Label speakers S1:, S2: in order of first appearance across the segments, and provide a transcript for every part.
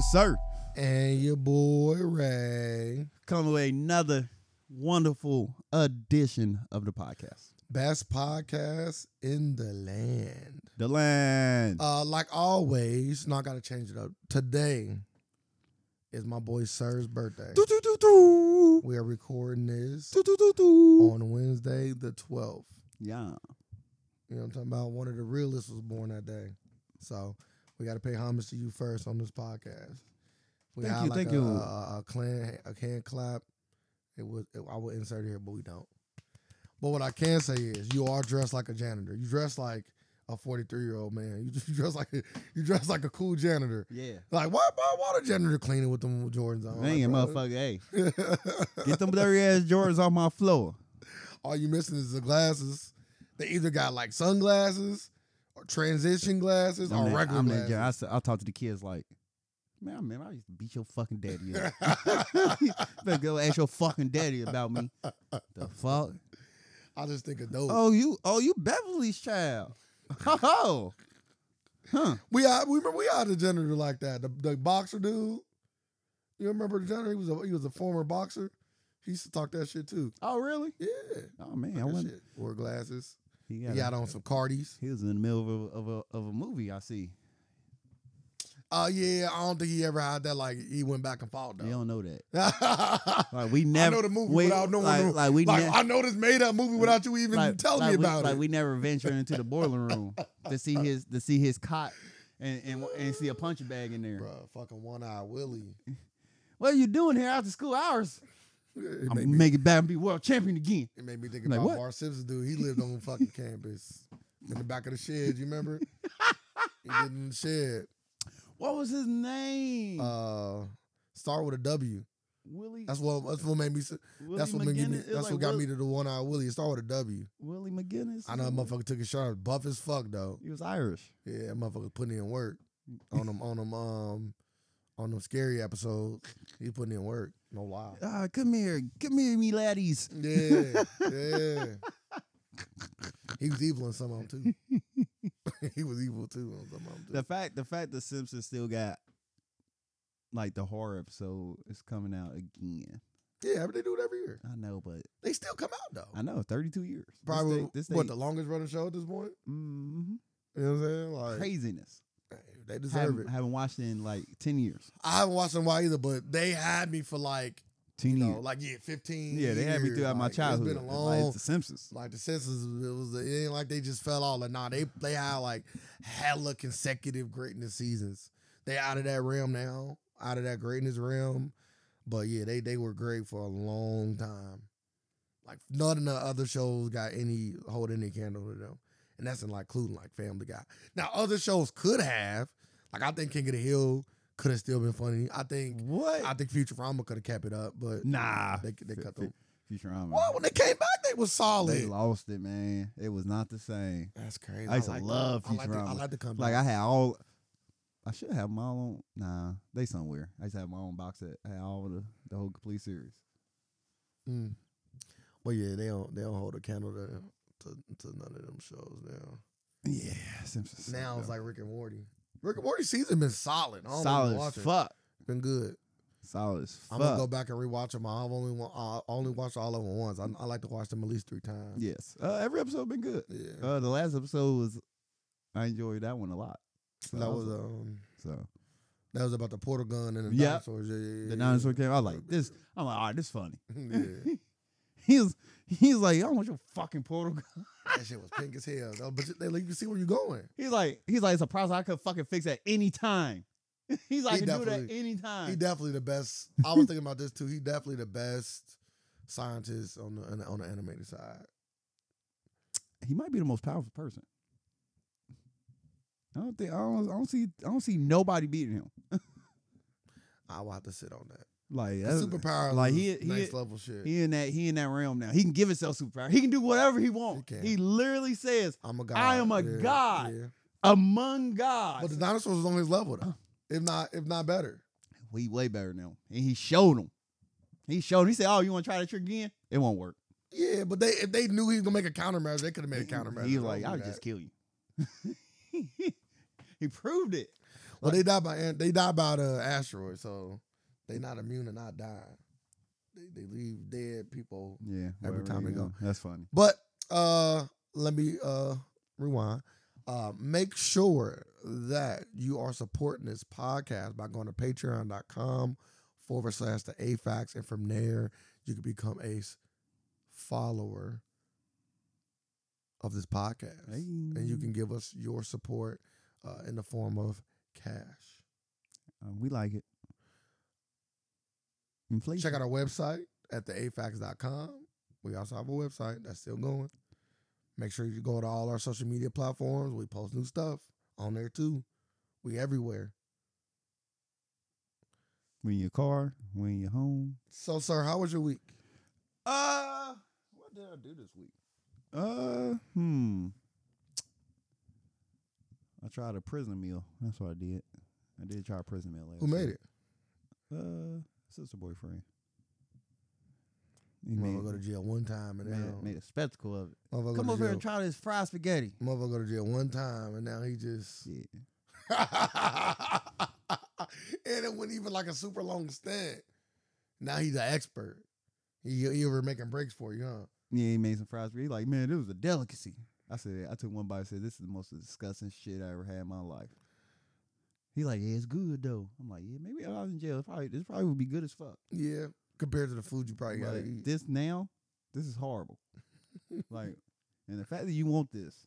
S1: sir.
S2: And your boy Ray.
S1: Coming with another wonderful edition of the podcast.
S2: Best podcast in the land.
S1: The land.
S2: Uh, like always, no, I gotta change it up. Today is my boy Sir's birthday.
S1: do, do, do, do.
S2: We are recording this
S1: Do, do, do, do.
S2: on Wednesday the 12th.
S1: Yeah.
S2: You know what I'm talking about? One of the realists was born that day. So we gotta pay homage to you first on this podcast. We
S1: Thank
S2: had
S1: you,
S2: like
S1: thank
S2: a,
S1: you.
S2: A, a clan a hand clap. It was it- I would insert it here, but we don't. But what I can say is you are dressed like a janitor. You dress like a 43 year old man. You, you dress like a, you dress like a cool janitor.
S1: Yeah.
S2: Like why why why the janitor cleaning with them Jordans on?
S1: Man,
S2: Like,
S1: motherfucker, hey.
S2: bro.
S1: Get them dirty ass Jordans off my floor.
S2: All you missing is the glasses. They either got like sunglasses or transition glasses
S1: I'm
S2: or
S1: that-
S2: regular
S1: I'm that guy. I,
S2: glasses.
S1: s- I talk to the kids like, man, I remember I used to beat your fucking daddy up. Better go ask your fucking daddy about me. The fuck?
S2: I just think of those.
S1: Oh, you, oh, you Beverly's child. Oh, huh?
S2: We had we remember we had a janitor like that. The, the boxer dude. You remember the janitor? He was a he was a former boxer. He used to talk that shit too.
S1: Oh, really?
S2: Yeah.
S1: Oh man, I
S2: That
S1: wasn't.
S2: shit. Wore glasses.
S1: He
S2: Yeah,
S1: got,
S2: he got on some Cardis.
S1: He was in the middle of a, of a of a movie. I see.
S2: Oh yeah, I don't think he ever had that. Like he went back and fought
S1: You
S2: though.
S1: don't know that.
S2: like
S1: Like we never.
S2: the movie
S1: we,
S2: without knowing the-
S1: Like, like we ne-
S2: I know this made up movie without you even
S1: like-
S2: telling
S1: like
S2: me
S1: we-
S2: about
S1: like
S2: it.
S1: we never ventured into the boiling room to see his to see his cot and and, and see a punch bag in there.
S2: Bruh, fucking one eye Willie.
S1: What are you doing here after school hours?
S2: It
S1: I'm
S2: made,
S1: gonna
S2: me,
S1: make it back and be world champion again.
S2: it made me think
S1: Like,
S2: about
S1: what?
S2: Mark Simpson, dude. He lived on fucking campus in the back of the shed. You remember? he lived in the shed.
S1: What was his name?
S2: Uh, start with a W.
S1: Willie.
S2: That's what. That's what made me. s-
S1: Willie
S2: That's what made me.
S1: McGinnis? It
S2: That's
S1: like
S2: what got
S1: Will-
S2: me to the one eye Willie. It Start with a W.
S1: Willie McGinnis.
S2: I know that motherfucker took his shirt off. Buff as fuck though.
S1: He was Irish.
S2: Yeah, that motherfucker putting in work on them. On them. Um, on them scary episodes. He putting in work. No lie.
S1: Ah, come here, come here, me laddies.
S2: Yeah, yeah. he was evil in some of them too. he was evil too on some of them too.
S1: The fact, the fact, the Simpsons still got like the horror episode is coming out again.
S2: yeah, but they do it every year.
S1: I know, but
S2: They still come out though.
S1: I know thirty-two years. This
S2: Probably
S1: thing- this
S2: what
S1: thing-
S2: the longest running show at this point.
S1: mhm,
S2: You know what I'm saying? Like
S1: craziness.
S2: hey, they deserve
S1: Haven't,
S2: it.
S1: haven't watched it in like ten years.
S2: I haven't watched them while either, but they had me for like
S1: Ten
S2: you know,
S1: years.
S2: like yeah, fifteen.
S1: yeah, they had me
S2: years.
S1: throughout my
S2: Like,
S1: childhood.
S2: It's been a
S1: Like,
S2: long.
S1: it's the Simpsons.
S2: like the Simpsons, it was it ain't like they just fell off. Like nah, they they had like hella consecutive greatness seasons. They out of that realm now, out of that greatness realm. But yeah, they they were great for a long time. Like none of the other shows got any hold any candle to them, and that's in like including like Family Guy. Now other shows could have, like I think King of the Hill could have still been funny. I think
S1: What?
S2: I think Futurama could have kept it up, but
S1: Nah.
S2: they they cut them.
S1: Futurama.
S2: Well, when they came back, they was solid.
S1: They lost it, man. It was not the same.
S2: That's crazy.
S1: I used to love
S2: I like to, I
S1: Futurama.
S2: like to come
S1: Like
S2: back.
S1: I had all. I should have my own. Nah, they somewhere. I used to have my own box set. I had all the the whole complete series.
S2: Mm. Well, yeah, they don't they don't hold a candle to, to to none of them shows now.
S1: Yeah, Simpsons. so
S2: now it's
S1: good.
S2: like Rick and Morty. Rick and Morty season been solid. I don't
S1: solid
S2: even
S1: as
S2: watch it.
S1: fuck.
S2: Been good.
S1: Solid as
S2: I'm
S1: fuck.
S2: gonna go back and rewatch them. I've only wa- I only watched all of them once. I, I like to watch them at least three times.
S1: Yes, uh, every episode been good.
S2: Yeah,
S1: Uh, the last episode was. I enjoyed that one a lot. So I
S2: that was um
S1: so
S2: that was about the portal gun and the
S1: Yeah.
S2: dinosaurs. Yeah, yeah, yeah,
S1: the
S2: yeah.
S1: dinosaur came. I was like this. I'm like, all right, this funny.
S2: yeah,
S1: He was he was like, I want your fucking portal gun.
S2: that shit was pink as hell. though, But they like you can see where you're going.
S1: He's like he's like it's a process I could fucking fix at any time. He's like
S2: He
S1: I can do that
S2: definitely-
S1: any
S2: He
S1: time.
S2: definitely the best. I was thinking about this too. He definitely the best scientist on the on the- on the animated side.
S1: he might be the most powerful person. I don't think I don't, I don't see I don't see nobody beating him.
S2: I will have to sit on that.
S1: Like
S2: The
S1: that's,
S2: superpower,
S1: like,
S2: like
S1: he-
S2: he,
S1: he-
S2: next level shit.
S1: he in that he in that realm now. He can give himself superpower. He can do whatever he wants.
S2: He
S1: He,
S2: can.
S1: literally says
S2: I'm a god.
S1: I am a god. among
S2: But
S1: gods.
S2: the dinosaurs was on his level though, if not if not better.
S1: we way better now. And he showed him. He showed him. He said, "Oh, you want to try that trick again? It won't work."
S2: Yeah, but they if they knew he was gonna make a countermeasure, they could have made a countermeasure.
S1: He's
S2: Don't
S1: like,
S2: do
S1: "I'll
S2: that.
S1: just kill you." he proved it.
S2: Well,
S1: Like-
S2: they die by an- they die by the asteroid, so they not immune to not dying. They, they leave dead people.
S1: Yeah.
S2: Every
S1: wherever
S2: time
S1: you
S2: they go.
S1: That's funny.
S2: But uh, let me uh rewind. Uh, make sure that you are supporting this podcast by going to patreon.com forward slash the AFAX. And from there, you can become a s- follower of this podcast. And you can give us your support uh, in the form of cash.
S1: Uh, we like it. Inflation.
S2: Check out our website at theafax.com. We also have a website that's still going. Make sure you go to all our social media platforms. We post new stuff on there too. We everywhere.
S1: When your car, when your home.
S2: So, sir, how was your week?
S1: Uh,
S2: What did I do this week?
S1: uh, hmm. I tried a prison meal. That's what I did. I did try a prison meal last
S2: Who made it?
S1: it? Uh, sister boyfriend. He
S2: Motherfucker go
S1: made,
S2: to jail one time and
S1: made,
S2: now
S1: made a spectacle of it.
S2: motherfucker
S1: Come
S2: go
S1: over here
S2: to jail.
S1: and try this fried spaghetti.
S2: Motherfucker go to jail one time and now he just.
S1: Yeah.
S2: and it wasn't even like a super long stint. Now he's an expert. He, he over making breaks for you, huh?
S1: Yeah, he made some fried spaghetti. He like, man, this was a delicacy. I said, I took one bite. I said, this is the most disgusting shit I ever had in my life. He like, yeah, it's good though. I'm like, yeah, maybe if I was in jail, it probably this probably would be good as fuck.
S2: Yeah, compared to the food you probably gotta
S1: But
S2: eat.
S1: this now, this is horrible. like, and the fact that you want this,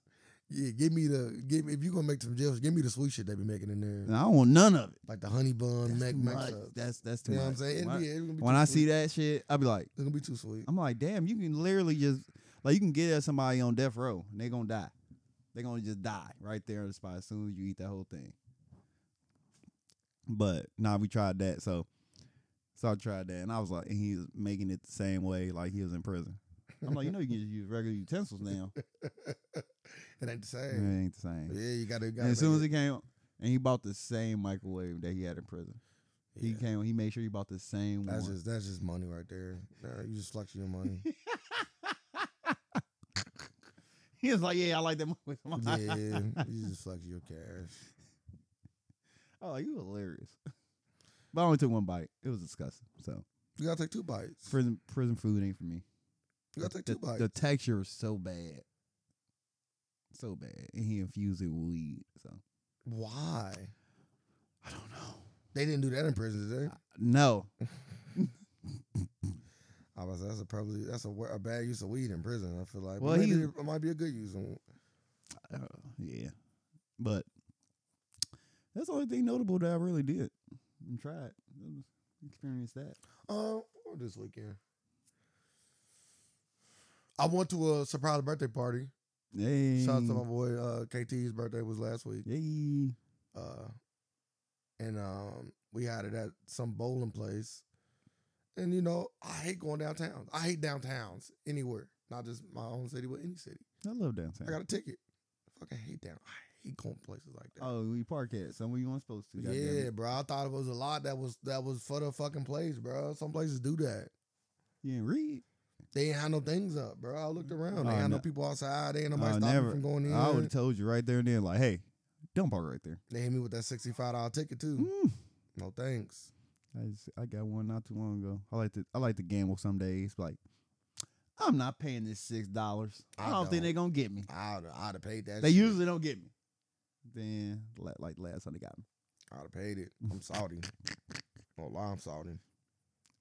S2: Yeah, give me the give. Me, if you gonna make some jams, give me the sweet shit they be making in there,
S1: and I don't want none of it.
S2: like the honey bun,
S1: That's
S2: mac
S1: too
S2: mac.
S1: much.
S2: stuff.
S1: That's that's too
S2: You know what I'm
S1: much.
S2: saying? It'll
S1: When,
S2: be- it'll be
S1: when
S2: too
S1: I
S2: sweet.
S1: see that shit, I'll be like,
S2: it's gonna be too sweet.
S1: I'm like, damn, you can literally just like you can get at somebody on death row and they gonna die. they gonna just die right there on the spot as soon as you eat that whole thing. But nah, we tried that, so so I tried that and I was like, and he was making it the same way like he was in prison. I'm like, you know you can just use regular utensils now.
S2: It ain't the
S1: It
S2: same.
S1: ain't the same.
S2: Yeah, you gotta. gotta
S1: and as soon as
S2: make
S1: he came and he bought the same microwave that he had in prison.
S2: it-
S1: He
S2: Yeah.
S1: came he made sure he bought the same
S2: That's
S1: one.
S2: just that's just money right there. Nah, you just flexing your money.
S1: he was like, Yeah, I like that microwave. I'm like,
S2: yeah, you just flex your cash.
S1: Oh, you hilarious. But I only took one bite. It was disgusting. So
S2: You gotta take two bites.
S1: prison prison food ain't for me.
S2: You gotta take
S1: the,
S2: two bites.
S1: the texture is so bad. So bad. And he infused it with weed. So
S2: Why?
S1: I don't know.
S2: They didn't do that in prison, did they?
S1: No.
S2: I was that's a probably that's a, wa- a bad use of weed in prison. I feel like.
S1: Well,
S2: Well, maybe
S1: he-
S2: it might be a good use. Of,
S1: Uh, yeah. But that's the only thing notable that I really did and tried. Experienced that.
S2: Uh, or this weekend. I went to a surprise birthday party.
S1: Hey.
S2: Shout out to my boy uh, KT's birthday was last week.
S1: Yay.
S2: Uh, and um, we had it at some bowling place. And you know, I hate going downtown. I hate downtowns anywhere, not just my own city, but any city.
S1: I love
S2: I got
S1: downtown.
S2: a ticket. Fucking hate down. I hate going places like that.
S1: Oh, we park at somewhere you weren't supposed to. goddamn it.
S2: yeah, bro. I thought it was a lot that was that was for the fucking place, bro. Some places do that.
S1: You didn't read.
S2: They ain't had no things up, bro. I looked around. They
S1: Oh,
S2: ain't had no
S1: no.
S2: people outside. They ain't nobody
S1: Oh,
S2: stopping
S1: never.
S2: from going in.
S1: I would have told you right there and then, like, hey, don't park right there.
S2: they hit me with that sixty-five dollar ticket too.
S1: Mm.
S2: No thanks.
S1: I just, I got one not too long ago. I like to I like to gamble some days. Like I'm not paying this six dollars. I,
S2: I
S1: don't think
S2: don't.
S1: they're gonna get me.
S2: I'd I'd have paid that.
S1: They
S2: shit.
S1: usually don't get me. Then la- like last time they got me.
S2: I'd have paid it. I'm salty. No lie, I'm salty.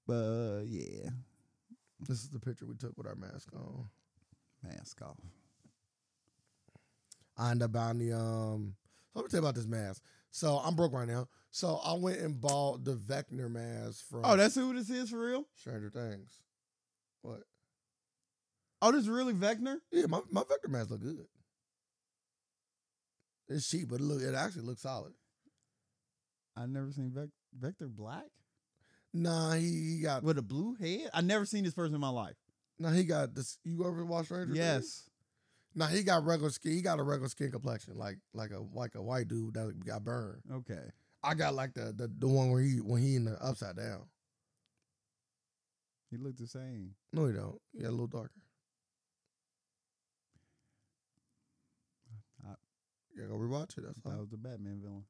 S1: But uh, yeah,
S2: This is the picture we took with our mask on.
S1: mask off.
S2: I ended up buying the um. So let me tell you about this mask. So I'm broke right now. So I went and bought the Vector mask from
S1: Oh, that's who this is for real.
S2: Stranger Things. What?
S1: Oh, this is really Vector.
S2: Yeah, my, my vector mask look good. It's cheap, but it look it actually looks solid.
S1: I never seen Vec- Vector Black
S2: Nah, he, he got
S1: with a blue head. I never seen this person in my life.
S2: nah he got this. You ever watch Stranger? Things?
S1: Yes.
S2: Nah, he got regular skin. He got a regular skin complexion, like like a like a white dude that got burned.
S1: Okay.
S2: I got like the the, the one where he when he in the upside down.
S1: He looked the same.
S2: No, he don't. He got a little darker.
S1: I-
S2: yeah, go rewatch it. That's
S1: That
S2: all.
S1: was the Batman villain.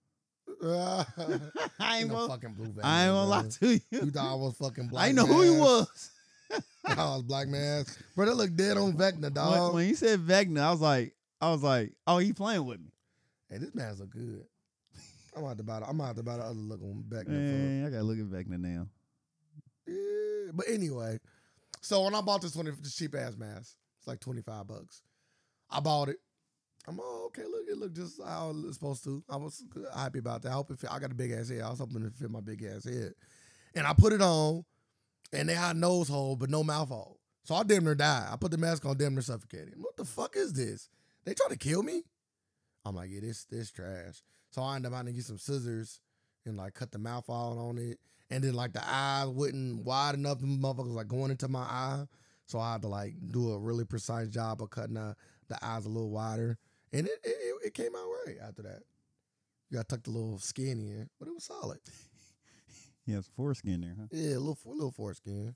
S2: Uh,
S1: I
S2: You
S1: ain't
S2: know
S1: gonna,
S2: fucking blue
S1: I ain't gonna lie
S2: Valentine,
S1: to
S2: bro. You
S1: you.
S2: thought I was fucking black.
S1: I know who he
S2: mask?
S1: was.
S2: I was black man. Bro, that look dead on Vecna,
S1: When,
S2: dog.
S1: when he said Vecna, I was like, I was like, oh, he playing with me.
S2: Hey, this man's look good. I'm about to buy. The, I'm about to buy the other look on Vecna. for-
S1: Man, I gotta look at Vecna now.
S2: Yeah, but anyway, so when I bought this one, this cheap ass mask, it's like twenty five bucks. I bought it. I'm oh, okay. Look, it looked just how it's supposed to. I was good- happy about that. I hope it fit. I got a big ass head. I was hoping it fit my big ass head, and I put it on, and they had a nose hole but no mouth hole. So I damn near died. I put the mask on, damn near suffocated. What the fuck is this? They trying to kill me? I'm like, yeah, this this trash. So I ended up having to get some scissors and like cut the mouth out on it. And then like the eye wouldn't wide enough, the motherfuckers like going into my eye. So I had to like do a really precise job of cutting out the eyes a little wider. And it it, it- it came out right after that. You got tucked a little skin in, but it was solid.
S1: He has foreskin there, huh?
S2: Yeah, a little a little foreskin.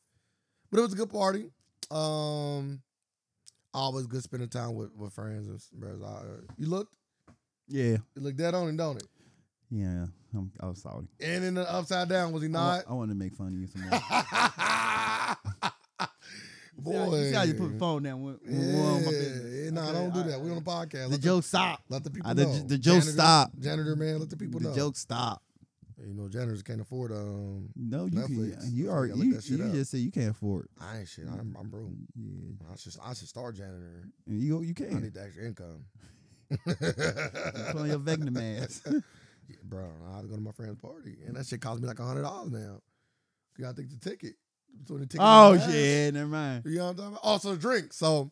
S2: But it was a good party. Um always good spending time with, with friends and brothers. I- uh, You looked
S1: Yeah,
S2: you looked dead on it, don't it?
S1: yeah. I'm, I was sorry.
S2: And in the upside down, was he
S1: I wa-
S2: not?
S1: I, wanted to make fun of you some more. See how-
S2: Boy,
S1: you see how you put the phone down. When, when
S2: Yeah,
S1: we're on my business.
S2: yeah,
S1: I
S2: nah,
S1: said,
S2: don't do
S1: I-
S2: that. We on a podcast.
S1: The
S2: Let
S1: joke stop.
S2: let the people
S1: I- the
S2: know.
S1: j- the joke
S2: Janitor-
S1: stop.
S2: Janitor man, let the people
S1: The
S2: know.
S1: joke stop.
S2: You know, janitors can't afford. Um,
S1: No, you
S2: Netflix.
S1: can. You
S2: That's why
S1: are.
S2: we gotta let
S1: You,
S2: that shit
S1: you
S2: out.
S1: just said you can't afford. it.
S2: I ain't shit. I'm, I'm broke.
S1: Yeah,
S2: I should I should start janitor.
S1: And you you
S2: I
S1: can.
S2: need the extra income.
S1: Put on your Vecna mask.
S2: Yeah, bro, I had to go to my friend's party, and that shit cost me like a hundred dollars now. You gotta take the ticket. Between the ticket
S1: oh
S2: and the mask.
S1: yeah, never mind.
S2: You know what I'm talking about? Also drinks. So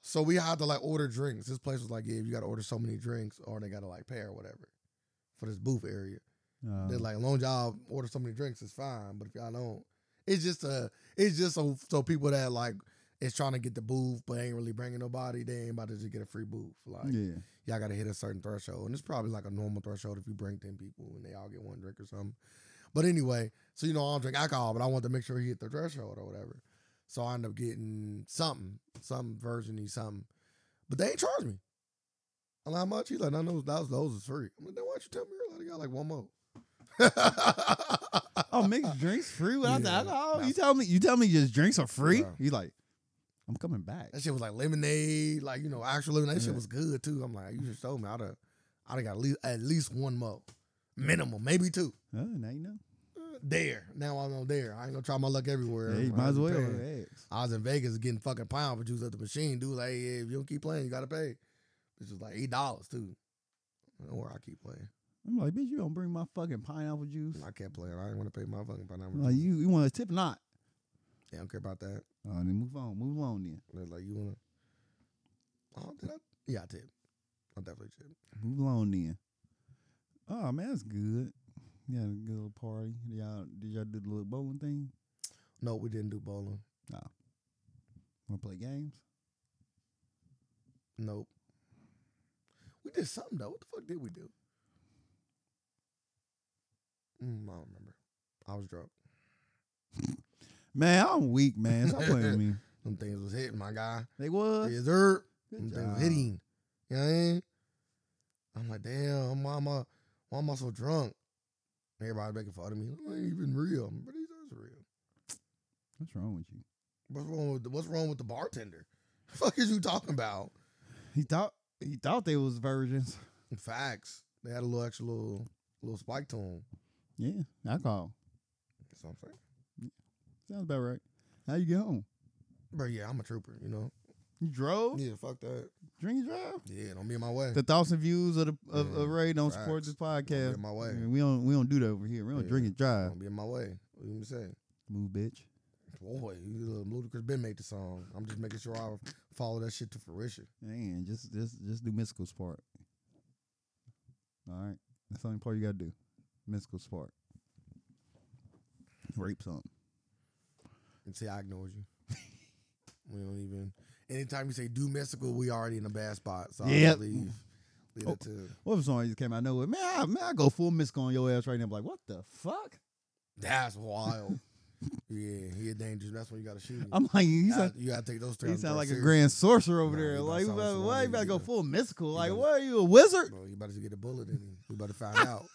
S2: so we had to like order drinks. This place was like, yeah, you gotta order so many drinks or they gotta like pay or whatever for this booth area.
S1: Uh,
S2: They're like, as long as y'all order so many drinks, it's fine. But if y'all don't, it's just a it's just so so people that like is trying to get the booth but ain't really bringing nobody, they ain't about to just get a free booth. Like
S1: yeah,
S2: y'all gotta hit a certain threshold. And it's probably like a normal threshold if you bring 10 people and they all get one drink or something. But anyway, so you know, I don't drink alcohol, but I want to make sure he hit the threshold or whatever. So I end up getting something, some version of something. But they ain't charge me. I'm like, how much? He's like, no, no, those, those is free. I'm like, then why don't you tell me earlier? They got like one more.
S1: Oh, mixed drinks free without the
S2: Yeah.
S1: alcohol.
S2: Nah.
S1: oh, You tell me. You tell me just drinks are free.
S2: Bruh.
S1: You like, I'm coming back.
S2: That shit was like lemonade, like you know, actual lemonade. That
S1: Yeah.
S2: shit was good too. I'm like, you just told me I'd have, I'd have got at least, at least one more, minimum, maybe two.
S1: Oh, now you know.
S2: There, now I know there. I ain't gonna try my luck everywhere.
S1: Hey,
S2: I
S1: might as
S2: was
S1: well.
S2: prepared.
S1: Eggs.
S2: I was in Vegas getting fucking pound for juice at the machine. Dude, like, hey, yeah, if you don't keep playing, you gotta pay. This was like eight dollars too. Don't worry, I keep playing.
S1: I'm like, bitch, you don't bring my fucking pineapple juice.
S2: I kept playing. I didn't want to pay my fucking pineapple.
S1: Like,
S2: juice.
S1: you, you want a tip or not?
S2: Yeah, I don't care about that.
S1: Oh, then move on, move on then,
S2: They're like, you wanna? Oh, did I? Yeah, I did. I definitely did.
S1: move on then. Oh man, that's good. Yeah, good little party. Y'all, did y'all do the little bowling thing?
S2: No, we didn't do bowling.
S1: Want to play games?
S2: Nope. We did something though. What the fuck did we do? Mm, I don't remember. I was drunk.
S1: Man, I'm weak, man. Stop playing with me.
S2: Them things was hitting my guy.
S1: They was.
S2: Yes, sir.
S1: Good
S2: Them
S1: job.
S2: things hitting. You know what I mean? I'm like, damn, why am I, why am I so drunk? Everybody making fun of me. I ain't even real. But these are real.
S1: What's wrong with you?
S2: What's wrong with the, what's wrong with the bartender? fuck is you talking about?
S1: He thought he thought they was virgins.
S2: Facts. They had a little extra little little spike to them.
S1: Yeah, alcohol
S2: That's what I'm saying.
S1: sounds about right. How you get home?
S2: But yeah, I'm a trooper, you know.
S1: You drove,
S2: Yeah, fuck that.
S1: drink, and drive.
S2: Yeah, don't be in my way.
S1: The thoughts and views of the of,
S2: Yeah,
S1: of Ray don't support
S2: facts.
S1: this
S2: Don't be
S1: podcast.
S2: in my way.
S1: Yeah, We don't we don't do that over here. We don't
S2: Yeah.
S1: drink and drive.
S2: Don't be in my way. What you say?
S1: Move, bitch.
S2: Boy, you little ludicrous been made the song. I'm just making sure I follow that shit to fruition.
S1: Man, just just just do Mystical's part. All right, that's the only part you gotta do. Mystical's part. Rape something.
S2: And say I ignored you. we don't even. Anytime you say do mystical, we already in a bad spot. So I
S1: Yep.
S2: just leave. Leave
S1: Oh.
S2: it to
S1: What if somebody just came out of nowhere? Man, I, man, I go full Mystical on your ass right now. I'm like, what the fuck?
S2: that's wild. Yeah, he a dangerous. That's when you got to shoot him.
S1: I'm like,
S2: you,
S1: he's
S2: gotta,
S1: like,
S2: you gotta take those three.
S1: he sound like a grand sorcerer over
S2: Nah,
S1: there.
S2: he
S1: Like,
S2: don't
S1: what?
S2: sound
S1: why you
S2: smart,
S1: about to go
S2: yeah.
S1: full mystical? Like,
S2: don't.
S1: what are you a wizard?
S2: Bro, you about to get a bullet in him. You about to find out.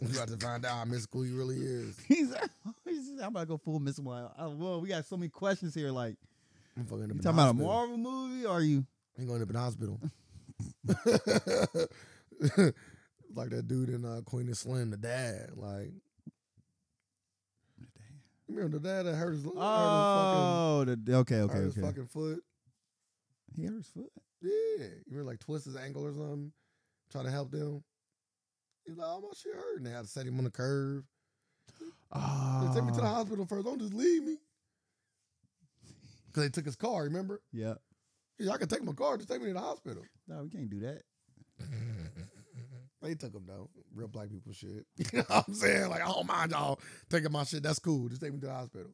S2: you about to find out how mystical he really is.
S1: He's, he's just, I'm about to go full mystical. Like, oh, whoa, we got so many questions here. Like,
S2: I'm fucking.
S1: you talking about a Marvel movie? Or are you?
S2: He going up in hospital. like that dude in uh, Queen of Slim, the dad. Like, you remember the dad that hurt his, hurt
S1: Oh, the, okay,
S2: his, fucking,
S1: okay,
S2: hurt his
S1: okay.
S2: fucking foot?
S1: He hurt his foot.
S2: Yeah. You remember like twist his ankle or something? Try to help them. He's like, oh, my shit hurt. And they had to set him on the curve. They
S1: Oh,
S2: take me to the hospital first. Don't just leave me. Because they took his car, remember?
S1: yeah.
S2: He's like, I can take my car. Just take me to the hospital.
S1: No, we can't do that.
S2: They took him though. Real black people shit. You know what I'm saying? Like, I don't mind y'all taking my shit. That's cool. Just take me to the hospital.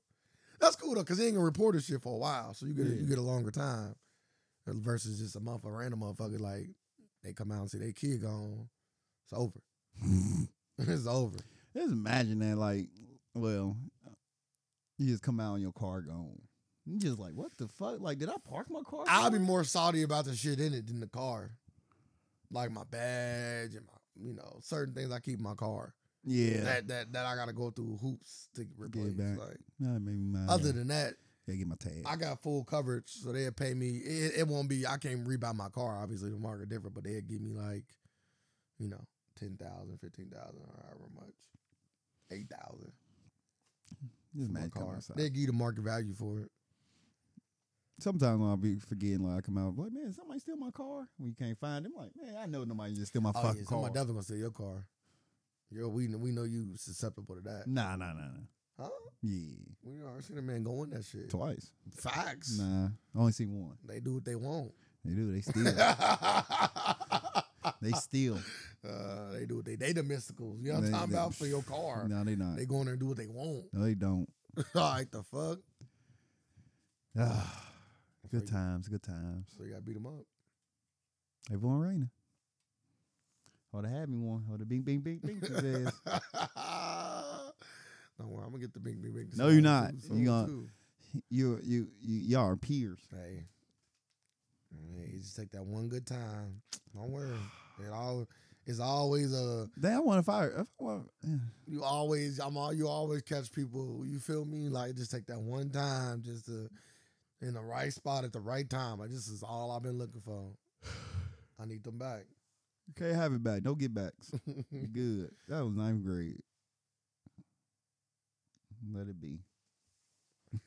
S2: That's cool though, because he ain't gonna report his shit for a while. So you get a,
S1: Yeah.
S2: you get a longer time. uh, Versus just a month of random motherfucker, like they come out and see their kid gone. It's over. it's over.
S1: Just imagine that, like, well, you just come out in your car gone. You just like, what the fuck? Like, did I park my car?
S2: I'll be
S1: somewhere?
S2: more salty about the shit in it than the car. Like my badge and my, you know, certain things I keep in my car.
S1: Yeah.
S2: That that that I gotta go through hoops to replace.
S1: back.
S2: Like
S1: Nah, maybe mine.
S2: other than that,
S1: gotta get my tag.
S2: I got full coverage, so they'll pay me. It, it won't be. I can't rebuy my car. Obviously, the market different, but they'll give me like, you know, ten thousand, fifteen thousand, or however much, eight thousand.
S1: just
S2: My
S1: mad
S2: car.
S1: car.
S2: They give you the market value for it.
S1: Sometimes I'll be forgetting, like I come out like, man, somebody steal my car. When you can't find them, like, man, I know nobody just steal my
S2: Oh
S1: fucking
S2: yeah, somebody
S1: car.
S2: definitely gonna sell your car. Yo, we kn- we know you susceptible to that.
S1: Nah, nah, nah, nah.
S2: Huh?
S1: Yeah,
S2: We already seen a man go in that shit.
S1: twice.
S2: Facts.
S1: Nah, I only see one.
S2: They do what they want.
S1: They do. They steal.
S2: uh,
S1: they steal.
S2: they do what they they the mysticals. You know what I'm
S1: They-
S2: talking
S1: they-
S2: about for your car.
S1: No, they not.
S2: They go in there and do what they want.
S1: no, they don't.
S2: like the fuck.
S1: Ah,
S2: So
S1: good
S2: you-
S1: times. Good times.
S2: So you gotta beat them up.
S1: Everyone raining. Or the happy one. Or the bing, bing, bing, bing. to his ass.
S2: Don't worry, I'm gonna get the big, big, big.
S1: No, you're not. You gonna- you, you, you, y'all are peers.
S2: Hey, Hey, you just take that one good time. Don't worry. It all. It's always a.
S1: Damn, I want to fire. If I want, yeah.
S2: You always. I'm all. You always catch people. You feel me? Like just take that one time, just to, in the right spot at the right time. Like this is all I've been looking for. I need them back.
S1: You can't have it back. No get backs. You good. That was ninth grade. Let it be.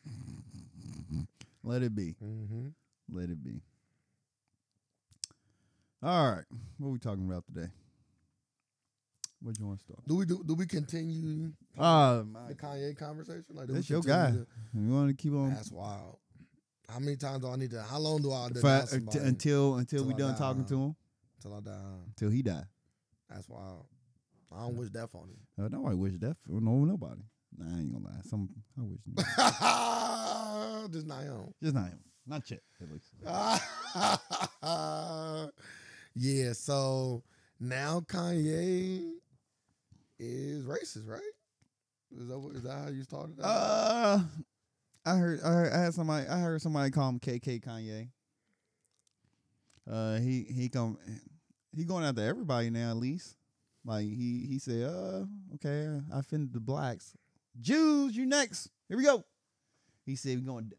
S1: Let it be.
S2: mm-hmm.
S1: Let it be. All right. What we talking about today? What you want to start?
S2: Do we do? Do we continue
S1: Oh, my.
S2: the Kanye conversation? Like, do we
S1: That's your guy. Um,
S2: continue to-
S1: You want to keep on
S2: That's wild. How many times do I need to? How long do I
S1: fi-
S2: deny
S1: uh, t-
S2: somebody until,
S1: until until
S2: till
S1: we
S2: I
S1: done
S2: die,
S1: talking
S2: huh?
S1: to him?
S2: I die?
S1: Till he die.
S2: That's wild. I don't wish death on
S1: Uh, nobody wish death for no nobody. Nah, I ain't gonna lie. Some I wish death.
S2: him. Just not him.
S1: just not him. Not yet, at least.
S2: yeah. So now Kanye is racist, right? Is that, what- is that how you started? That?
S1: Uh, I heard, I heard, I had somebody, I heard somebody call him KK Kanye. Uh, he he come, he going after everybody now. At least, like he he said, uh, okay, I offended the blacks, Jews, you next. Here we go. He said we going,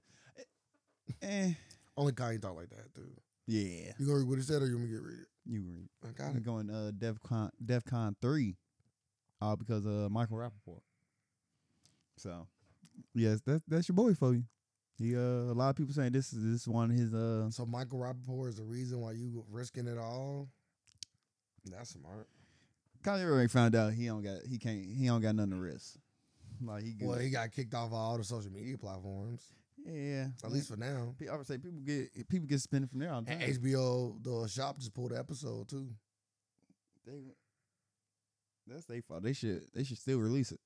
S1: eh,
S2: Only Kanye talk like that, dude.
S1: yeah,
S2: You gonna read what he said, or you gonna get read it?
S1: you read.
S2: I got
S1: We
S2: it.
S1: going uh DefCon DefCon three, all because of Michael Rappaport. So, yes, that that's your boy for you. He uh a lot of people saying this is this is one of his uh
S2: So Michael Rappaport is the reason why you risking it all. That's smart.
S1: Kanye already found out he don't got he can't he don't got nothing to risk. Like he good.
S2: Well, he got kicked off of all the social media platforms,
S1: yeah.
S2: at least for now.
S1: I would say people get people get spinning from there all the
S2: And
S1: time.
S2: HBO, the shop just pulled the episode too.
S1: They- that's their fault. They should they should still release it.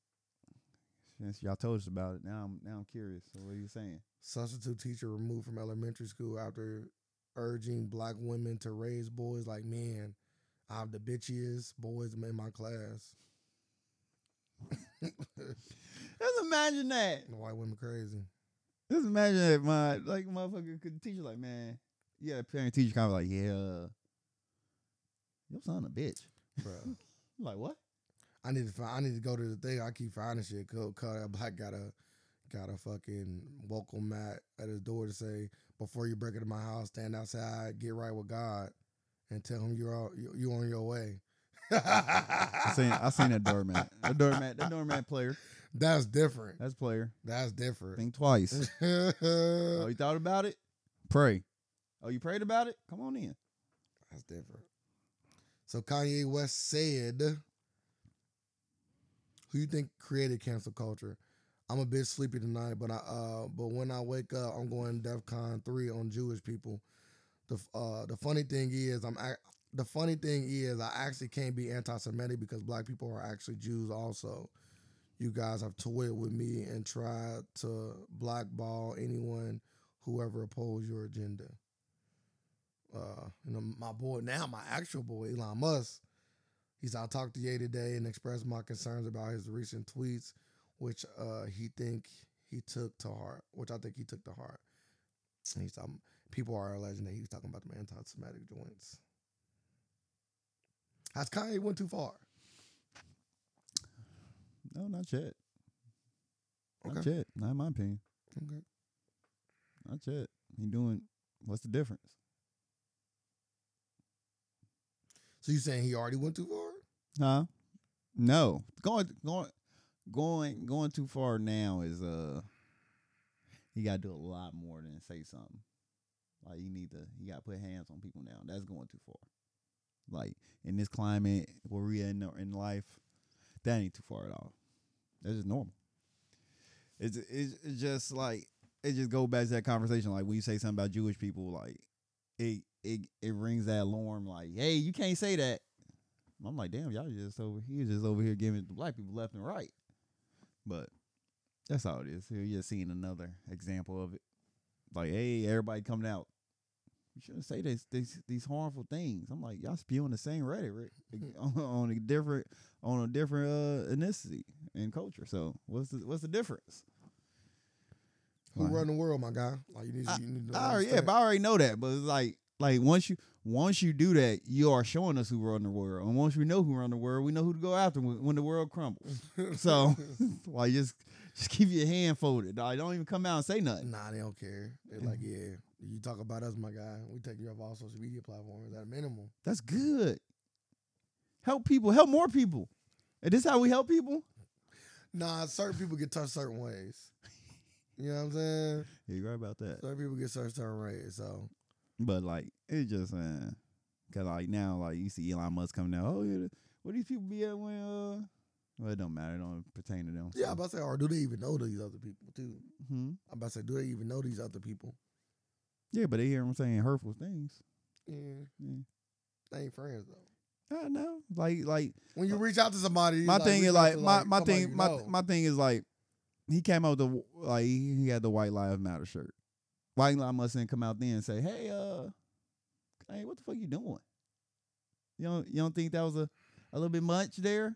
S1: Since y'all told us about it, now I'm now I'm curious. So what are you saying?
S2: Substitute teacher removed from elementary school after urging black women to raise boys like men. I'm the bitchiest boys in my class.
S1: Just imagine that.
S2: The white women crazy.
S1: Just imagine that my like motherfucker could teach like, man, yeah, parent teacher kind of like, yeah, your son a bitch.
S2: Bro.
S1: I'm like what?
S2: I need to find, I need to go to the thing. I keep finding shit. Cause, cause that black got a got a fucking welcome mat at his door to say, before you break into my house, stand outside, get right with God, and tell him you're all you, you on your way.
S1: I seen I seen that doormat, that doormat, that doormat player.
S2: That's different.
S1: That's player.
S2: That's different.
S1: Think twice. oh, you thought about it? Pray. Oh, you prayed about it? Come on in.
S2: That's different. So Kanye West said, "Who you think created cancel culture?" I'm a bit sleepy tonight, but I uh, but when I wake up, I'm going DefCon three on Jewish people. The f- uh, the funny thing is, I'm ac the funny thing is, I actually can't be anti-Semitic because black people are actually Jews also. You guys have toyed with me and tried to blackball anyone whoever opposed your agenda uh, you know, my boy now, my actual boy Elon Musk. He's I talked to Ye today and expressed my concerns about his recent tweets, which uh, he think he took to heart, which I think he took to heart. And he's talking, people are alleging that he was talking about the anti-Semitic joints. Has Kanye went too far?
S1: No, not yet. Not
S2: Okay.
S1: yet. Not in my opinion.
S2: Okay.
S1: Not yet. He doing. What's the difference?
S2: So you saying he already went too far?
S1: Huh? No. Going going going going too far now is uh you gotta do a lot more than say something. Like you need to you gotta put hands on people now. That's going too far. Like in this climate where we in in life, that ain't too far at all. That's just normal. It's it's, it's just like it just go back to that conversation. Like when you say something about Jewish people, like it it it rings that alarm. Like hey, you can't say that. I'm like, damn, y'all just over here, just over here giving it to black people left and right. But that's all it is. Here you're seeing another example of it. Like, hey, everybody coming out. You shouldn't say this, these these harmful things. I'm like, y'all spewing the same rhetoric on, on a different on a different uh, ethnicity and culture. So what's the what's the difference?
S2: Who
S1: Like-
S2: run the world, my guy? Like you need, to- you need to
S1: Oh yeah,
S2: understand.
S1: but I already know that. But it's like like once you once you do that, you are showing us who run the world. And once we know who run the world, we know who to go after when, when the world crumbles. So like just just keep your hand folded. Dog. Don't even come out and say nothing.
S2: Nah, they don't care. They're
S1: Mm-hmm.
S2: like, yeah, you talk about us, my guy. We take you off all social media platforms at a minimum.
S1: That's good. Help people. Help more people. Is this how we help people?
S2: Nah, certain people get touched certain ways. You know what I'm saying?
S1: Yeah, you're right about that.
S2: Certain people get touched certain ways. So
S1: But like it just uh, cause like now like you see Elon Musk coming out. Oh yeah, what these people be at when uh? Well, it don't matter. It don't pertain to them.
S2: yeah, I'm about to say, or do they even know these other people too?
S1: hmm
S2: I'm about to say, do they even know these other people?
S1: Yeah, but they hear him saying hurtful things.
S2: Yeah,
S1: Yeah.
S2: they ain't friends though.
S1: I know. Like like
S2: When you reach out to somebody, you
S1: my thing
S2: reach
S1: is
S2: out
S1: like
S2: to,
S1: my my
S2: somebody
S1: thing
S2: you
S1: my
S2: know.
S1: my thing is like he came out with the like he he had the white lives matter shirt. White lives must then come out then and say, "Hey, uh, hey, what the fuck you doing? You don't you don't think that was a a little bit much there?"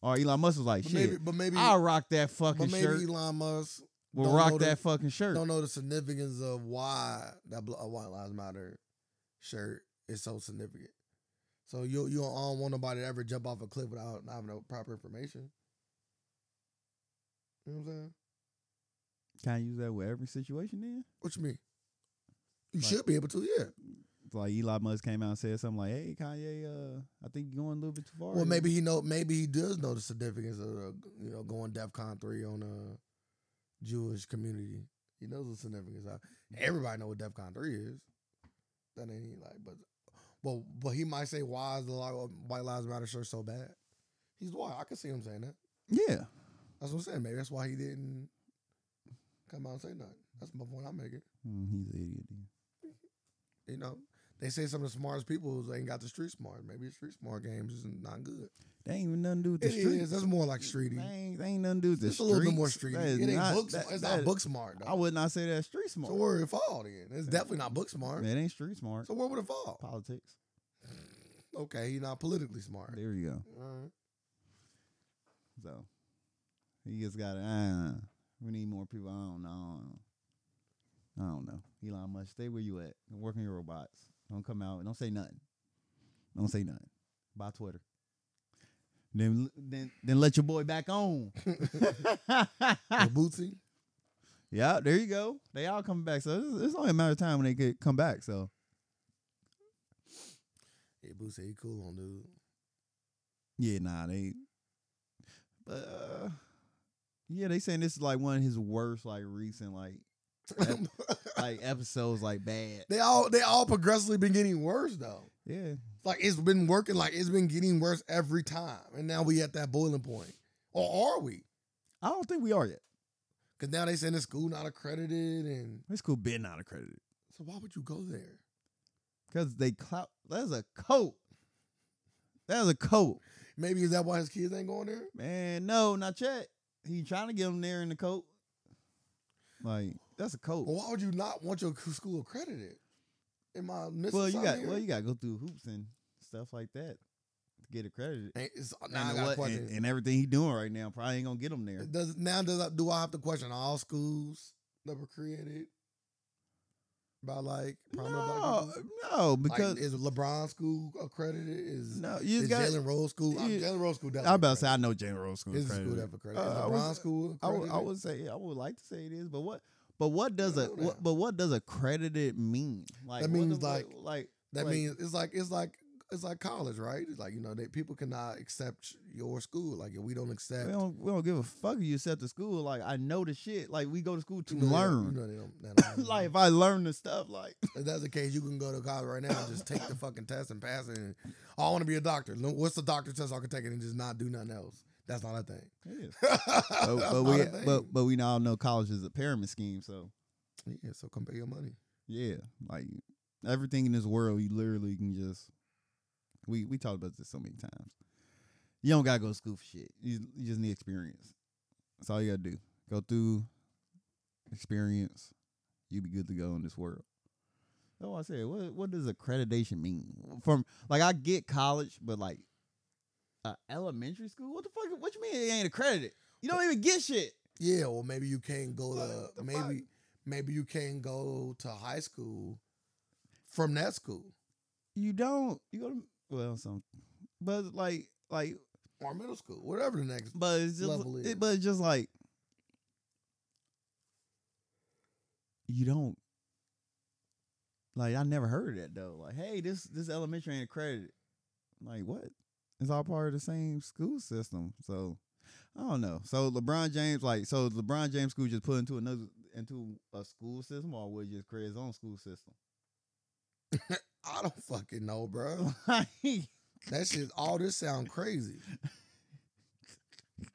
S1: Or Elon Musk was like,
S2: but
S1: "Shit,
S2: maybe, but maybe,
S1: I'll rock that fucking
S2: but maybe
S1: shirt.
S2: Elon Musk
S1: We'll
S2: don't
S1: rock
S2: know
S1: that
S2: the-
S1: fucking shirt."
S2: don't know the significance of why that bl- uh, White Lives Matter shirt is so significant. So you you don't I don't want nobody to ever jump off a cliff without having no proper information. You know what I'm saying?
S1: Can I use that with every situation then?
S2: What you mean? You
S1: Like-
S2: should be able to, yeah.
S1: Like Elon Musk came out and said something like, "Hey, Kanye, uh, I think you're going a little bit too far."
S2: Well,
S1: here."
S2: maybe he know. Maybe he does know the significance of uh, you know going DefCon three on a Jewish community. He knows the significance. Of, everybody know what DefCon three is. That ain't he like, but but but he might say, "Why is the li- White Lives Matter shirt so bad?" He's why I could see him saying that.
S1: yeah.
S2: That's what I'm saying. Maybe that's why he didn't come out and say nothing. That's my point I'm making.
S1: Mm, he's an idiot. then.
S2: You know, they say some of the smartest people ain't got the street smart. Maybe the street smart games is not good.
S1: They ain't even nothing to do with the
S2: It
S1: streets.
S2: is. That's more like streety.
S1: They ain't, they ain't nothing to do with the
S2: It's a
S1: streets.
S2: little bit more street.
S1: That is
S2: It ain't
S1: not-
S2: book
S1: that-
S2: smart. It's
S1: that
S2: not
S1: is-
S2: book smart. Though.
S1: I would not say that's street smart.
S2: So where would it fall then? It's definitely not book smart.
S1: It ain't street smart.
S2: So where would it fall?
S1: Politics.
S2: Okay, he's not politically smart.
S1: There you go.
S2: All right.
S1: So He just got to uh, we need more people. I don't know. I don't know. I don't know. Elon Musk, stay where you at. and Work on your robots. Don't come out. Don't say nothing. Don't say nothing. Buy Twitter. Then then then let your boy back on.
S2: The Bootsy.
S1: yeah, there you go. They all coming back. So it's, it's only a matter of time when they could come back. So
S2: Yeah, Bootsy, he cool on dude.
S1: yeah, nah, they. But uh, yeah, they saying this is like one of his worst, like recent, like like episodes, like bad.
S2: they all they all progressively been getting worse though.
S1: Yeah,
S2: Like it's been working, like it's been getting worse every time. And now we at that boiling point. Or are we?
S1: I don't think we are yet.
S2: Cause now they saying the school not accredited and
S1: This cool been not accredited.
S2: so why would you go there?
S1: Cause they clout. That's a coat. That's a coat,
S2: Maybe is that why his kids ain't going there?
S1: man. No, not yet. He trying to get him there in the coat. Like that's a coat.
S2: Well, why would you not want your school accredited? Am I missing
S1: well, you got
S2: something here?
S1: well, you got to go through hoops and stuff like that to get accredited.
S2: Ain't- it's- now I
S1: and,
S2: got a
S1: what-
S2: question.
S1: and, and everything he doing right now probably ain't gonna get him there.
S2: Does now does I, do I have to question all schools that were created by like prominent black
S1: No,
S2: people?
S1: no,
S2: Like,
S1: because
S2: is LeBron school accredited? Is
S1: no, you
S2: is
S1: just got.
S2: Jalen Rose school? I'm
S1: you-
S2: Jalen Rose school.
S1: I'm about to say I know General School.
S2: is
S1: accredited.
S2: school that accredited?
S1: Uh,
S2: is
S1: I
S2: LeBron
S1: was-
S2: school
S1: I would,
S2: accredited?
S1: I would say I would like to say it is, but what but what does a
S2: Slow
S1: what,
S2: down.
S1: but what does accredited mean? Like
S2: That
S1: what
S2: means
S1: the- what-
S2: like-
S1: like
S2: that
S1: like-
S2: means it's like it's like it's like college, right? It's like you know that people cannot accept your school. Like we don't accept.
S1: we don't we don't give a fuck if you accept the school. Like I know the shit. Like we go to school to
S2: you know, they don't-
S1: learn.
S2: You know, they don't, they don't
S1: like if I learn the stuff, like
S2: If that's the case, you can go to college right now and just take the fucking test and pass it. And, oh, I want to be a doctor. No, What's the doctor test I can take it and just not do nothing else? That's not a thing.
S1: Yeah. but,
S2: but,
S1: but we but but we all know college is a pyramid scheme. So
S2: yeah, so come pay your money.
S1: yeah, like everything in this world, you literally can just we we talked about this so many times. You don't gotta go to school for shit. You, you just need experience. That's all you gotta do. Go through experience. You be good to go in this world. That's what I said. What what does accreditation mean? From like I get college, but like uh, elementary school. What the fuck? What you mean it ain't accredited? You don't even get shit.
S2: Yeah, or maybe you can't go
S1: What
S2: to
S1: the
S2: maybe maybe you can't go to high school from that school.
S1: you don't you go to well some but like like
S2: Or middle school, whatever the next.
S1: but it's just
S2: Level is.
S1: it, but it's just like you don't like I never heard of that though. Like, hey, this this elementary ain't accredited. Like what? It's all part of the same school system. So I don't know. So LeBron James, like, so LeBron James school just put into another into a school system, or would just create his own school system?
S2: I don't fucking know, bro.
S1: Like,
S2: That shit, all this sound crazy. I'm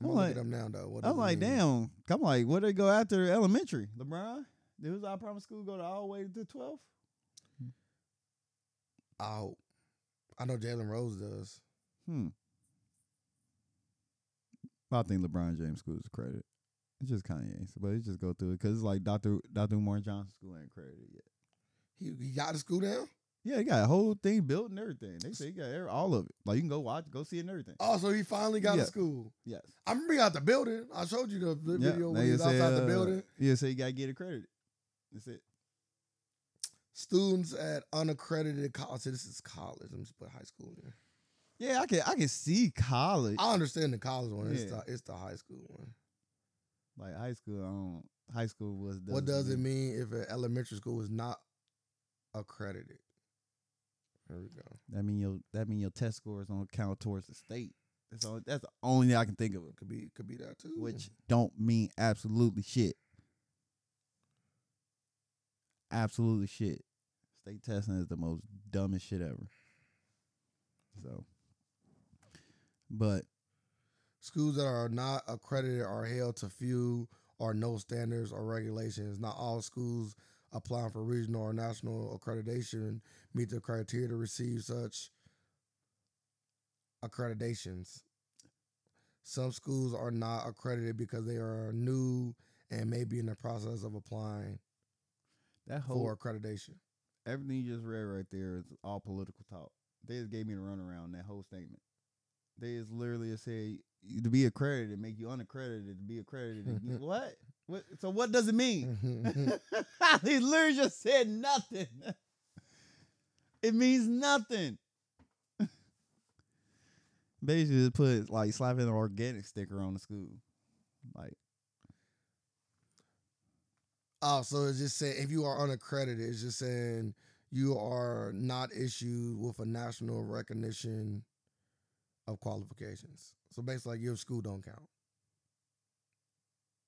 S1: I'm
S2: gonna
S1: like-
S2: look it up now though. What does
S1: I'm
S2: it
S1: like,
S2: mean?
S1: damn. I'm like, where they go after elementary? LeBron? Did his our primary school go to all the way to 12?
S2: out. I know Jalen Rose does.
S1: Hmm. I think LeBron James school is credit. It's just Kanye, but it just go through it because it's like Dr. Dr. Umar Johnson school ain't credited yet.
S2: He, he got to school now.
S1: Yeah, they got a whole thing built and everything. They say you got every- all of it. Like you can go watch, go see it and everything.
S2: Oh, so he finally got
S1: Yeah.
S2: to school.
S1: Yes.
S2: I remember he got the building. I showed you the vi-
S1: Yeah,
S2: video
S1: they
S2: when he was
S1: say,
S2: outside
S1: uh,
S2: the building.
S1: Yeah, so you gotta get accredited. That's it.
S2: Students at unaccredited college. So this is college. I'm just put high school in there.
S1: Yeah, I can I can see college.
S2: I understand the college one. It's,
S1: Yeah.
S2: the, it's the high school one.
S1: Like high school, I don't high school was
S2: what does it mean if an elementary school is not accredited? There we go.
S1: That mean your that mean your test scores don't count towards the state. That's all. That's the only thing I can think of,
S2: Could be could be that too.
S1: which don't mean absolutely shit. Absolutely shit. State testing is the most dumbest shit ever. So, but
S2: Schools that are not accredited are held to few or no standards or regulations. Not all schools applying for regional or national accreditation meet the criteria to receive such accreditations. Some schools are not accredited because they are new and may be in the process of applying
S1: that whole
S2: for accreditation.
S1: everything you just read right there is all political talk. They just gave me the runaround on that whole statement. They just literally just said to be accredited, make you unaccredited, to be accredited. and you- what? What? So what does it mean? he literally just said nothing. it means nothing. Basically, just put like slapping an organic sticker on the school. Like,
S2: oh, so it's just saying if you are unaccredited, it's just saying you are not issued with a national recognition of qualifications. So basically, like your school don't count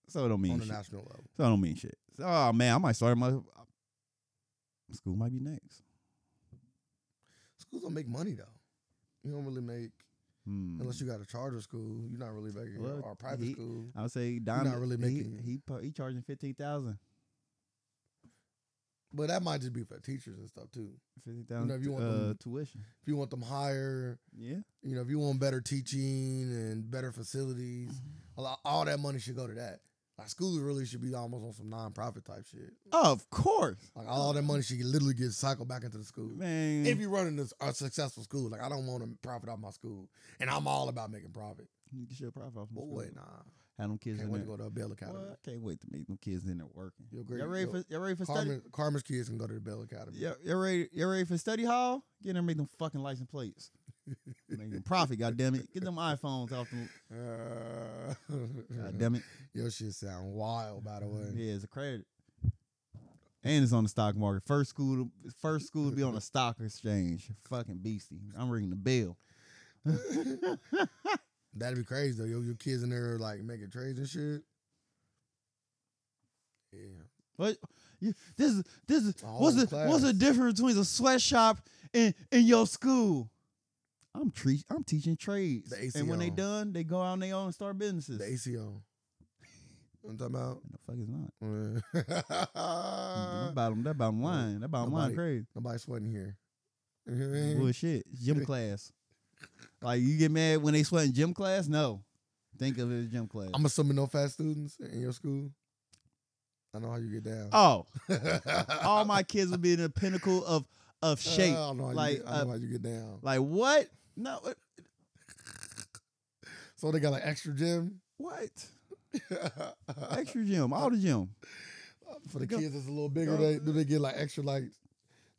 S1: so it don't mean
S2: on the
S1: shit.
S2: national level.
S1: So it don't mean shit. So, oh man, I might start my school might be next.
S2: Schools don't make money though. You don't really make
S1: Hmm.
S2: unless you got a charter school. You're not really making
S1: Well,
S2: or a private
S1: he-
S2: school.
S1: I would say Dom
S2: not really making-
S1: he he, pa- he charging fifteen thousand.
S2: But that might just be for teachers and stuff too.
S1: Fifteen thousand
S2: if you want
S1: uh,
S2: them-
S1: tuition.
S2: If you want them higher,
S1: Yeah.
S2: you know, if you want better teaching and better facilities,
S1: Mm-hmm.
S2: a lot, all that money should go to that. Like schools really should be almost on some nonprofit type shit.
S1: Of course.
S2: Like all that money should literally get cycled back into the school.
S1: Man.
S2: If you're running this, a successful school, like I don't want to profit off my school, and I'm all about making profit.
S1: You get your profit off from
S2: Boy,
S1: school.
S2: nah,
S1: Have them kids
S2: can't
S1: in
S2: wait
S1: there.
S2: to go to a Bell Academy.
S1: Boy, I can't wait to make them kids in there working.
S2: Your
S1: y'all
S2: grade-
S1: ready
S2: your-
S1: for y'all ready for study?
S2: Carmen, Carmen's kids can go to the Bell Academy.
S1: Y'all, y'all ready y'all ready for study hall? Get them make them fucking license plates. make them profit, goddamn it. Get them iPhones off them.
S2: Uh,
S1: Goddamn it.
S2: Your shit sound wild, by the way.
S1: Yeah, it's a credit. And it's on the stock market. First school, to, first school to be on the stock exchange. Fucking beastie. I'm ringing the bell.
S2: That'd be crazy though. Yo, your kids in there like making trades and shit. Yeah.
S1: What? You, this is this is
S2: A
S1: what's
S2: whole
S1: the what's the
S2: class.
S1: difference between a sweatshop and in your school? I'm tre- I'm teaching trades,
S2: The
S1: and when they
S2: ACO.
S1: done, they go out on their own and start businesses.
S2: The ACO. I'm talking about.
S1: no fuck is not. that
S2: Yeah.
S1: bottom that bottom
S2: Uh, no,
S1: line that bottom line crazy
S2: Nobody sweating here. You know what I mean?
S1: bullshit. Gym class, like you get mad when they sweat in gym class? No, think of it as gym class.
S2: I'm assuming no fat students in your school. I know how you get down.
S1: oh, all my kids would be in the pinnacle of of shape.
S2: Uh, I know how,
S1: like,
S2: you, get, I know
S1: uh,
S2: how you get down.
S1: Like what? No, uh,
S2: So they got like extra gym.
S1: what? Extra gym, all the gym.
S2: For the
S1: Go-
S2: kids that's a little bigger,
S1: go-
S2: they do they get like extra like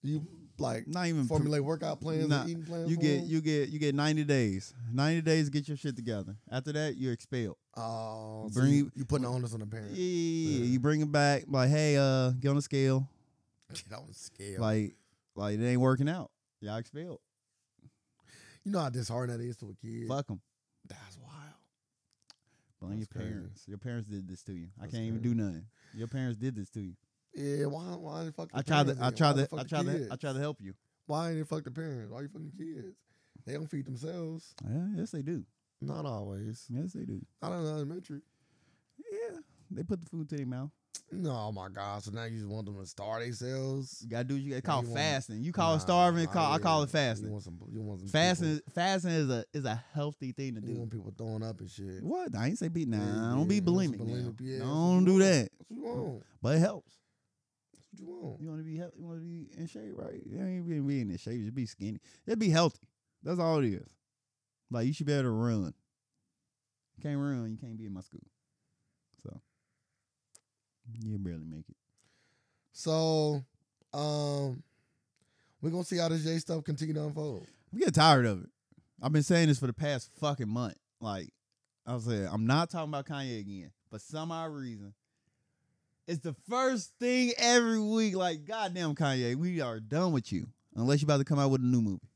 S2: do you like
S1: Not even pr-
S2: formulate workout plans
S1: Nah,
S2: and eating plans?
S1: You
S2: for
S1: get
S2: them?
S1: you get you get ninety days. Ninety days to get your shit together. After that, you're expelled.
S2: oh so
S1: bring-
S2: you, you putting the onus on the
S1: Yeah,
S2: parent.
S1: yeah, yeah. you bring it back. Like, hey, uh, get on the scale.
S2: Get on the scale.
S1: Like, like it ain't working out. Y'all expelled.
S2: you know how disheartening that is to a kid.
S1: Fuck them.
S2: That's wild.
S1: Blame your
S2: That's crazy.
S1: parents. Your parents did this to you. I
S2: That's
S1: can't even do
S2: crazy.
S1: nothing. Your parents did this to you.
S2: Yeah, why why the fuck? the
S1: I tried to.
S2: parents
S1: I
S2: then?
S1: tried
S2: Why
S1: to.
S2: the fuck
S1: I
S2: the
S1: tried to. I
S2: kids?
S1: tried to help you.
S2: Why ain't they fuck the parents? Why you fucking kids? They don't feed themselves.
S1: Yeah, yes they do.
S2: Not always.
S1: Yes they do.
S2: Not in elementary.
S1: Yeah, they put the food to their mouth.
S2: No, oh my God. So now you just want them to starve themselves?
S1: You gotta do. what You gotta call
S2: you want-
S1: fasting. You call it
S2: Nah,
S1: starving.
S2: nah,
S1: Call, I
S2: yeah.
S1: call it
S2: You
S1: fasting.
S2: want some, you want some
S1: Fasting. Fasting is a is a healthy thing to
S2: People, you
S1: do.
S2: want people throwing up and shit.
S1: What? I ain't say be
S2: Yeah,
S1: nah. I don't be
S2: yeah, that's
S1: bulimic.
S2: what
S1: now.
S2: bulimic is.
S1: Don't do that.
S2: That's what you want.
S1: But it helps.
S2: That's what you want.
S1: You want to be healthy. You want to be in shape, right? You ain't be, be in the shape. Just be skinny. Just be healthy. That's all it is. Like you should be able to run. You can't run. You can't be in my school. So you barely make it.
S2: So, um, we're gonna see how this J stuff continue to unfold.
S1: I'm getting tired of it. I've been saying this for the past fucking month. Like I was saying, I'm not talking about Kanye again. For some odd reason, it's the first thing every week. Like, goddamn, Kanye, we are done with you. Unless you about to come out with a new movie.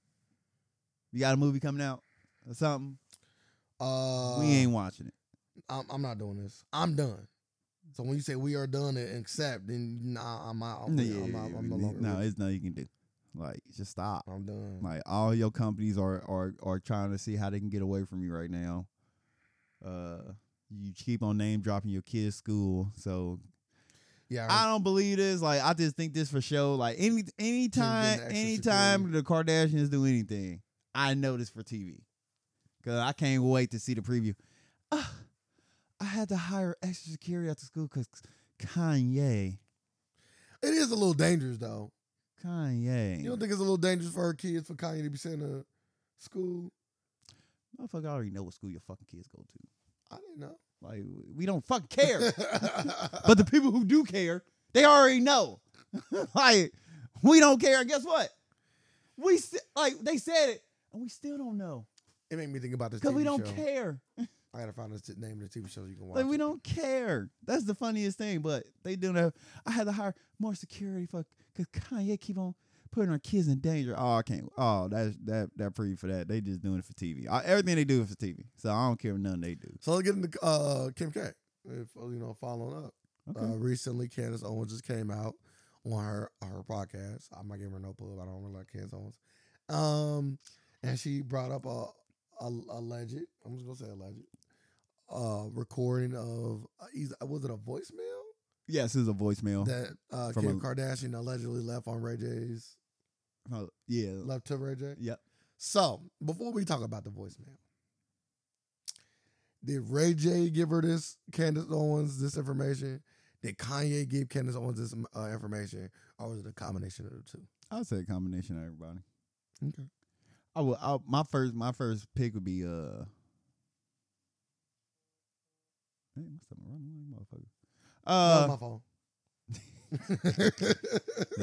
S1: You got a movie coming out or something?
S2: Uh,
S1: we ain't watching it.
S2: I'm, I'm not doing this. I'm done. So when you say we are done and accept, then nah, I'm out.
S1: No,
S2: I'm, out. I'm no longer.
S1: no,
S2: with
S1: it's nothing you can do. Like, just stop.
S2: you. I'm done.
S1: Like all your companies are are are trying to see how they can get away from you right now. Uh you keep on name dropping your kids' school. So
S2: yeah, I
S1: I don't believe this. Like I just think this for show. Like any anytime
S2: the extra
S1: anytime the Kardashians do anything, I know this for TV. Cause I can't wait to see the preview. Ah, I had to hire extra security at the school because Kanye.
S2: It is a little dangerous though.
S1: Kanye.
S2: You don't think it's a little dangerous for her kids for Kanye to be sent to school?
S1: Motherfucker, I already know what school your fucking kids go to.
S2: I didn't know.
S1: Like w- we don't fucking care. but the people who do care, they already know. like we don't care. And guess what? We st- like they said it, and we still don't know
S2: it made me think about this
S1: because
S2: TV
S1: we don't
S2: show.
S1: care.
S2: I gotta find this t- name of the TV show you can watch.
S1: Like we
S2: it.
S1: don't care. That's the funniest thing. But they do have. I had to hire more security for because Kanye keep on putting our kids in danger. Oh, I can't. Oh, that's that that free for that. They just doing it for TV. Uh, everything they do is for TV. So I don't care what none they do.
S2: So let's get into uh, Kim K. If uh, you know, following up.
S1: Okay.
S2: Uh, recently, Candace Owens just came out on her her podcast. I'm not giving her no plug. I don't really like Candace Owens. Um, and she brought up a, a alleged. I'm just gonna say alleged. Uh, recording of uh, is- was it a voicemail
S1: yes, this is a voicemail.
S2: that uh,
S1: Oh, From
S2: Kim
S1: a-
S2: Kardashian allegedly left on Ray J's
S1: Oh, yeah.
S2: left to Ray J.
S1: Yep.
S2: So before we talk about the voicemail, did Ray J give her this Candace Owens this information? Did Kanye give Candace Owens this uh, information, or was it a combination of the two?
S1: I would say a combination of everybody.
S2: Okay.
S1: I would. I, my first. My first pick would be. Uh, man, my stomach running like a motherfucker. Uh,
S2: Uh, my phone.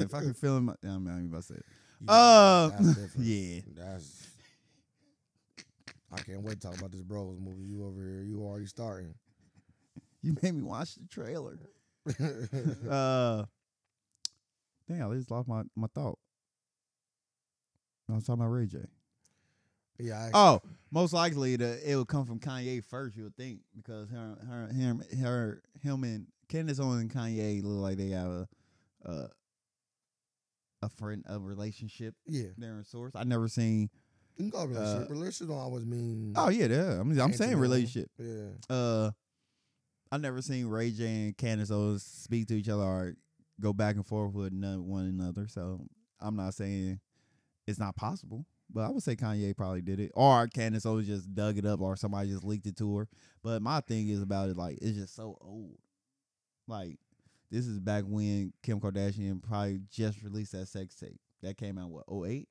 S1: if I can feel my, I'm not even about to say it.
S2: Yeah,
S1: Uh,
S2: that's different.
S1: yeah.
S2: That's. I can't wait to talk about this Bros movie. You over here, you already starting.
S1: You made me watch the trailer. Uh, damn, I just lost my my thought. I was talking about Ray J.
S2: yeah. I,
S1: Oh, most likely the it would come from Kanye first. You would think because her her him her him and Candace Owens and Kanye look like they have a a, a friend a relationship.
S2: yeah.
S1: They're in source. I never seen.
S2: You can call it relationship.
S1: Uh,
S2: relationship don't always mean.
S1: Oh yeah, yeah. I'm I'm saying
S2: intimate.
S1: relationship.
S2: Yeah.
S1: uh I never seen Ray J and Candace Owens speak to each other or go back and forth with none, one another. So I'm not saying it's not possible, but I would say Kanye probably did it, or Candace Owens just dug it up, or somebody just leaked it to her. But my thing is about it, like it's just so old. Like this is back when Kim Kardashian probably just released that sex tape that came out what 08?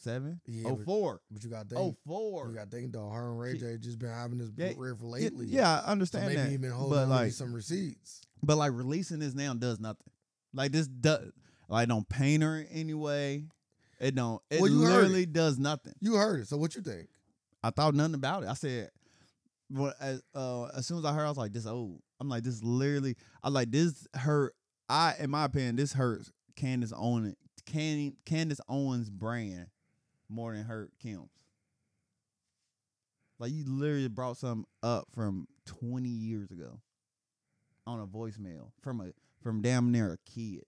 S1: 07?
S2: Yeah, but-
S1: 04?
S2: But you got to think.
S1: 04.
S2: You got to think though. Her and Ray
S1: She-
S2: J just been having this
S1: Oh, Yeah,
S2: riff
S1: Yeah,
S2: lately.
S1: yeah, I
S2: So
S1: understand
S2: maybe
S1: that.
S2: even been holding
S1: but
S2: on
S1: like,
S2: to some receipts.
S1: But like releasing this now does nothing. Like this does like don't paint her in any way. It don't. It
S2: Well, you heard
S1: literally does nothing.
S2: You heard it. So what you think?
S1: I thought nothing about it. I said, well, as, uh, as soon as I heard, I was like, this old. I'm like, this literally. I like this hurt. I, in my opinion, this hurts Candace Owens. Can, Candace Owens brand more than hurt Kim's. Like you literally brought something up from 20 years ago on a voicemail from a from damn near a kid.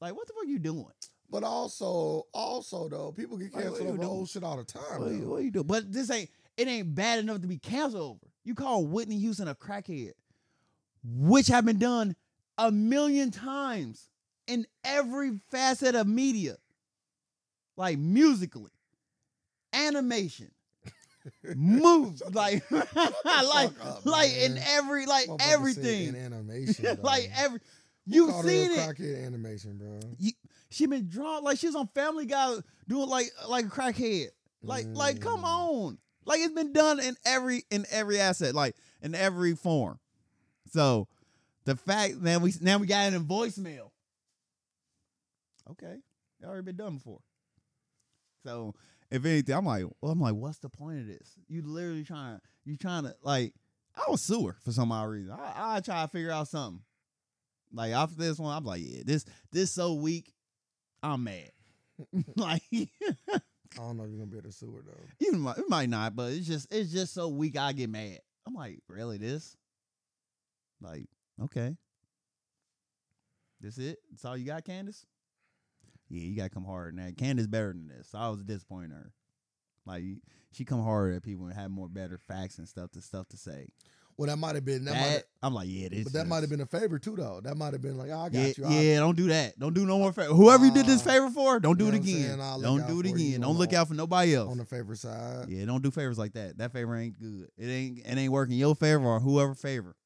S1: Like what the fuck you doing?
S2: But also, also though, people get
S1: Like, what
S2: canceled
S1: you
S2: over
S1: doing?
S2: old shit all the time.
S1: What you,
S2: though.
S1: what you do? But this ain't it ain't bad enough to be canceled over. You call Whitney Houston a crackhead, which have been done a million times in every facet of media, like musically, animation, moves, like like
S2: fuck up,
S1: like in
S2: man.
S1: every like
S2: Motherfucker said in
S1: everything,
S2: animation, dog.
S1: like every.
S2: Who
S1: You've
S2: called her a
S1: seen it.
S2: crackhead animation, bro.
S1: She been drawn like she was on Family Guy doing like like a crackhead. Like like come
S2: Mm.
S1: on. Like it's been done in every in every asset, like in every form. So the fact that we now we got it in voicemail. Okay. It already been done before. So if anything, I'm like, well, I'm like, what's the point of this? You literally trying you trying to like I was sewer for some odd reason. I I try to figure out something. Like after this one, I'm like, yeah, this this so weak, I'm mad. like
S2: I don't know if you're gonna be able to sue her though.
S1: you might, it might not, but it's just it's just so weak. I get mad. I'm like, really, this? Like, okay, this it? That's all you got, Candace? Yeah, you gotta come hard now. Candace better than this. So I was disappointed in her. Like she come harder at people and had more better facts and stuff to stuff to say.
S2: Well, that might have been that,
S1: That,
S2: might,
S1: I'm like, yeah, this.
S2: but that
S1: just-
S2: might have been a favor too though. That might have been like, "Oh, I got
S1: yeah,
S2: you. I-
S1: yeah, don't do that. Don't do no more favor. Whoever you did this
S2: Uh,
S1: favor for, don't do
S2: you
S1: it
S2: know what I'm
S1: again.
S2: saying? I'll look
S1: Don't
S2: out
S1: do it
S2: for you
S1: again.
S2: on
S1: Don't look
S2: the-
S1: out for nobody else.
S2: on the favor side.
S1: Yeah, don't do favors like that. That favor ain't good. It ain't it ain't working your favor or whoever favor.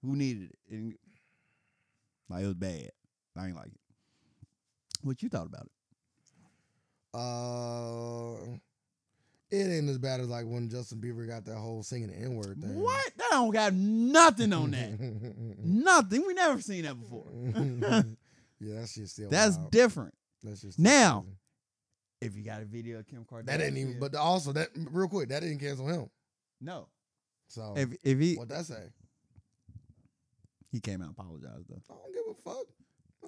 S1: Who needed it? And- like it was bad. I ain't like it. What you thought about it?
S2: Uh, It ain't as bad as like when Justin Bieber got that whole singing the N word thing.
S1: What? That don't got nothing on that. nothing. We never seen that before.
S2: yeah, that shit still.
S1: That's
S2: wild.
S1: different.
S2: That shit
S1: Now.
S2: crazy.
S1: If you got a video of Kim Kardashian,
S2: That didn't even. But also that real quick, that didn't cancel him.
S1: no.
S2: So
S1: If if he
S2: Oh. what that say?
S1: he came out and apologized though.
S2: I don't give a fuck.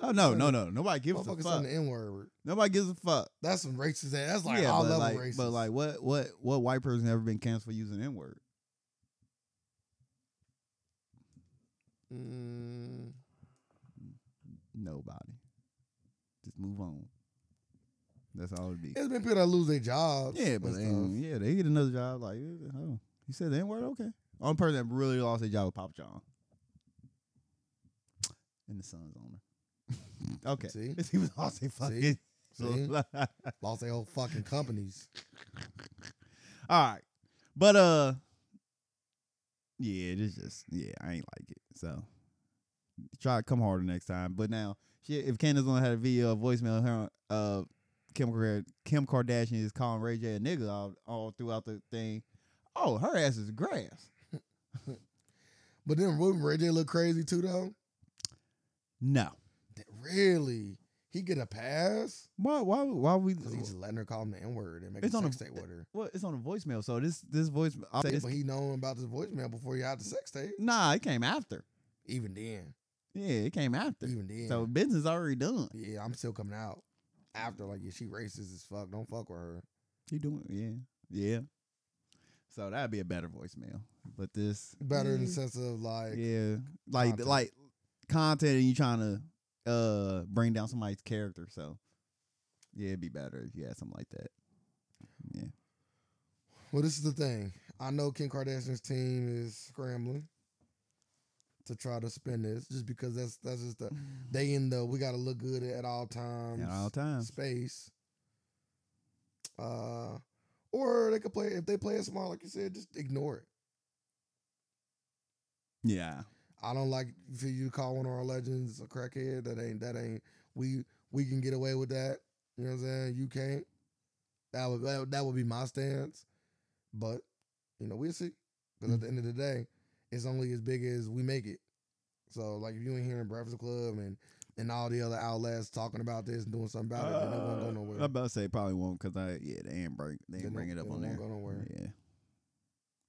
S1: Oh no no no! Nobody gives a
S2: Motherfuckers
S1: fuck.
S2: on the N word.
S1: Nobody gives a fuck.
S2: That's some racist. ass- That's like
S1: yeah,
S2: all
S1: but
S2: level
S1: like,
S2: racist.
S1: but like, what what what white person ever been canceled for using N word?
S2: Mm,
S1: Nobody. Just move on. That's all it be.
S2: there's been people that lose their jobs.
S1: Yeah, but
S2: and
S1: and, yeah, they get another job. Like, eh, oh, he said the N word. Okay. Only person that really lost their job was Pop John. And the son's owner. okay.
S2: See?
S1: He was lost their fucking.
S2: stuff. See?
S1: all
S2: lost their whole fucking companies.
S1: right, but uh, yeah, it's just yeah, I ain't like it. So try to come harder next time. But now, shit, if Candace only had a video, a voicemail, of her uh, Kim Kar- Kim Kardashian is calling Ray J a nigga all, all throughout the thing. Oh, her ass is grass.
S2: But then wouldn't Ray J look crazy too though?
S1: No.
S2: That- Really? He get a pass?
S1: Why? Why? Why we?
S2: Because he's letting her call him the N word and make
S1: It's
S2: a
S1: on a-
S2: sex tape with her.
S1: Well, it's on a voicemail. So this this voice. I'll say
S2: Yeah,
S1: this,
S2: but he known about this voicemail before he had the sex tape.
S1: nah, it came after.
S2: Even then.
S1: Yeah, it came after.
S2: Even then.
S1: So business already done.
S2: yeah, I'm still coming out. After like yeah, she racist as fuck. Don't fuck with her.
S1: He doing yeah. Yeah. So that'd be a better voicemail. But this
S2: Better in the
S1: Yeah.
S2: sense of like
S1: Mm. Yeah. Like
S2: content.
S1: like content and you trying to uh bring down somebody's character. So yeah, it'd be better if you had something like that.
S2: Well, this is the thing. I know Kim Kardashian's team is scrambling to try to spin this, just because that's that's just the they in the we got to look good at all times,
S1: At all times.
S2: space. Uh, or they could play if they play it small, like you said, just ignore it.
S1: Yeah.
S2: I don't like for you to call one of our legends a crackhead. That ain't that ain't we we can get away with that. You know what I'm saying? You can't. That would that would- that would be my stance. But you know we'll see. Because
S1: Mm.
S2: at the end of the day, it's only as big as we make it. So like if you ain't hearing Breakfast Club and and all the other outlets talking about this and doing something about it, then it won't go
S1: Uh,
S2: nowhere.
S1: I'm about to say probably won't because I yeah, they ain't bring they
S2: Then
S1: ain't bring it up
S2: then
S1: on there.
S2: won't go nowhere.
S1: Yeah.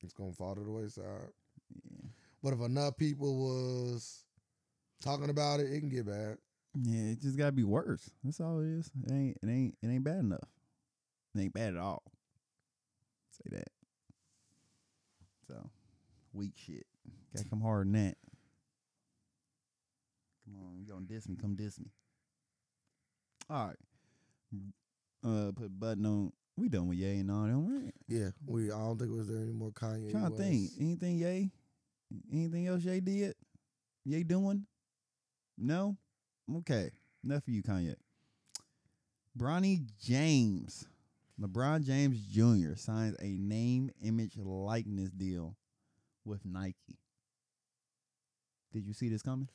S2: It's gonna fall to the wayside.
S1: Yeah.
S2: But if enough people was talking about it, it can get bad.
S1: Yeah, it just gotta be worse. That's all it is. It ain't it ain't it ain't bad enough. It ain't bad at all. Say that. So weak shit. Gotta come harder than that. Come on, you gonna diss me, come diss me. All right. Uh put a button on we done with Yay and all them, right?
S2: Yeah, we. I don't think it was there any more Kanye.
S1: Trying to think.
S2: West.
S1: Anything Yay? Anything else Yay did? Yay doing? No? Okay. Enough of you, Kanye. Bronny James. LeBron James Jr. signs a name, image, likeness deal with Nike. Did you see this coming?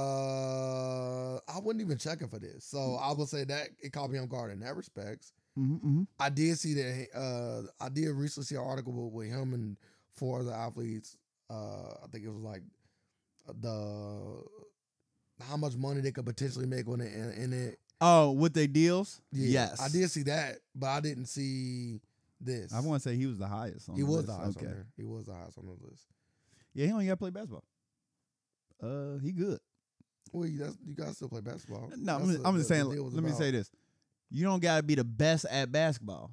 S2: Uh, I wasn't even checking for this, so I will say that it caught me on guard in that respects.
S1: Mm-hmm, mm-hmm.
S2: I did see that. Uh, I did recently see an article with, with him and four other athletes. Uh, I think it was like uh, the how much money they could potentially make on it in, in it.
S1: Oh, with their deals?
S2: Yeah,
S1: yes.
S2: I did see that, but I didn't see this.
S1: I want to say he was the highest on
S2: He
S1: the
S2: was
S1: list.
S2: the highest
S1: Okay.
S2: on there. He was the highest on the list.
S1: Yeah, he only got to play basketball. Uh, he good.
S2: Well, you, that's, you guys still play basketball.
S1: No, I'm
S2: That's
S1: just,
S2: what
S1: I'm
S2: the-
S1: just
S2: the
S1: saying.
S2: deal
S1: Let
S2: was
S1: me
S2: about.
S1: say this: you don't gotta be the best at basketball.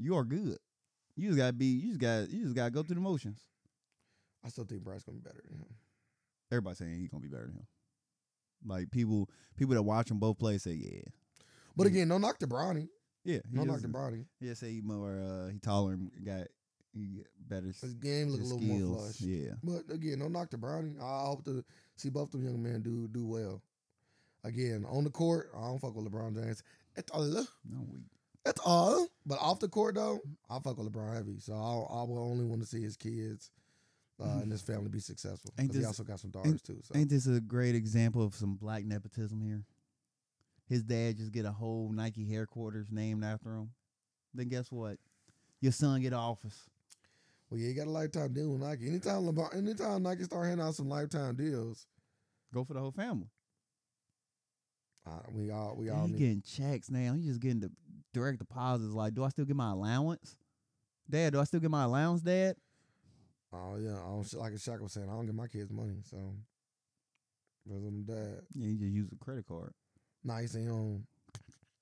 S1: You are good. You just gotta be. You just got. to You just gotta go through the motions.
S2: I still think Brad's gonna be better than him.
S1: Everybody saying he's gonna be better than him. Like people, people that watch him both play say, yeah,
S2: But
S1: Yeah.
S2: again, no knock to Bronny.
S1: yeah. He
S2: No knock
S1: just-
S2: to Bronny.
S1: yeah, say he more. Uh, he taller and got he got better s-
S2: His game look a
S1: his
S2: little
S1: skills.
S2: more flush.
S1: Yeah,
S2: But again, no knock to Bronny. I hope to see both them young men do do well. Again, on the court, I don't fuck with LeBron James at all.
S1: no weak.
S2: At all. But off the court though, I fuck with LeBron heavy. So I, I will only want to see his kids uh, and his family be successful.
S1: Ain't
S2: Because he
S1: this-
S2: also got some daughters too. So
S1: Ain't this a great example of some black nepotism here? His dad just get a whole Nike hair quarters named after him. Then guess what? your son get an office.
S2: Well, yeah, you got a lifetime deal with Nike. Anytime LeBron, anytime Nike start handing out some lifetime deals,
S1: Go for the whole family.
S2: uh, we all we
S1: Dang,
S2: all
S1: he
S2: need.
S1: getting checks now. He just getting the direct deposits. Like, do I still get my allowance? Dad, do I still get my allowance, Dad?
S2: Oh yeah, I don't, like Shaq was saying, I don't give my kids money, so because I'm dad.
S1: Yeah, you just use a credit card.
S2: Nah, he saying he don't-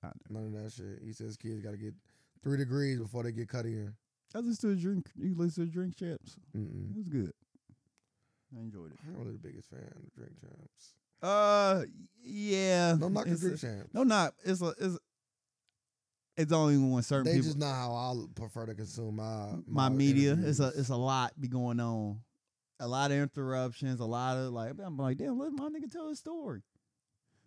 S1: I
S2: none of that shit. He says kids got to get three degrees before they get cut in.
S1: I listened to a drink. You listen to drink champs.
S2: Mm-mm.
S1: It was good. I enjoyed it.
S2: I'm not really the biggest fan of Drink Champs.
S1: Uh, yeah.
S2: No, I'm not
S1: it's
S2: Drink
S1: a,
S2: Champs.
S1: no, not. It's a, it's it's only when certain
S2: They
S1: people
S2: just not how I prefer to consume my
S1: my media. It's a
S2: interviews.
S1: it's a lot be going on. A lot of interruptions, a lot of like I'm like, damn, let my nigga tell his story.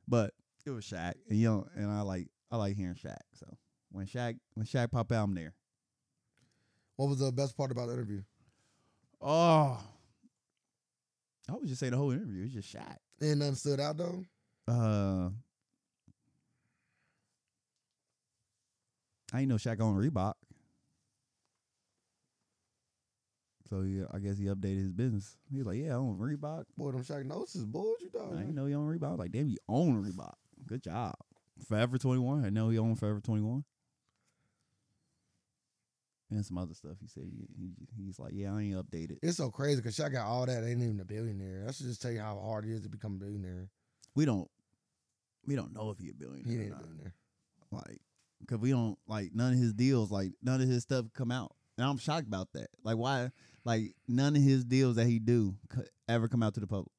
S1: But it was Shaq. And you know, and I like I like hearing Shaq. So when Shaq when Shaq pop out, I'm there.
S2: What was the best part about the interview?
S1: Oh. I would just say the whole interview. It's just Shaq.
S2: And nothing stood out though.
S1: Uh I ain't know Shaq on Reebok. So yeah, I guess he updated his business. He was like, Yeah, I own Reebok.
S2: Boy, them Shaq notes is bullshit, dog.
S1: I didn't know he owned Reebok. I was like, damn, you own Reebok. Good job. Forever 21. I know he owned Forever 21. And some other stuff he said. He, he, he's like, yeah, I ain't updated.
S2: It's so crazy because Shaq got all that. Ain't even a billionaire. That should just tell you how hard it is to become a billionaire.
S1: We don't, we don't know if he a
S2: He
S1: billionaire or
S2: ain't a
S1: not.
S2: billionaire.
S1: Like, cause we don't like none of his deals. Like none of his stuff come out, and I'm shocked about that. Like why? Like none of his deals that he do co- ever come out to the public.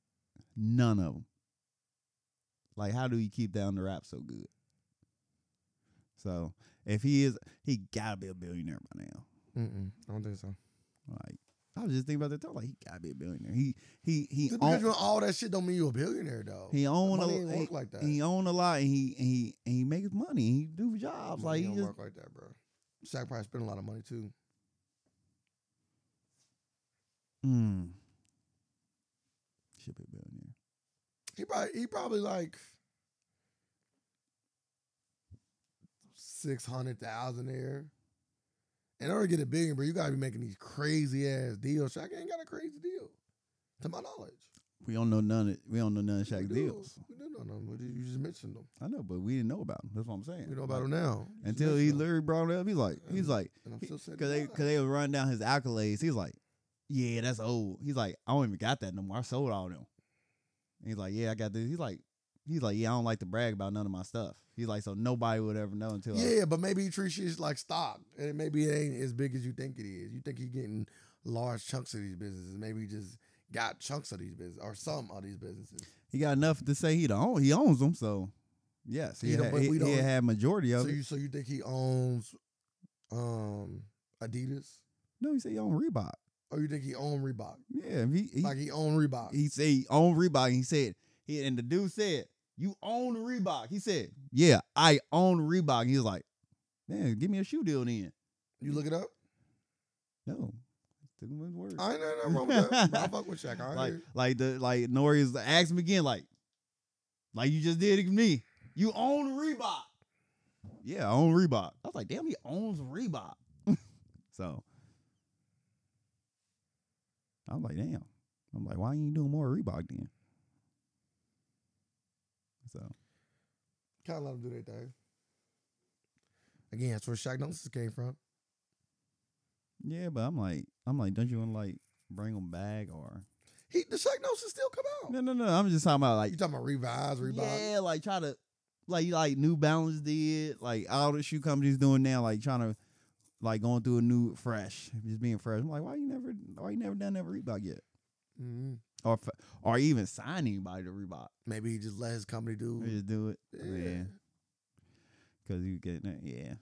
S1: None of them. Like how do you keep that under wraps so good? So if he is, he gotta be a billionaire by now.
S2: Mm-mm, I don't think so.
S1: Like I was just thinking about that. though, Like he gotta be a billionaire. He he he
S2: Just because you
S1: own,
S2: own all that shit don't mean you a billionaire though.
S1: he own
S2: Money
S1: a
S2: ain't
S1: he,
S2: work like that.
S1: he own a lot and he and he and he makes money. He do jobs like
S2: Money
S1: he
S2: don't
S1: just
S2: work like that, bro. Shaq probably spent a lot of money too.
S1: Mm. Should be a billionaire.
S2: He probably he probably like six hundred thousand there. In order to get a billion, bro, you gotta be making these crazy ass deals. Shaq ain't got a crazy deal, to my knowledge.
S1: We don't know none of we don't know none of
S2: We
S1: Shaq's
S2: do.
S1: deals.
S2: We do know them. but You you just mentioned them.
S1: I know, but we didn't know about him. That's what I'm saying.
S2: We know about them now. You just
S1: Until he
S2: mentioned 'em.
S1: literally brought it up, he's like, he's like,
S2: And I'm still
S1: because
S2: saying
S1: they
S2: why.
S1: because they would run down his accolades. He's like, yeah, that's old. He's like, I don't even got that no more. I sold all them. And he's like, yeah, I got this. He's like, he's like, yeah, I don't like to brag about none of my stuff. He's like, so nobody would ever know until I,
S2: Yeah, but maybe he treats shit like stock, and maybe it ain't as big as you think it is. You think he's getting large chunks of these businesses. Maybe he just got chunks of these businesses or some of these businesses.
S1: he got enough to say he the own he owns them. So yes, he
S2: You know,
S1: had,
S2: but
S1: he,
S2: we
S1: he
S2: don't-
S1: had majority of
S2: So
S1: it.
S2: you so you think he owns um Adidas?
S1: no, he said he owned Reebok.
S2: Or you think he owned Reebok?
S1: Yeah, he, he
S2: Like he owned Reebok.
S1: he said he owned Reebok. And he said he and the dude said, "You own Reebok." He said, "Yeah, I own Reebok." And he was like, "Man, give me a shoe deal then."
S2: you look it up?
S1: No, took him at his word.
S2: I ain't nothing wrong with that. But I fuck with Shaq. I
S1: Like,
S2: hear.
S1: like the like Nori is asked him again, like, like you just did it to me. You own Reebok. Yeah, I own Reebok. I was like, damn, he owns Reebok. so I'm like, damn. I'm like, why you ain't doing more Reebok then? So
S2: Kinda let him do their thing. Again, that's where Shaq Nonsense came from.
S1: yeah, but I'm like, I'm like, don't you want to like bring them back or
S2: He the Shaq Nonsense still come out.
S1: no, no, no? I'm just talking about like
S2: You talking about revise, Reebok?
S1: Yeah, like try to like like New Balance did, like all the shoe companies doing now, like trying to like going through a new fresh, just being fresh. I'm like, why you never why you never done that with Reebok yet?
S2: Mhm.
S1: Or f- or even sign anybody to Reebok.
S2: Maybe he just let his company do.
S1: They Just do it.
S2: Yeah.
S1: Yeah. Cause you get that, yeah.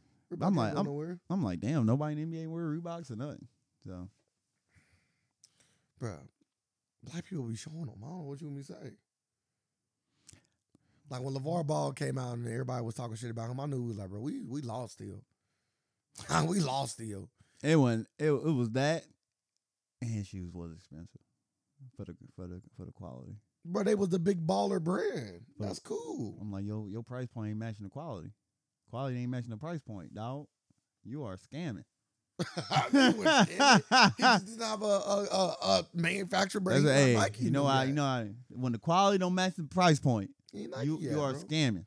S1: I'm
S2: Reebok ain't
S1: like,
S2: going
S1: I'm-
S2: nowhere.
S1: I'm like, damn, nobody in the NBA wear Reeboks or nothing. So
S2: Bro, black people be showing them. I don't know what you want me to say. Like when LeVar Ball came out and everybody was talking shit about him, I knew he was like, bro, we we lost still. we lost still.
S1: it wasn't it, it was that and his shoes was expensive for the for the for the quality.
S2: Bro, they was the big baller brand.
S1: But-
S2: That's cool.
S1: I'm like, yo, your price point ain't matching the quality. Quality ain't matching the price point, dog. You are scamming.
S2: I knew it, damn it. He just didn't have a, a, a, a manufacturer brand.
S1: That's a,
S2: He's
S1: hey,
S2: not Nike
S1: you know
S2: doing
S1: I,
S2: that.
S1: you know I, when the quality don't match the price point,
S2: He ain't Nike
S1: you
S2: yet,
S1: you are
S2: bro.
S1: scamming.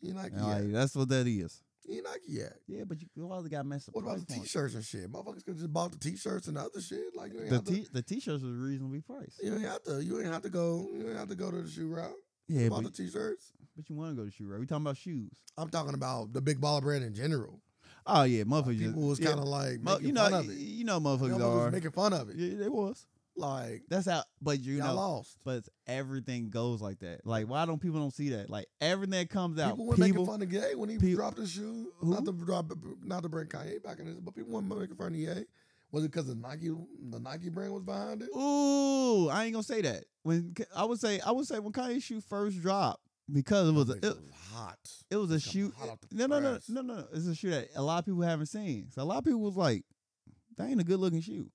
S2: He ain't Nike
S1: And, like,
S2: yet.
S1: that's what that is.
S2: He ain't Nike yet.
S1: Yeah, but you quality got match the
S2: What
S1: price
S2: about the
S1: point.
S2: t-shirts and shit? Motherfuckers could just bought the t-shirts and the other shit. Like you ain't
S1: The
S2: have to-
S1: t the t-shirts was reasonably priced.
S2: You ain't have to. You ain't have to go. You ain't have to go to the shoe route.
S1: Yeah,
S2: About
S1: but,
S2: the t-shirts.
S1: but you want to go to shoe right? We talking about shoes.
S2: I'm talking about the big baller brand in general.
S1: Oh yeah, motherfuckers. just-
S2: People was
S1: yeah,
S2: kind of like
S1: mo-
S2: making
S1: you know,
S2: fun of
S1: y-
S2: it.
S1: you know,
S2: Y'all
S1: motherfuckers
S2: was
S1: are.
S2: making fun of it.
S1: yeah, they was.
S2: Like
S1: That's how. But you
S2: y'all
S1: know,
S2: lost.
S1: but everything goes like that. Like why don't people don't see that? Like everything that comes out,
S2: people were
S1: people,
S2: making fun of Ye when he
S1: peop-
S2: dropped his shoe.
S1: Who?
S2: Not to drop, not to bring Kanye back in this, but people were making fun of Ye. Was it because the Nike, the Nike brand was behind it?
S1: Ooh, I ain't gonna say that. When K- I would say, I would say when Kanye shoe first dropped because it was a
S2: That bitch
S1: it,
S2: hot.
S1: it was a
S2: come
S1: shoe.
S2: hot off the
S1: No, no, no,
S2: press.
S1: no, no, no. It's a shoe that a lot of people haven't seen. So a lot of people was like, "That ain't a good looking shoe."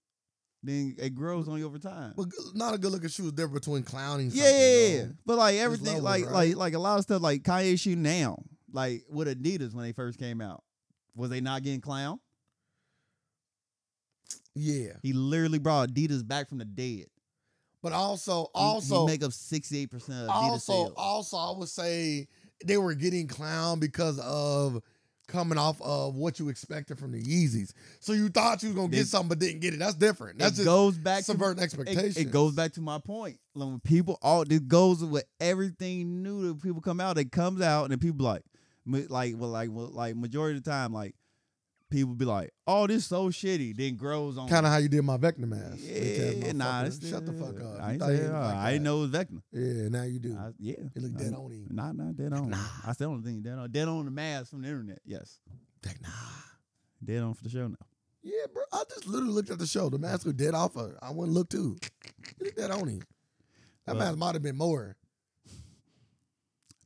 S1: Then it grows on you over time.
S2: But g- not a good looking shoe. There between clowning.
S1: Yeah,
S2: something,
S1: yeah, yeah.
S2: bro.
S1: But like everything,
S2: levels,
S1: like
S2: right?
S1: like like a lot of stuff, like Kanye shoe now, like with Adidas when they first came out, was they not getting clown?
S2: yeah.
S1: He literally brought Adidas back from the dead.
S2: But also,
S1: He- he
S2: also,
S1: make up sixty eight percent of Adidas
S2: also, uh,
S1: sales.
S2: also, I would say they were getting clown because of coming off of what you expected from the Yeezys. So you thought you was gonna
S1: They-
S2: get something, but didn't get it. That's different. That's
S1: it
S2: just
S1: goes back to
S2: subverting
S1: it,
S2: expectations.
S1: it goes back to my point. Like when people all this goes with everything new that people come out, it comes out and then people like ma- like well like well, like majority of the time like people be like, Oh, this so shitty, then grows on
S2: Kind of how you did my Vecna mask. bitch
S1: yeah,
S2: ass
S1: nah,
S2: motherfucker.
S1: it's
S2: shut the
S1: still-
S2: fuck up.
S1: I
S2: You
S1: ain't
S2: thought you
S1: say
S2: looked
S1: that.
S2: like
S1: I ain't
S2: that.
S1: know it was Vecna.
S2: Yeah, now you do.
S1: I, yeah,
S2: you look
S1: I-
S2: dead on him.
S1: Nah, nah, dead on.
S2: Nah.
S1: That's the only thing dead on. Dead on the mask from the internet. Yes,
S2: Like, nah.
S1: dead on for the show now.
S2: Yeah, bro. I just literally looked at the show. The mask was dead off of. I wouldn't look too. You look dead on him. That
S1: Well-
S2: mask might have been more.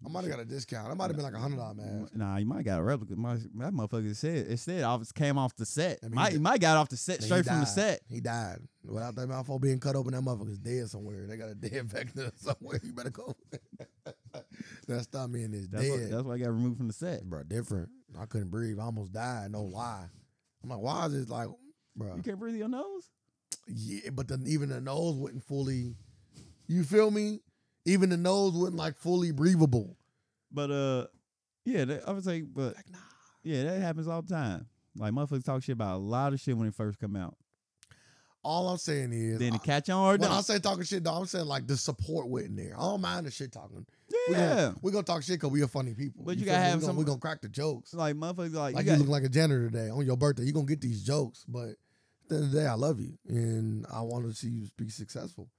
S2: I might have got a discount. That might have been like a hundred dollar
S1: M-
S2: mask.
S1: Nah, you might got a replica. My, that motherfucker said it said off came off the set.
S2: I mean,
S1: might
S2: he-
S1: he might got off the set
S2: He
S1: straight from the
S2: died.
S1: set.
S2: He died. Without that mouthful being cut open, that motherfucker's dead somewhere. They got a dead vector somewhere. You better go. That's not me and it's
S1: That's why,
S2: dead.
S1: that's why I got removed from the set.
S2: bro, different. I couldn't breathe. I almost died. No lie. I'm like, why is it like, bro?
S1: You can't breathe your nose.
S2: Yeah, but then even the nose wouldn't fully. You feel me? Even the nose wasn't like fully breathable.
S1: But uh, yeah, that, I would say, but
S2: Like, nah.
S1: yeah, that happens all the time. Like motherfuckers talk shit about a lot of shit when it first come out.
S2: All I'm saying is,
S1: Then
S2: I,
S1: it catch on or
S2: when I
S1: not.
S2: say talking shit, dog, I'm saying like the support wasn't there. I don't mind the shit talking. We gonna-
S1: Yeah,
S2: we gonna talk shit because we are funny people.
S1: But you
S2: feel
S1: gotta
S2: me?
S1: have
S2: we gonna,
S1: some-
S2: we gonna crack the jokes.
S1: It's like motherfuckers like,
S2: Like
S1: you
S2: you,
S1: got,
S2: look like a janitor today on your birthday. You gonna get these jokes, but at the end of the day, I love you and I want to see you be successful.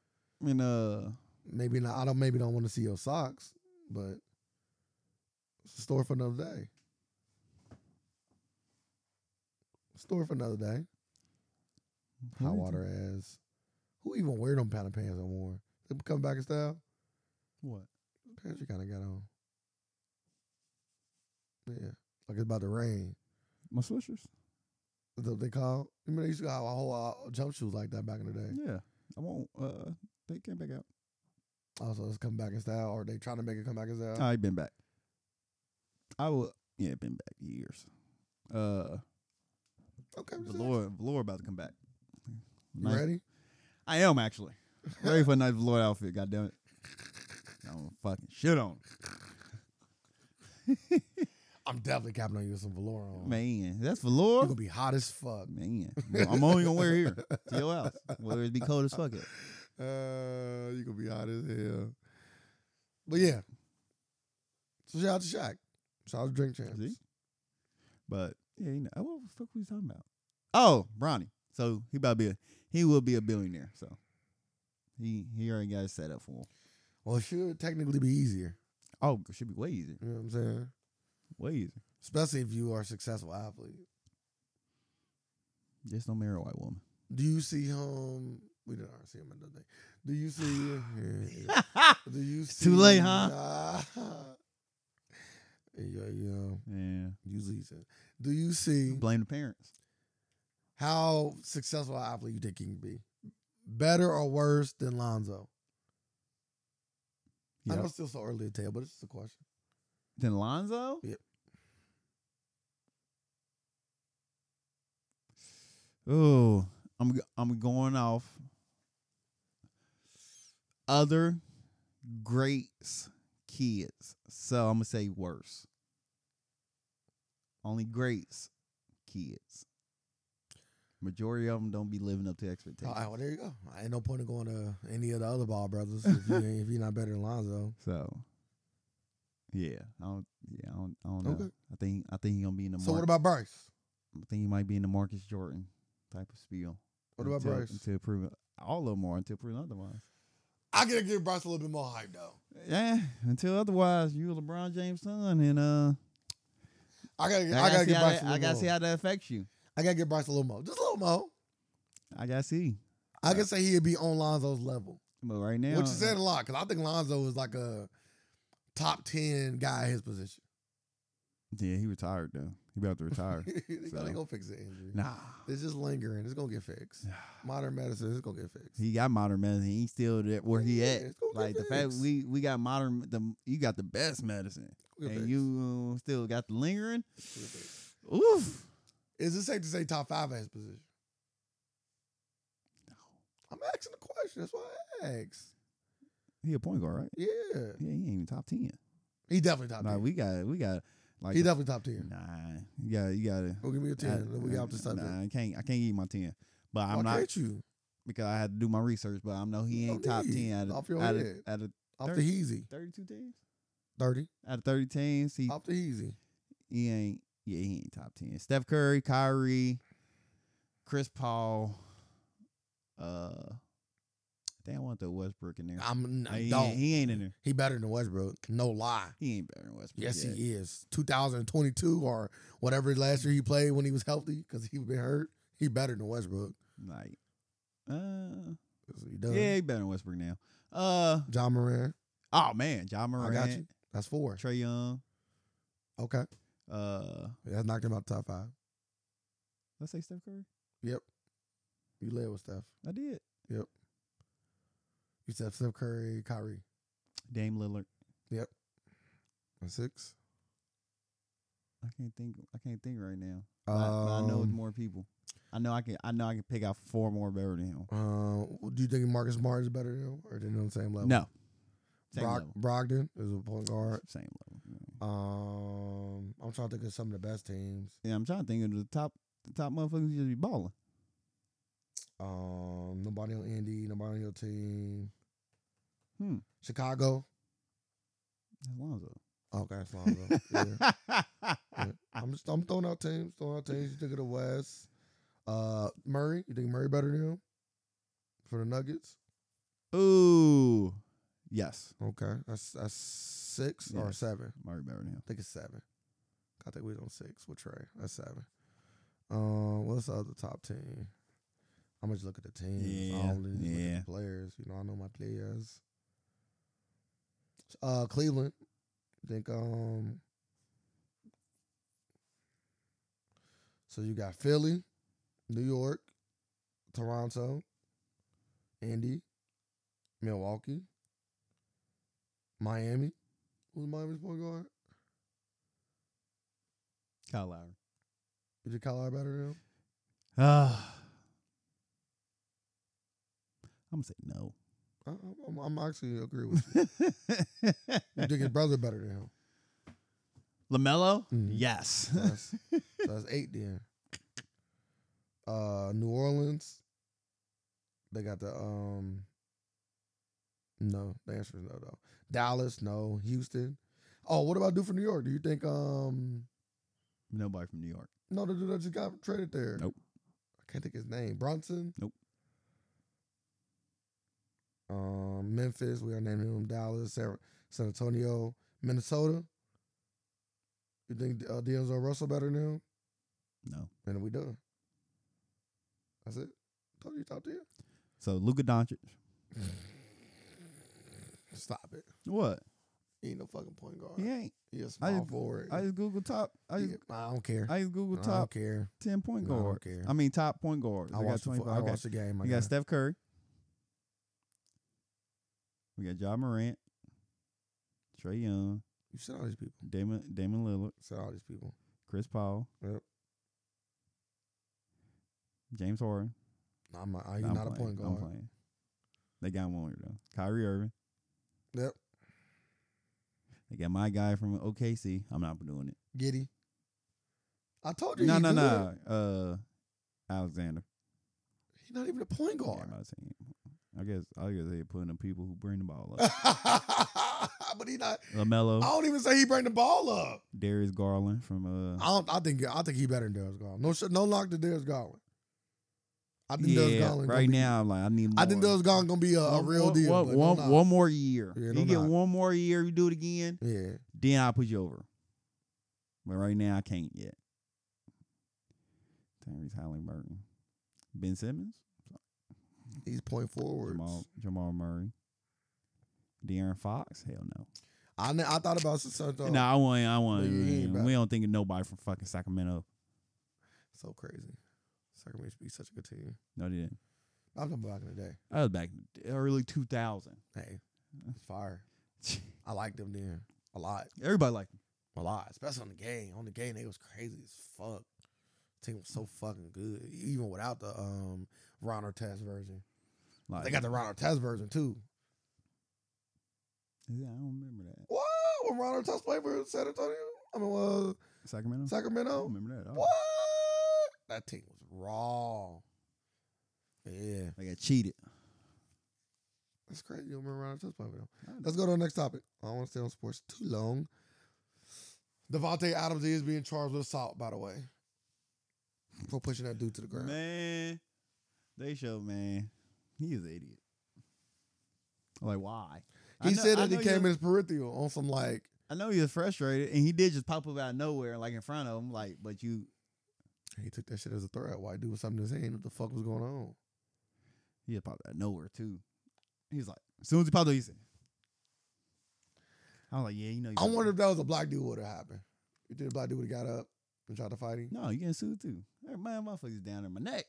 S1: and uh,
S2: Maybe not. I don't. Maybe don't want to see your socks, but it's a story for another day. Story for another day. Hot water ass. Who even wear them kind of pants anymore? They come back in style.
S1: What?
S2: Pants you kind of got on. Yeah, like it's about to rain.
S1: My swishers.
S2: That's what they call. Remember they used to have a whole uh, jumpsuit like that back in the day.
S1: Yeah, I won't. Uh, they came back out.
S2: Also, it's come back in style, or they trying to make it come back in style.
S1: I been back. I will. Yeah, been back years. Uh,
S2: okay, I'm just asking.
S1: Valor, Valor about to come back.
S2: you
S1: Nice-
S2: ready?
S1: I am actually ready for a nice Valor outfit. God damn it! I'm fucking shit on it.
S2: I'm definitely capping on you with some velour on.
S1: man. That's
S2: You're
S1: Valor.
S2: Oh. gonna be hot as fuck.
S1: Man, Well, I'm only gonna wear it here to your house. Whether it be cold as fuck. It.
S2: Uh, you gonna be hot as hell. But yeah. So shout out to Shaq. Shout out to Drink Champs.
S1: See? But yeah, you know, what the fuck we talking about? Oh, Bronny. So he about to be a, he will be a billionaire. So he he already got it set up for him.
S2: Well, it should technically be easier.
S1: Oh, it should be way easier.
S2: You know what I'm saying?
S1: Way easier.
S2: Especially if you are a successful athlete.
S1: Just don't marry a white woman.
S2: Do you see him? We didn't see him another day. Do you see? yeah. Do you
S1: It's
S2: see?
S1: too late, huh?
S2: Nah. yeah, yeah.
S1: yeah.
S2: Usually, it's a- do you see?
S1: Blame the parents.
S2: how successful an athlete you think he can be? Better or worse than Lonzo? I know
S1: Yep.
S2: it's still so early to tell, but it's just a question.
S1: Then Lonzo?
S2: Yep.
S1: Oh, I'm g- I'm going off other greats kids. So I'm gonna say worse. Only greats kids. Majority of them don't be living up to
S2: All
S1: expectations.
S2: right, well, Oh, there you go. Ain't no point in going to any of the other ball brothers if, you, ain't- if you're not better than Lonzo.
S1: So yeah, I don't. Yeah, I don't. I don't know.
S2: Okay.
S1: I think I think he gonna be in the.
S2: So
S1: Mar-
S2: what about Bryce?
S1: I think he might be in the Marcus Jordan type of spiel.
S2: What about
S1: until,
S2: Bryce?
S1: Until proven all of them are until proven otherwise.
S2: I gotta give Bryce a little bit more hype though.
S1: Yeah, until otherwise, you a LeBron James son, and uh,
S2: I
S1: I
S2: gotta, I gotta,
S1: gotta, see
S2: give
S1: how
S2: Bryce
S1: that,
S2: a
S1: I
S2: little
S1: gotta
S2: more.
S1: see how that affects you.
S2: I gotta give Bryce a little more, just a little more.
S1: I gotta see.
S2: I can say he'd be on Lonzo's level,
S1: But right now,
S2: which is saying a lot because I think Lonzo is like a top ten guy at his position.
S1: yeah, he retired though. He about to retire.
S2: they
S1: So.
S2: gonna fix the injury.
S1: nah,
S2: It's just lingering. It's gonna get fixed. Modern medicine is gonna get fixed.
S1: he got modern medicine. He's still there where he
S2: Yeah,
S1: at.
S2: it's gonna get
S1: Like the fact
S2: fixed.
S1: we we got modern, the you got the best medicine,
S2: Get
S1: and
S2: fixed.
S1: you uh, still got the lingering.
S2: Get fixed.
S1: Oof.
S2: Is it safe to say top five at his position? No. I'm asking the question. That's why I asked.
S1: He a point guard, right?
S2: Yeah,
S1: Yeah, he ain't even top ten.
S2: he definitely top
S1: Nah,
S2: ten.
S1: we got we got like
S2: he
S1: the-
S2: definitely top ten.
S1: nah. You got you got to.
S2: Well, give me a ten. then we got off the subject.
S1: Nah, I can't. I can't give you my ten. But I'm
S2: Why
S1: not
S2: can't you
S1: because I had to do my research. But I know he
S2: No
S1: ain't top
S2: need.
S1: ten out of,
S2: Off your
S1: out, of,
S2: head.
S1: out of
S2: off
S1: Thirty.
S2: the heezy.
S1: thirty-two teams.
S2: Thirty
S1: Out of thirty teams, he
S2: off the heezy.
S1: he ain't. Yeah, he ain't top ten. Steph Curry, Kyrie, Chris Paul. Uh, damn, I want the Westbrook in there.
S2: I'm
S1: Nah, he,
S2: don't.
S1: ain't,
S2: He,
S1: he ain't in there.
S2: better than Westbrook. No lie.
S1: He ain't better than Westbrook.
S2: Yes,
S1: yet.
S2: he is. 2022 or whatever last year he played when he was healthy because he been hurt. He better than Westbrook.
S1: Like, uh,
S2: That's what he does.
S1: yeah, he better than Westbrook now. Uh,
S2: John Moran.
S1: oh man, John
S2: I got you.
S1: Morant,
S2: That's four.
S1: Trey Young.
S2: Okay.
S1: Uh,
S2: That's knocked him out top five.
S1: let's say Steph Curry.
S2: Yep. You led with Steph.
S1: I did.
S2: You said Steph Curry, Kyrie.
S1: Dame Lillard.
S2: That's six.
S1: I can't think. I can't think right now. But I, but I know it's
S2: Um,
S1: more people. I know I can. I know I can pick out four more better than him.
S2: Uh, do you think Marcus Smart is better than him, or they're on the same level?
S1: No, same
S2: Brock,
S1: level.
S2: Brogdon is a point guard.
S1: Same level.
S2: Um, I'm trying to think of some of the best teams.
S1: Yeah, I'm trying to think of the top. The top motherfuckers who just be balling.
S2: Um, nobody on Indy, nobody on your team.
S1: Hmm.
S2: Chicago.
S1: That's Lonzo.
S2: Okay, that's Lonzo. yeah. I'm just I'm throwing out teams, throwing out teams. You think of the West. Uh, Murray. You think Murray better than him for the Nuggets?
S1: Ooh, yes,
S2: Okay, that's that's six
S1: Yeah.
S2: or seven.
S1: Murray better than him.
S2: I think it's seven. I think we was on six with Trey. That's seven. Um, what's the other top team? I'm gonna just look at the teams. I
S1: Yeah,
S2: don't really just look
S1: yeah.
S2: at the players. You know, I know my players. Uh, Cleveland. I think um. So you got Philly, New York, Toronto, Indy, Milwaukee, Miami. Who's Miami's point guard?
S1: Kyle Lowry.
S2: Is it Kyle Lowry better than him?
S1: Ah, I'm gonna say no.
S2: I, I'm, I'm actually agree with you. You think his brother better than him?
S1: Lamelo.
S2: Mhm.
S1: Yes.
S2: So that's, so that's eight then. Uh, New Orleans. They got the um. No, the answer is no though. Dallas, no. Houston. Oh, what about do for New York? Do you think um?
S1: Nobody from New York.
S2: No, the dude that just got traded there.
S1: Nope.
S2: I can't think his name. Bronson.
S1: Nope.
S2: Um, Memphis. We are naming him Dallas, San, San Antonio, Minnesota. You think uh, D'Angelo Russell better than him?
S1: No.
S2: And we done. That's it. Told you top tier.
S1: So Luka Doncic.
S2: Stop it.
S1: What?
S2: He ain't no fucking point guard.
S1: He ain't.
S2: He a small
S1: I just-
S2: forward.
S1: I just Google top. I
S2: He-
S1: just,
S2: I don't care.
S1: I just Google
S2: I don't
S1: top
S2: care.
S1: ten point
S2: No, I don't
S1: guard.
S2: care.
S1: I, mean top point guards.
S2: I,
S1: I got
S2: watched, the,
S1: twenty
S2: fo- I
S1: five. Okay.
S2: watched the game. I
S1: We got
S2: got
S1: Steph Curry. We got John Morant. Trey Young.
S2: You said all these people.
S1: Damon Damon Lillard.
S2: You said all these people.
S1: Chris Paul.
S2: Yep.
S1: James Harden.
S2: I'm not, I, he's
S1: I'm
S2: not a
S1: playing,
S2: point
S1: I'm
S2: guard.
S1: playing. They got one though. Kyrie Irving.
S2: Yep.
S1: They got my guy from OKC. I'm not doing it.
S2: Giddy. I told you.
S1: No,
S2: he's
S1: no,
S2: good.
S1: no. Uh, Alexander.
S2: He's not even a point
S1: Yeah,
S2: guard.
S1: I'm not saying- I guess I guess they putting the people who bring the ball up.
S2: but he not. I
S1: Lamelo,
S2: don't even say he bring the ball up.
S1: Darius Garland from
S2: I
S1: uh.
S2: don't, I think I think he better than Darius Garland. No, sh- no knock to Darius Garland. I think Darius
S1: Yeah,
S2: Garland
S1: right
S2: gonna be-
S1: now I'm like I need. More.
S2: I think Darius Garland gonna be a, a
S1: One-
S2: real
S1: one-
S2: deal.
S1: One,
S2: but no
S1: one-
S2: knock.
S1: one more year.
S2: Yeah,
S1: you
S2: no
S1: get
S2: knock.
S1: one more year. You do it again,
S2: Yeah,
S1: then I'll put you over. But right now I can't yet. Tyrese Halliburton, Ben Simmons,
S2: he's point forwards.
S1: Jamal Jamal Murray, De'Aaron Fox. Hell no.
S2: I ne- I thought about uh, Sacramento.
S1: No, I want. I want.
S2: yeah, he ain't about-
S1: we don't think of nobody from fucking Sacramento.
S2: So crazy. Sacramento used to be such a good team.
S1: No, they didn't.
S2: I'm talking back in the day.
S1: That was back in the early two thousand.
S2: Hey, it's fire. I liked them then a lot,
S1: Everybody liked him.
S2: a lot, especially on the game. On the game, they was crazy as fuck. Team was so fucking good, e-, even without the um Ron Artest version.
S1: Like,
S2: They got the Ron Artest version too.
S1: Yeah, I don't remember that.
S2: What? When Ron Artest played for San Antonio, I mean, uh,
S1: Sacramento. I don't
S2: Sacramento.
S1: remember that. at all.
S2: What? That team was raw. Yeah,
S1: They got cheated.
S2: that's crazy. You remember Ron Artest played for them?
S1: I don't
S2: Let's go to the next topic. I don't want to stay on sports too long. Devontae Adams is being charged with assault, by the way, for pushing that dude to the ground.
S1: Man, they show man, he is an idiot. Like why? I
S2: he
S1: know-
S2: said
S1: I
S2: that he
S1: know
S2: came in
S1: you-
S2: his peripheral on some like,
S1: I know he was frustrated, and he did just pop up out of nowhere, like in front of him, like. But you,
S2: he took that shit as a threat. Why dude with something in his hand? What the fuck was going on?
S1: he just popped out of nowhere too. He was like, as soon as he popped up, he said, "I was like, yeah, you know." You
S2: I wonder if that was a black dude what would have happened. You think a black dude would have got up and tried to fight him?
S1: No, you getting sued too. Hey, man, motherfuckers down in my neck.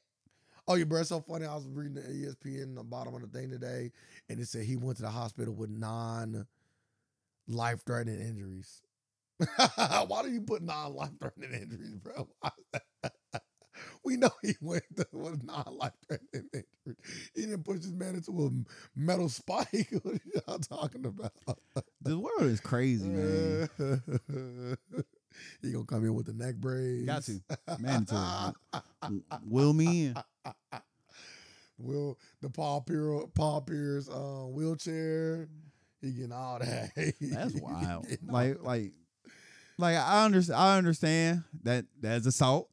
S2: Oh, your breath so funny. I was reading the E ESPN on the bottom of the thing today, and it said he went to the hospital with non life threatening injuries. Why do you put non life threatening injuries, bro? we know he went to, with non life threatening injuries. He didn't push his man into a metal spike. what are y'all talking about?
S1: The world is crazy, man.
S2: he gonna come in with the neck brace.
S1: Got to. Mandatory.
S2: uh,
S1: Will me in.
S2: Will the Paul Pierce, Paul Pierce uh, wheelchair? He getting all that.
S1: That's
S2: He
S1: wild.
S2: getting all-
S1: like like like I understand I understand that that's assault.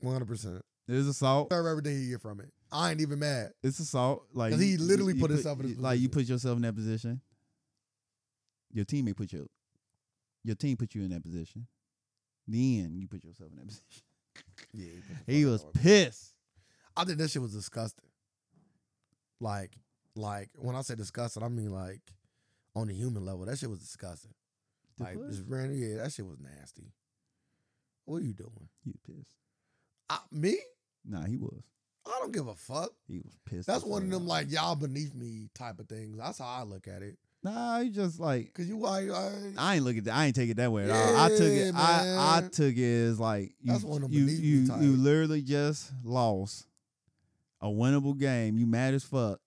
S2: 100. percent
S1: There's assault.
S2: Deserve everything he get from it. I ain't even mad.
S1: It's assault. Like
S2: 'Cause he
S1: you-
S2: literally
S1: you
S2: put himself in
S1: you-
S2: his
S1: like you
S2: position.
S1: put yourself in that position. Your teammate put you your team put you in that position. Then you put yourself in that position.
S2: Yeah, he, put the
S1: He
S2: fuck
S1: was
S2: out of it.
S1: pissed.
S2: I think that shit was disgusting. Like, like when I say disgusting, I mean like on the human level, that shit was disgusting.
S1: The
S2: like,
S1: fuck?
S2: just ran, yeah, that shit was nasty. What are you doing?
S1: He was pissed.
S2: I, me?
S1: Nah, he was.
S2: I don't give a fuck.
S1: He was pissed.
S2: That's
S1: as
S2: one of
S1: hell.
S2: them like y'all beneath me type of things. That's how I look at it.
S1: Nah, he just like
S2: Cause you like, like
S1: I ain't look at that. I ain't take it that way at all. I took it.
S2: Yeah,
S1: I, I
S2: man.
S1: took it as like you,
S2: That's one of them
S1: you,
S2: beneath me
S1: you,
S2: type.
S1: you literally just lost a winnable game. You mad as fuck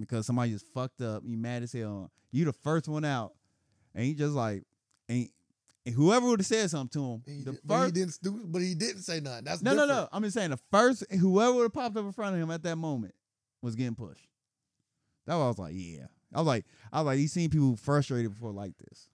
S1: because somebody just fucked up. You mad as hell. You the first one out, and you just like, and, and whoever would have said something to him,
S2: he,
S1: the
S2: di- but he
S1: first.
S2: didn't do, but he didn't say nothing. That's
S1: No, no,
S2: different.
S1: no. I'm just saying the first whoever would have popped up in front of him at that moment was getting pushed. That was I was like, yeah. I was like, I was like, you seen people frustrated before like this.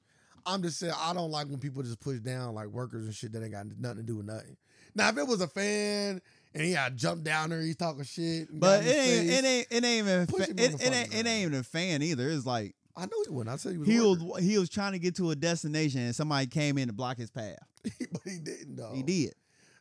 S2: I'm just saying I don't like when people just push down like workers and shit that ain't got nothing to do with nothing. Now if it was a fan and he got jumped down there, he's talking shit. and got
S1: But
S2: in
S1: it
S2: his
S1: ain't,
S2: face.
S1: it ain't it ain't even a
S2: Push
S1: fa-
S2: him
S1: it,
S2: on
S1: it
S2: the
S1: ain't
S2: fucking
S1: it ain't even a fan either. It's like
S2: I know he wouldn't. I said he was.
S1: he
S2: a
S1: was
S2: worker.
S1: he was trying to get to a destination and somebody came in to block his path.
S2: but he didn't though.
S1: He did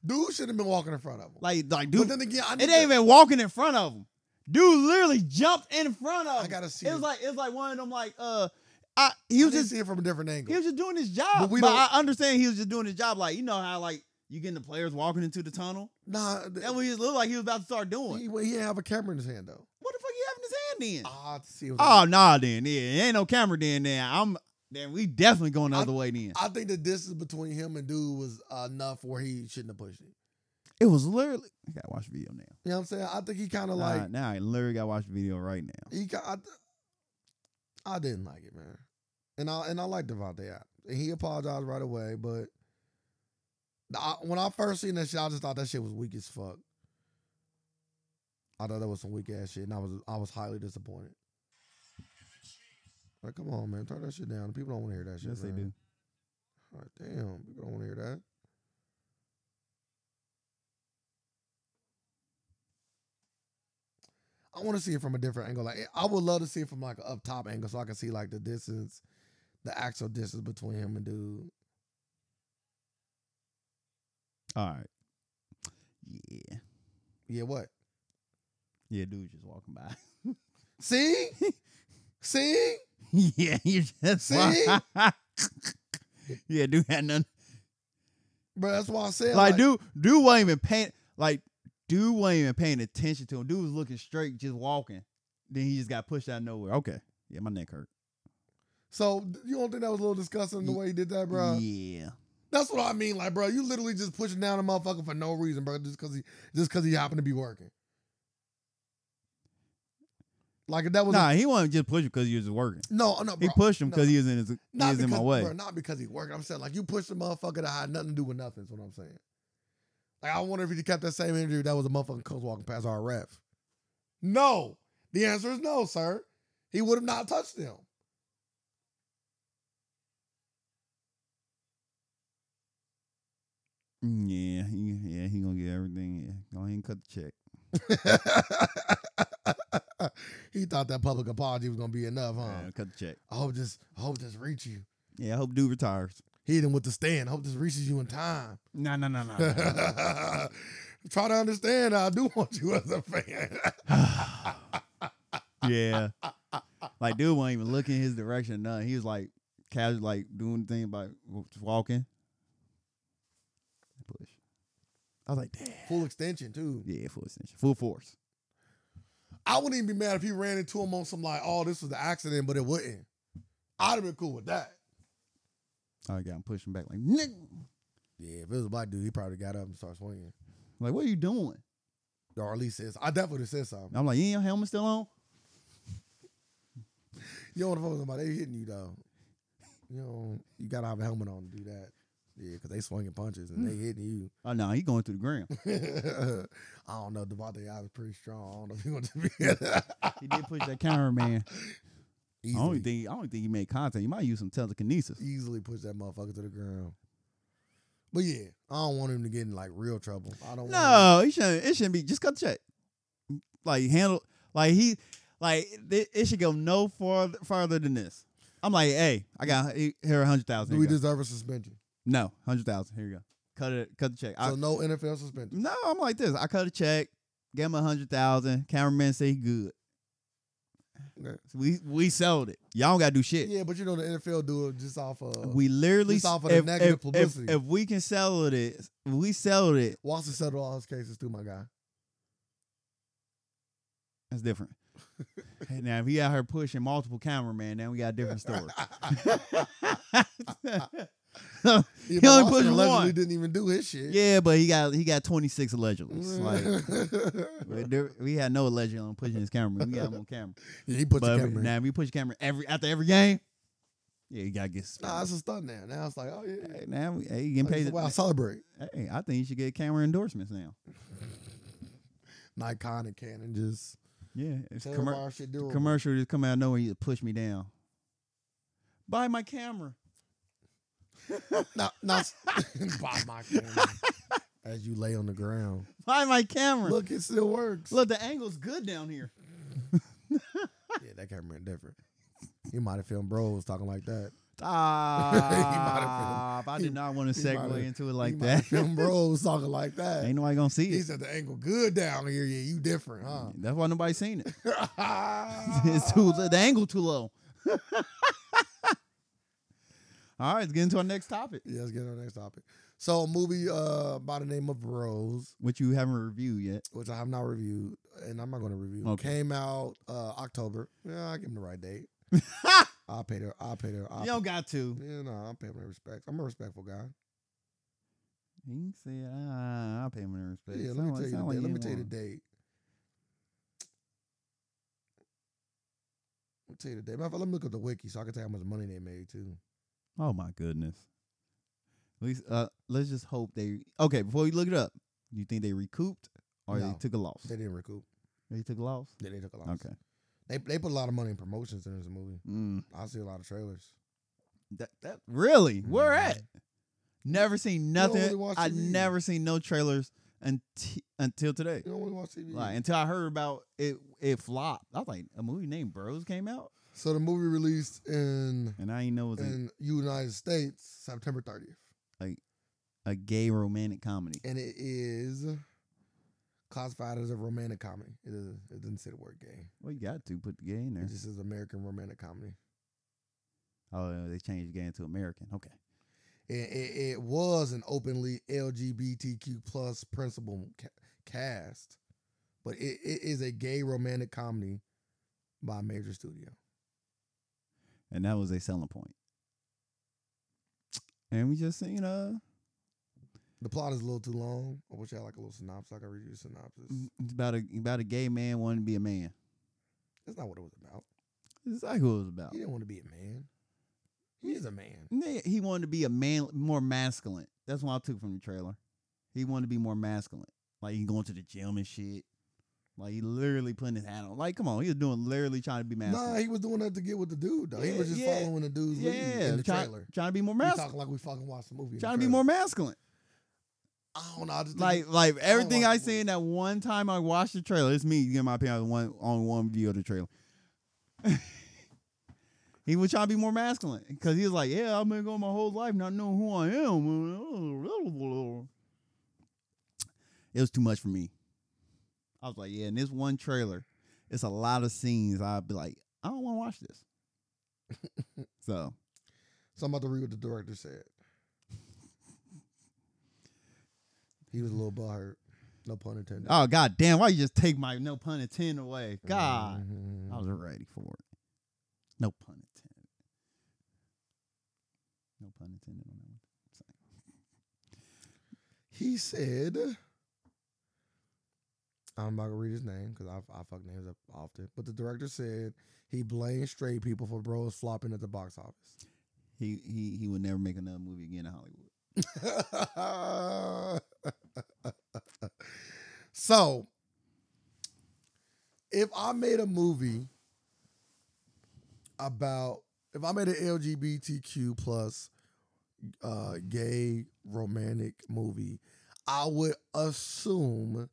S2: Dude should have been walking in front of him.
S1: like like
S2: Oh. but
S1: dude.
S2: then again, I
S1: It
S2: need
S1: ain't
S2: to-
S1: even walking in front of him. Dude literally jumped in front of him.
S2: I gotta see.
S1: It was
S2: it.
S1: like it was like one of them like uh, I he
S2: I
S1: was
S2: need to
S1: just
S2: see it from a different angle.
S1: he was just doing his job.
S2: But
S1: But,
S2: we don't-
S1: I understand he was just doing his job. Like you know how like you getting the players walking into the tunnel.
S2: nah, th-
S1: That's what he looked like. He was about to start doing.
S2: he, well, he didn't have a camera in his hand though.
S1: what the fuck you have in his hand then?
S2: Ah, see. It was
S1: Oh nah, then yeah, ain't no camera then. Then I'm then we definitely going the
S2: I-
S1: other way then.
S2: I think the distance between him and dude was enough where he shouldn't have pushed it.
S1: It was literally. I gotta watch the video now.
S2: You know what I'm saying? I think he kind of
S1: Nah,
S2: like
S1: now I literally gotta watch the video right now.
S2: he got. I, th- I didn't like it, man, and I and I like Devontae Adams, and he apologized right away. But the- I, when I first seen that shit, I just thought that shit was weak as fuck. I thought that was some weak ass shit, and I was I was highly disappointed. Like, come on, man, turn that shit down. People don't want to hear that shit.
S1: Yes, they
S2: man.
S1: do.
S2: All right, damn, people don't want to hear that. I want to see it from a different angle. Like I would love to see it from like an up top angle, so I can see like the distance, the actual distance between him and dude.
S1: All right. Yeah.
S2: Yeah, what?
S1: Yeah, dude, just walking by.
S2: See, see,
S1: yeah, you just. wa- yeah, dude had nothing.
S2: bro. That's why I said
S1: like, dude, dude wasn't even paying. Like, dude wasn't even paying attention to him. Dude was looking straight, just walking. Then he just got pushed out of nowhere. Okay. Yeah, my neck hurt.
S2: So you don't think that was a little disgusting the
S1: Ye-
S2: way he did that, bro?
S1: Yeah.
S2: That's what I mean, like, bro. You literally just pushing down a motherfucker for no reason, bro. Just cause he, just cause he happened to be working. Like if that was a-
S1: Nah, he wasn't just pushing because he was working.
S2: no, no, bro.
S1: He pushed him
S2: no.
S1: because he was in his. He
S2: Not
S1: was in my
S2: because-
S1: way.
S2: Bro, not because he working. I'm saying like you push the motherfucker that had nothing to do with nothing. Is what I'm saying. Like I wonder if he kept that same energy. if That was a motherfucking coach walking past our ref. No, the answer is no, sir. He would have not touched him.
S1: Mm, Yeah, he, yeah, he gonna get everything. Yeah, go ahead and cut the check.
S2: he thought that public apology was gonna be enough, huh?
S1: Yeah, cut the check.
S2: I hope this, I hope this reach you.
S1: Yeah, I hope dude retires.
S2: Hit him with the stand. I hope this reaches you in time.
S1: No, no, no, no.
S2: Try to understand. I do want you as a fan.
S1: yeah, like dude wasn't even looking his direction. or Nothing. He was like casual, like doing the thing by just walking. Push. I was like, damn.
S2: Full extension too.
S1: Yeah, full extension, full force.
S2: I wouldn't even be mad if he ran into him on some like, oh, this was an accident, but it wouldn't. I'd have been cool with that.
S1: I got him pushing back like, nigga,
S2: Yeah, if it was a black dude, he probably got up and started swinging,
S1: like what are you doing?
S2: or at least says, I definitely said something.
S1: I'm like, yeah, your helmet still on?
S2: You don't want to fuck with somebody. They hitting you though. You know, you gotta have a helmet on to do that. Yeah, because they swinging punches and they hitting you.
S1: Oh no, he going to the ground.
S2: I don't know. Devontae Adams pretty strong. I don't know if he wants to be
S1: He did push that cameraman. I
S2: easily,
S1: don't think I don't think he made contact. He might use some telekinesis.
S2: easily push that motherfucker to the ground. But yeah, I don't want him to get in like real trouble. I don't. want
S1: No, he shouldn't. It shouldn't be just cut the check. Like handle, like he, like it, it should go no farther farther than this. I'm like, hey, I got here a hundred
S2: him-
S1: thousand.
S2: do
S1: Here
S2: we
S1: you go.
S2: deserve a suspension?
S1: no hundred thousand. Here you go. Cut it. Cut the check. I,
S2: So no NFL suspension.
S1: no, I'm like this. I cut a check. Gave him a hundred thousand. Cameraman say he good.
S2: Okay.
S1: We we sold it. Y'all don't gotta do shit.
S2: Yeah, but you know the NFL do it just off of.
S1: We literally
S2: Just off of the
S1: if,
S2: negative
S1: if, if,
S2: publicity.
S1: if we can sell it, if we sell it.
S2: Watson settled all his cases too, my guy.
S1: That's different. now if he out here pushing multiple cameraman, then we got a different story.
S2: Yeah,
S1: He
S2: but
S1: only
S2: Watson
S1: pushed
S2: allegedly
S1: one.
S2: Didn't even do his shit.
S1: yeah, but he got he got 26 allegedly. It's Like we-
S2: yeah,
S1: there- we had no allegedly on pushing his camera. We got him on camera.
S2: he put the
S1: but
S2: camera. in.
S1: now if you push camera every after every game, yeah, you gotta get suspended.
S2: Nah, it's a stunt now. Now it's like, oh yeah,
S1: Hey, now we- hey, you getting paid.
S2: wow, celebrate.
S1: Hey, I think you should get camera endorsements now.
S2: Nikon and Canon just
S1: Yeah, it's
S2: tell
S1: commer-
S2: our shit durable.
S1: commercial just come out of nowhere. You push me down. Buy my camera.
S2: Not, not by my camera. As you lay on the ground,
S1: Buy my camera.
S2: look, it still works.
S1: Look, the angle's good down here.
S2: yeah, that camera different. You might have filmed bros talking like that.
S1: Ah, I
S2: he-
S1: did not want to
S2: he might've-
S1: segue into it
S2: you
S1: like
S2: Might have
S1: that.
S2: filmed bros talking like that.
S1: Ain't nobody gonna see
S2: He
S1: it.
S2: said the angle good down here. Yeah, you different, huh?
S1: That's why nobody seen it. it's too the angle too low. All right, let's get into our next topic,
S2: Yeah, let's get on the next topic. So, a movie uh, by the name of Rose,
S1: which you haven't reviewed yet.
S2: which I have not reviewed, and I'm not going to review,
S1: Okay.
S2: came out uh, October. Yeah, I give him the right date. I'll pay their, I'll pay their, I'll
S1: you don't got to.
S2: yeah, no, I'll pay my respects. I'm a respectful guy.
S1: He said, ah, I'll pay him in respect.
S2: yeah, let
S1: Sound
S2: me
S1: like-
S2: tell you. The,
S1: sound like
S2: date. let me
S1: ain't
S2: tell you the
S1: won.
S2: date. Let me tell you the date. Matter of fact, Let me look up the wiki so I can tell you how much money they made too.
S1: Oh my goodness. At least uh let's just hope they okay, before you look it up, you think they recouped or they
S2: No.
S1: took a loss?
S2: They didn't recoup.
S1: They took a loss?
S2: They, they took a lot.
S1: Okay.
S2: They they put a lot of money in promotions in this movie.
S1: Mm.
S2: I see a lot of trailers.
S1: That that really? Where
S2: Mhm.
S1: at? Never seen
S2: don't
S1: nothing.
S2: really watch
S1: I
S2: TV.
S1: never seen no trailers until until today.
S2: You don't really watch TV.
S1: Like until I heard about it it flopped. I was like, a movie named Bros came out?
S2: so the movie released in
S1: And I didn't know it was a,
S2: in United States September 30th,
S1: a gay romantic comedy.
S2: and it is classified as a romantic comedy. It is. It doesn't say the word gay.
S1: Well you got to put the gay in
S2: It
S1: there.
S2: just is American romantic comedy.
S1: Oh they changed the gay into American. Okay.
S2: It, it, it was an openly LGBTQ plus principal ca- cast, but it, it is a gay romantic comedy by a major studio.
S1: and that was a selling point. And we just you know
S2: The plot is a little too long. I wish I had like a little synopsis. I could read you the synopsis.
S1: it's about a about a gay man wanting to be a man.
S2: That's not what it was about.
S1: That's exactly what it was about.
S2: He didn't want to be a man. He is a man.
S1: Yeah, He wanted to be a man, more masculine. That's what I took from the trailer. He wanted to be more masculine, like he going to the gym and shit. Like he literally putting his hat on. Like come on, he was doing literally trying to be
S2: Nah,
S1: masculine.
S2: he was doing that to get with the dude though.
S1: Yeah,
S2: he was just
S1: yeah.
S2: following the dude's lead
S1: yeah,
S2: in the
S1: try-
S2: trailer.
S1: trying to be more
S2: We
S1: masculine,
S2: talking like we fucking watched the movie. in the
S1: trying to be
S2: trailer.
S1: more masculine.
S2: I don't know. I just
S1: Like
S2: like
S1: like everything
S2: watch
S1: I
S2: the movie.
S1: seen that one time I watched the trailer. It's me getting my opinion on one on one view of the trailer. he was trying to be more masculine because he was like, "Yeah, I've been going my whole life not knowing who I am." It was too much for me. I was like, "Yeah." In this one trailer, it's a lot of scenes. I'd be like, "I don't want to watch this." so
S2: so I'm about to read what the director said. he was a little butthurt. No pun intended.
S1: Oh god damn, why you just take my no pun intended away? God.
S2: Mhm.
S1: I was ready for it. No pun intended. No pun intended on that one.
S2: He said, I'm not gonna read his name because I, I fuck names up often. But the director said he blamed straight people for bros flopping at the box
S1: He he he would never make another movie again in Hollywood.
S2: office. so, if I made a movie about, if I made an LGBTQ plus uh, gay romantic movie, I would assume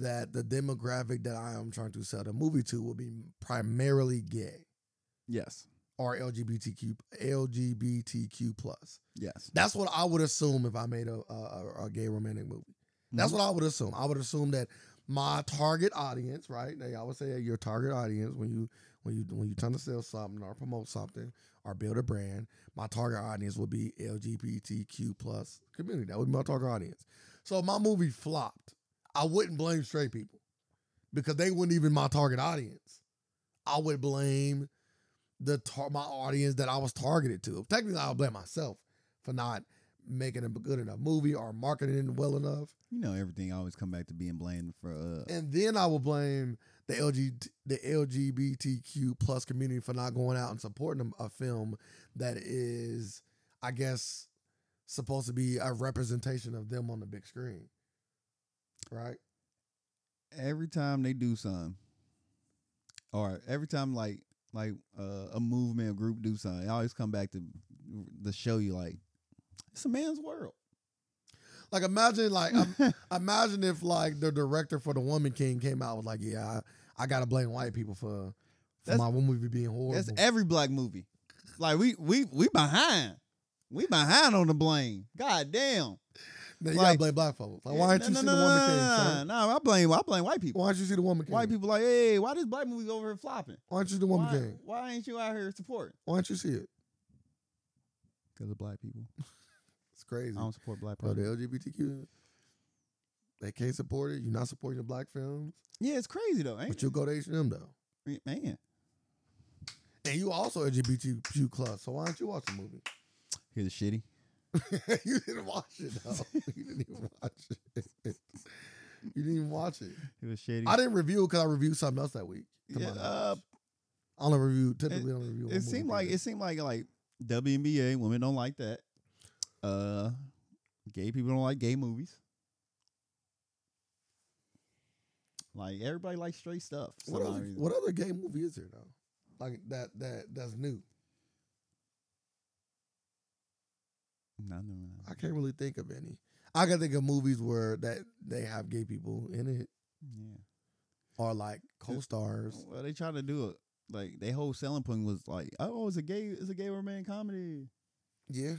S2: that the demographic that I am trying to sell the movie to will be primarily gay
S1: Yes.
S2: or LGBTQ LGBTQ plus.
S1: Yes.
S2: That's what I would assume if I made a a, a- a gay romantic movie. That's
S1: Mm-hmm.
S2: what I would assume. I would assume that my target audience, right? They always say your target audience when you when you when you trying to sell something or promote something or build a brand, my target audience would be LGBTQ plus community. That would be my target audience. So if my movie flopped, I wouldn't blame straight people because they weren't even my target audience. I would blame the tar- my audience that I was targeted to. Technically, I would blame myself for not making a good enough movie or marketing it well enough
S1: You know everything always come back to being blamed for uh
S2: and then I will blame the LG the LGBTQ plus community for not going out and supporting a a film that is, I guess, supposed to be a representation of them on the big screen, right?
S1: every time they do something. Or every time like like uh, a movement or group do something, it always come back to the show you like it's a man's world.
S2: Like imagine like um, imagine if like the director for the Woman King came out and was like, yeah, I, I gotta blame white people for, for
S1: That's-
S2: my movie being horrible.
S1: That's every black movie. Like we we we behind. We behind on the blame. God damn.
S2: Now, you gotta
S1: like-
S2: blame black folks. Like why
S1: No,
S2: aren't you
S1: no,
S2: see
S1: no,
S2: the
S1: no,
S2: Woman
S1: no,
S2: King?
S1: no,
S2: son?
S1: No, no, I blame I blame white people.
S2: Why don't you see the Woman King?
S1: White people like, hey, why this black movie over here flopping?
S2: Why don't you see the Woman
S1: Why,
S2: King?
S1: why ain't you out here supporting?
S2: Why don't you see it?
S1: Because of black people.
S2: It's crazy.
S1: I don't support black
S2: Bro,
S1: people.
S2: the LGBTQ, they can't support it. You're not supporting the black films,
S1: Yeah, it's crazy though, ain't
S2: but you'll go to H&M though.
S1: it? Man,
S2: And you also LGBTQ plus, so why don't you watch the movie?
S1: here's shitty.
S2: you didn't watch it though. You didn't even watch it. you didn't even watch it.
S1: It was shady.
S2: I didn't review because I reviewed something else that week. to my
S1: Yeah,
S2: knowledge.
S1: uh,
S2: I only reviewed typically. I only review. one
S1: it
S2: movie
S1: seemed like
S2: theater.
S1: it seemed like like WNBA women don't like that. Uh, gay people don't like gay movies. Like everybody likes straight stuff. for
S2: What
S1: some
S2: other,
S1: reason.
S2: what other gay movie is there though? Like that that that's new.
S1: No, no, no.
S2: I can't really think of any. I can think of movies where that they have gay people in it
S1: Yeah.
S2: or like co-stars.
S1: Well, they try to do it. Like their whole selling point was like, oh, it's a gay, it's a gay romantic comedy.
S2: Yeah,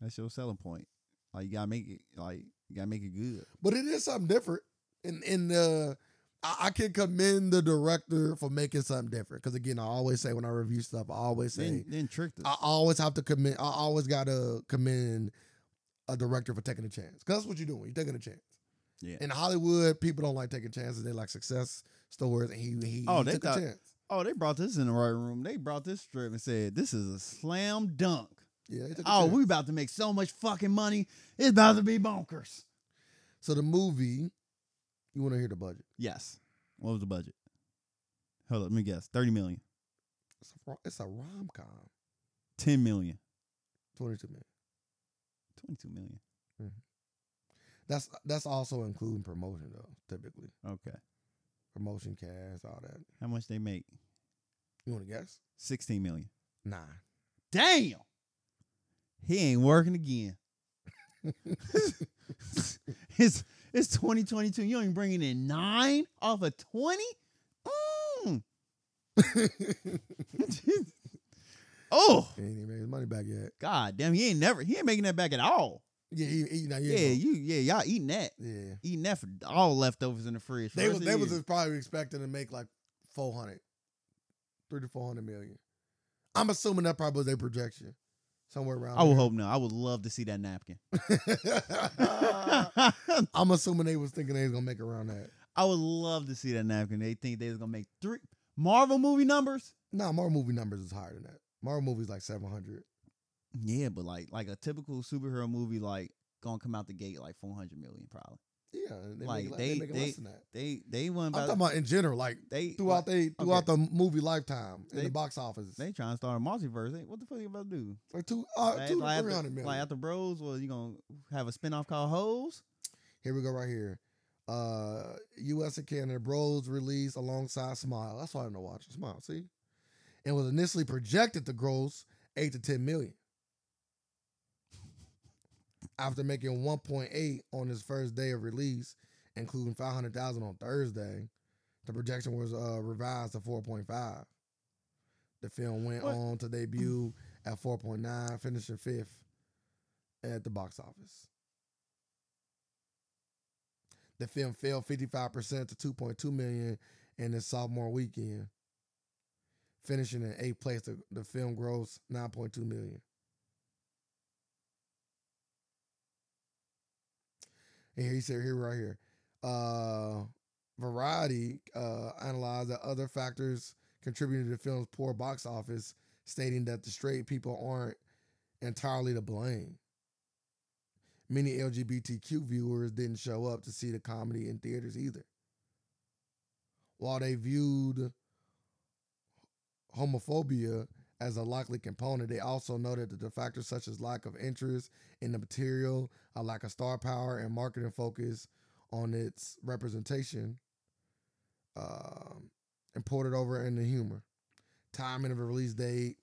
S1: That's your selling point. Like you gotta make it, like you gotta make it good.
S2: but it is something different. And and uh, I, I can commend the director for making something different. Because again, I always say when I review stuff, I always say uh,
S1: Then, then tricked us.
S2: I always have to commend. I always gotta commend a director for taking a chance. Cause that's what you're doing. You're taking a chance.
S1: Yeah.
S2: In Hollywood, people don't like taking chances. They like success stories. And he he,
S1: Oh,
S2: he
S1: they
S2: took
S1: thought-
S2: a chance.
S1: oh, they brought this in the right room. They brought this strip and said, this is a slam dunk.
S2: Yeah. He took a
S1: Oh,
S2: chance.
S1: we about to make so much fucking money. It's about to be bonkers.
S2: so the movie. You want to hear the budget?
S1: Yes. What was the budget? Hold up, let me guess. Thirty million.
S2: It's a, ro- it's a rom com.
S1: Ten million.
S2: Twenty two minutes.
S1: Twenty-two million.
S2: That's that's also including promotion though. Typically,
S1: Okay.
S2: promotion cast, all that.
S1: How much they make?
S2: You want to guess?
S1: Sixteen million.
S2: Nah.
S1: Damn. He ain't working again. it's it's 2022. You ain't bringing in nine off of 20? Mm. oh,
S2: He ain't even made his money back yet.
S1: god damn. He ain't never he ain't making that back at all.
S2: Yeah, he, he, now,
S1: Yeah,
S2: yeah,
S1: you yeah, y'all eating that.
S2: yeah.
S1: Eating that for all leftovers in the fridge. for
S2: They
S1: the
S2: was
S1: rest
S2: they
S1: of the
S2: was
S1: year.
S2: probably expecting to make like 400, three to four hundred million. I'm assuming that probably was their projection, somewhere around.
S1: I would hope not. I would love to see that napkin.
S2: hope. I'm assuming they was thinking they was gonna make around that.
S1: I would love to see that napkin. They think they was gonna make three Marvel movie numbers.
S2: Nah, Marvel movie numbers is higher than that. Marvel movies like 700.
S1: Yeah, but like like a typical superhero movie, like gonna come out the gate like four hundred million probably.
S2: Yeah, they
S1: Like,
S2: make, like,
S1: they-
S2: they, making
S1: they-
S2: less than that.
S1: They they want
S2: I'm talking about in general, like
S1: they
S2: throughout
S1: like,
S2: they throughout the movie lifetime in
S1: They-
S2: the box office.
S1: they trying to start a multiverse. They, what the fuck you about to do?
S2: or two, uh,
S1: Like-
S2: two
S1: like,
S2: to three
S1: after,
S2: hundred million.
S1: like after Bros, well you gonna have a spinoff called Hoes?
S2: Here we go, right here. Uh, U.S. and Canada Bros released alongside Smile. That's why I'm gonna watch Smile. See, and was initially projected to gross eight to ten million. After making 1.8 on its first day of release, including 500,000 on Thursday, the projection was uh, revised to 4.5. The film went
S1: What?
S2: on to debut at 4.9, finishing fifth at the box office. The film fell 55% to 2.2 million in its sophomore weekend, finishing in eighth place. The, the film grossed 9.2 million. And here he said, here right here. Uh, Variety uh, analyzed that other factors contributed to the film's poor box office, stating that the straight people aren't entirely to blame. Many LGBTQ viewers didn't show up to see the comedy in theaters either. While they viewed homophobia as a likely component, they also noted that the factors such as lack of interest in the material, a lack of star power, and marketing focus on its representation, um, imported over in the humor, timing of the release date,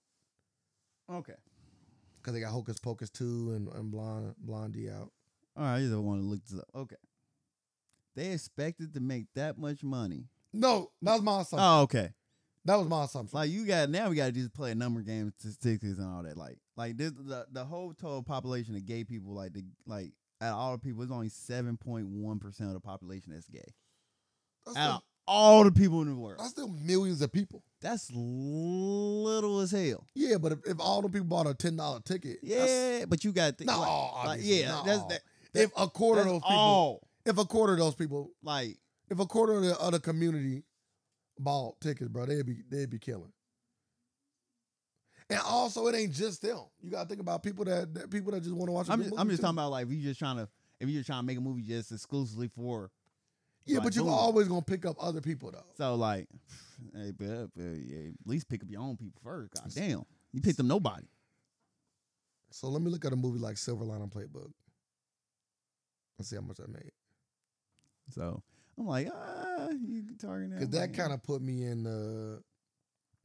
S1: Okay.
S2: because they got Hocus Pocus two and, and Blonde Blondie out.
S1: All right, I just want to look this up. Okay. They expected to make that much money.
S2: No, that was my assumption.
S1: Oh, okay.
S2: that was my assumption.
S1: Like you got now, we got to just play a number game statistics and all that. Like, like this, the the whole total population of gay people, like the like out of all the people, it's only seven point one percent of the population that's gay.
S2: that's,
S1: Out of
S2: still,
S1: all the people in the world,
S2: that's still millions of people.
S1: that's little as hell.
S2: Yeah, but if, if all the people bought a ten dollar ticket, that's,
S1: Yeah, but you got to
S2: not all.
S1: like,
S2: obviously,
S1: yeah,
S2: not
S1: that's
S2: all.
S1: that,
S2: if a quarter
S1: that's
S2: of those people,
S1: all.
S2: if a quarter of those people,
S1: Like,
S2: if a quarter of the other community bought tickets, bro, they'd be they'd be killing. And also, it ain't just them. You gotta think about people that, that people that just want to watch. a
S1: I'm
S2: good
S1: just,
S2: movie
S1: I'm just
S2: too.
S1: talking about like if you just trying to if you're trying to make a movie just exclusively for
S2: Yeah,
S1: like,
S2: but you're
S1: boom.
S2: always gonna pick up other people though.
S1: so like hey, but, but, yeah, at least pick up your own people first. God damn. You picked up nobody.
S2: So let me look at a movie like Silver Lining Playbook. and see how much I made.
S1: So I'm like, ah, you targeting
S2: Cause that kind of put me in uh,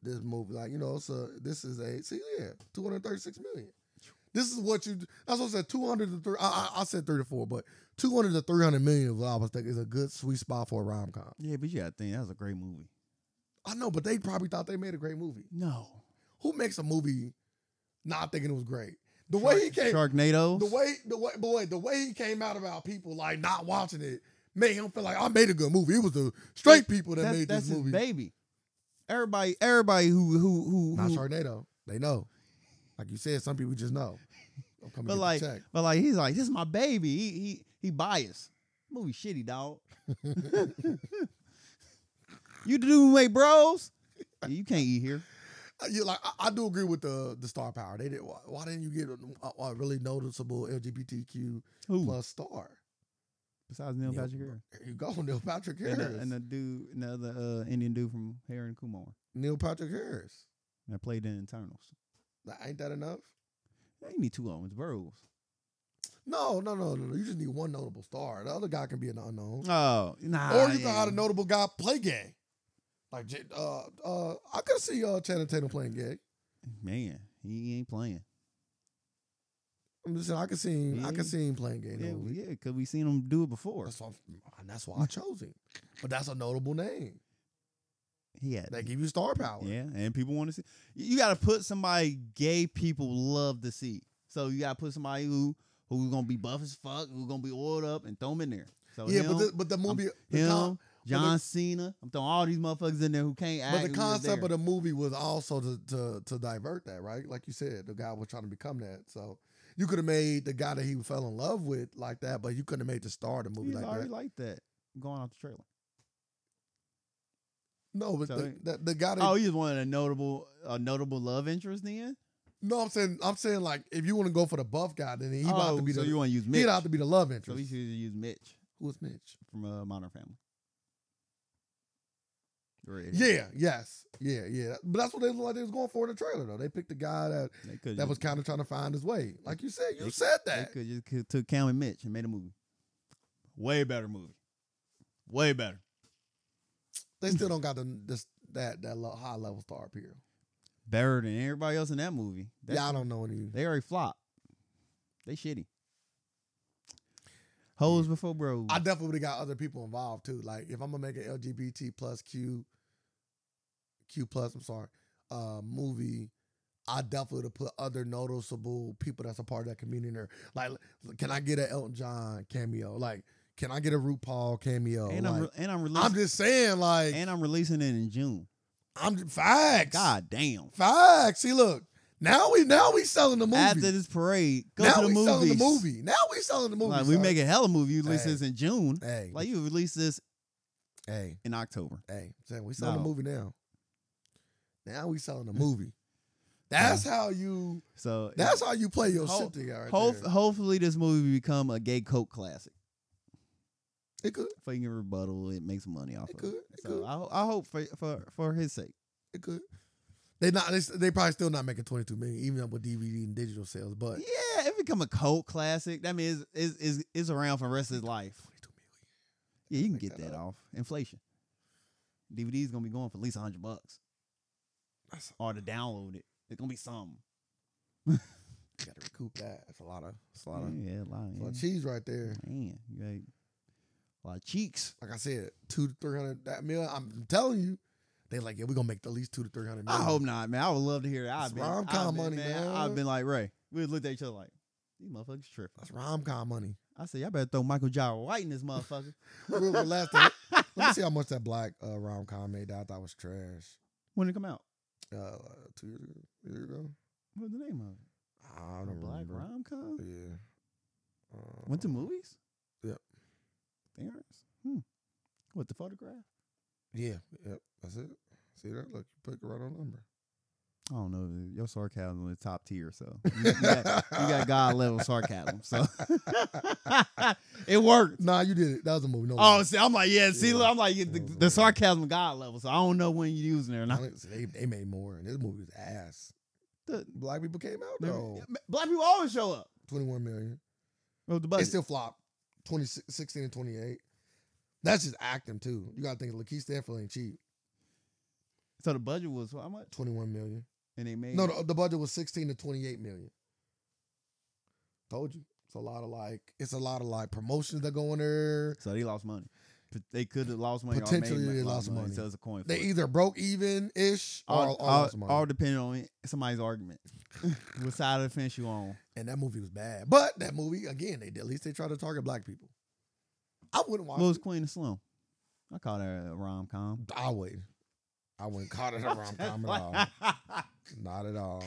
S2: this movie. Like you know, so this is a see, yeah, two hundred thirty six million. This is what you. That's what I said. Two hundred to three. I, I, I said three to four, but two hundred to three hundred million is what I was thinking is a good sweet spot for a rom com.
S1: Yeah, but you gotta think that was a great movie.
S2: I know, but they probably thought they made a great movie.
S1: No.
S2: Who makes a movie not thinking it was great? The way he came,
S1: Sharknado.
S2: the way the way boy, the way he came out about people like not watching it made him feel like I made a good movie. It was the straight people that
S1: that's,
S2: made
S1: that's
S2: this movie.
S1: his baby. Everybody, everybody who who who,
S2: Not
S1: who-
S2: Sharknado. They know. Like you said, some people just know. I'm coming
S1: but
S2: to
S1: like,
S2: check.
S1: but like, he's like, this is my baby. He he he biased. Movie shitty dog. you do wait, bros. Yeah, you can't eat here.
S2: Uh, Yeah, like I, I do agree with the the star power. They did. Why, why didn't you get a, a- a really noticeable LGBTQ
S1: Who
S2: plus star?
S1: besides Neil
S2: Neil-
S1: Patrick Harris
S2: There you go, Neil Patrick Harris.
S1: and the, and the dude and the other uh, Indian dude from Hair and Kumar
S2: Neil Patrick Harris.
S1: that played in Internals.
S2: Like, ain't that enough?
S1: They need two of them. It's Burrows.
S2: No, no, no, no, no. You just need one notable star. The other guy can be an unknown.
S1: Oh, nah.
S2: or you can
S1: yeah.
S2: have a notable guy play gay. Like, J- uh, uh, I could see uh, Channing Tatum playing gay.
S1: Man, he ain't playing.
S2: I'm just saying, I could see him. I
S1: Yeah.
S2: could see him playing gay. in the
S1: Yeah,
S2: movie.
S1: yeah, because we seen him do it before.
S2: That's why, and that's why I chose him. But that's a notable name.
S1: He had
S2: They give you star power.
S1: Yeah, and people want to see. You got to put somebody gay people love to see. So you got to put somebody who who's gonna be buff as fuck, who's gonna be oiled up, and throw them in there. So
S2: yeah,
S1: him, um,
S2: but the, but the movie, the
S1: him,
S2: con-
S1: John Cena. I'm throwing all these motherfuckers in there who can't act.
S2: but the concept of the movie was also to, to to divert that, right? Like you said, the guy was trying to become that. So you could have made the guy that he fell in love with like that, but you couldn't have made the star of the movie
S1: movie
S2: like
S1: already
S2: that.
S1: like that going off the trailer.
S2: No, but
S1: So
S2: the,
S1: it-
S2: the, the guy. That,
S1: Oh, you just wanted a notable a notable love interest then?
S2: no, I'm saying I'm saying like if you want to go for the buff guy, then he
S1: oh,
S2: about to be
S1: so
S2: the
S1: you want to use
S2: he
S1: Mitch?
S2: about to be the love
S1: so we
S2: interest.
S1: should use Mitch
S2: Who's Mitch?
S1: from uh, Modern Family. Redhead.
S2: Yeah, yes, yeah, yeah. But that's what they look like they was going for in the trailer though. They picked the guy that
S1: They could
S2: that
S1: just-
S2: was kind of trying to find his way. Like you said, you
S1: They-
S2: said
S1: They
S2: that.
S1: could just could, took Cam and Mitch and made a movie. Way better movie. Way better.
S2: They still don't got the this, that that lo- high level star appeal.
S1: Better than everybody else in that movie. That-
S2: yeah, I don't know any.
S1: They already flopped. They shitty. Hoes before bros.
S2: I definitely would have got other people involved too. Like if I'm gonna make an LGBT plus Q, Q plus, I'm sorry, uh, movie, I definitely would have put other noticeable people that's a part of that community in there. Like, can I get an Elton John cameo? Like, can I get a RuPaul cameo?
S1: and, I'm
S2: like,
S1: re- and I'm
S2: I'm
S1: releasing
S2: just saying, like,
S1: and I'm releasing it in June.
S2: I'm just, facts.
S1: God damn.
S2: Facts. See, look, now we now we selling the movie.
S1: After this parade, go
S2: now
S1: to the
S2: we selling the
S1: movies.
S2: movie. Now we selling the movie.
S1: Like we
S2: son.
S1: make a hella movie. You release
S2: Hey.
S1: this in June.
S2: Hey,
S1: Like you release this
S2: hey,
S1: in October.
S2: hey. Sam, we selling
S1: No.
S2: the movie now. Now we selling the movie. That's how you.
S1: So
S2: That's how you play your
S1: Ho-
S2: shit together. Right
S1: hope,
S2: there.
S1: hopefully this movie become a gay coke classic.
S2: It could.
S1: fucking rebuttal. It makes money off
S2: It
S1: of
S2: could,
S1: it.
S2: it
S1: So
S2: could.
S1: I, ho- I hope for, for for his sake.
S2: It could. They not. They, s- they probably still not making twenty two million, even up with DVD and digital sales. But
S1: Yeah, it become a cult classic. That means is is is around for the rest of his life.
S2: twenty two million.
S1: Yeah, you can
S2: Make
S1: get
S2: that
S1: that off inflation. DVD's gonna be going for at least hundred bucks,
S2: That's
S1: or to download it, it's gonna be something.
S2: you gotta recoup that. That's a lot of. That's a lot of.
S1: Yeah, a lot.
S2: that's a lot
S1: Yeah.
S2: of cheese right there.
S1: Man, you got a lot of cheeks.
S2: like I said, two to three hundred that million. I'm telling you, they like, yeah, we're gonna make at least two to three hundred
S1: I
S2: million.
S1: hope not, man. I would love to hear that.
S2: It's
S1: I've been, I've
S2: rom-com
S1: been-
S2: money, man.
S1: I've been like Ray. We looked at each other like these motherfuckers trip.
S2: that's rom com money.
S1: I said, y'all better throw Michael Jai White in this motherfucker.
S2: Remember the last time- Let me see how much that black uh, rom com made that I thought was trash.
S1: when it come out?
S2: Uh, two years ago, years ago.
S1: What's the name of it?
S2: I
S1: A
S2: don't
S1: black
S2: remember.
S1: rom com?
S2: Yeah. Uh,
S1: Went to movies?
S2: Yep.
S1: There's? Hmm. What the photograph?
S2: Yeah. Yep. That's it. See that? Look, you picked the right on number.
S1: I don't know. Your sarcasm is top tier, so you, you got, you got God level sarcasm. So it worked.
S2: Nah, you did it. That was a movie. No.
S1: Oh,
S2: lie.
S1: see, I'm like, yeah. Oh, See,
S2: Yeah.
S1: look, I'm like yeah, the,
S2: Yeah,
S1: the
S2: yeah.
S1: sarcasm God level. So I don't know when you're using it or not.
S2: Honestly, they, they made more, and this movie was ass.
S1: The-
S2: Black people came out though.
S1: Black people always show up.
S2: Twenty one million.
S1: With the
S2: It
S1: budget.
S2: still flopped. 2016 and twenty eight. That's just acting too. You gotta think Lakeith Stanfield ain't cheap.
S1: so the budget was how much?
S2: Twenty one million.
S1: And they made
S2: No, the, the budget was sixteen to twenty eight million. Told you. It's a lot of like it's a lot of like promotions that go in there.
S1: So they lost money. P- They could have lost money. or made
S2: Potentially
S1: mo-
S2: they lost money.
S1: So it's a coin.
S2: They
S1: flip.
S2: either broke even ish or
S1: all,
S2: all,
S1: all-
S2: lost money.
S1: all depending on somebody's argument. what side of the fence you on?
S2: and that movie was bad. But that movie, again, they did- at least they tried to target black people. I wouldn't watch
S1: What was
S2: it.
S1: Queen of Slim? I call that a rom com.
S2: I would. I wouldn't caught it around time at all. Not at all.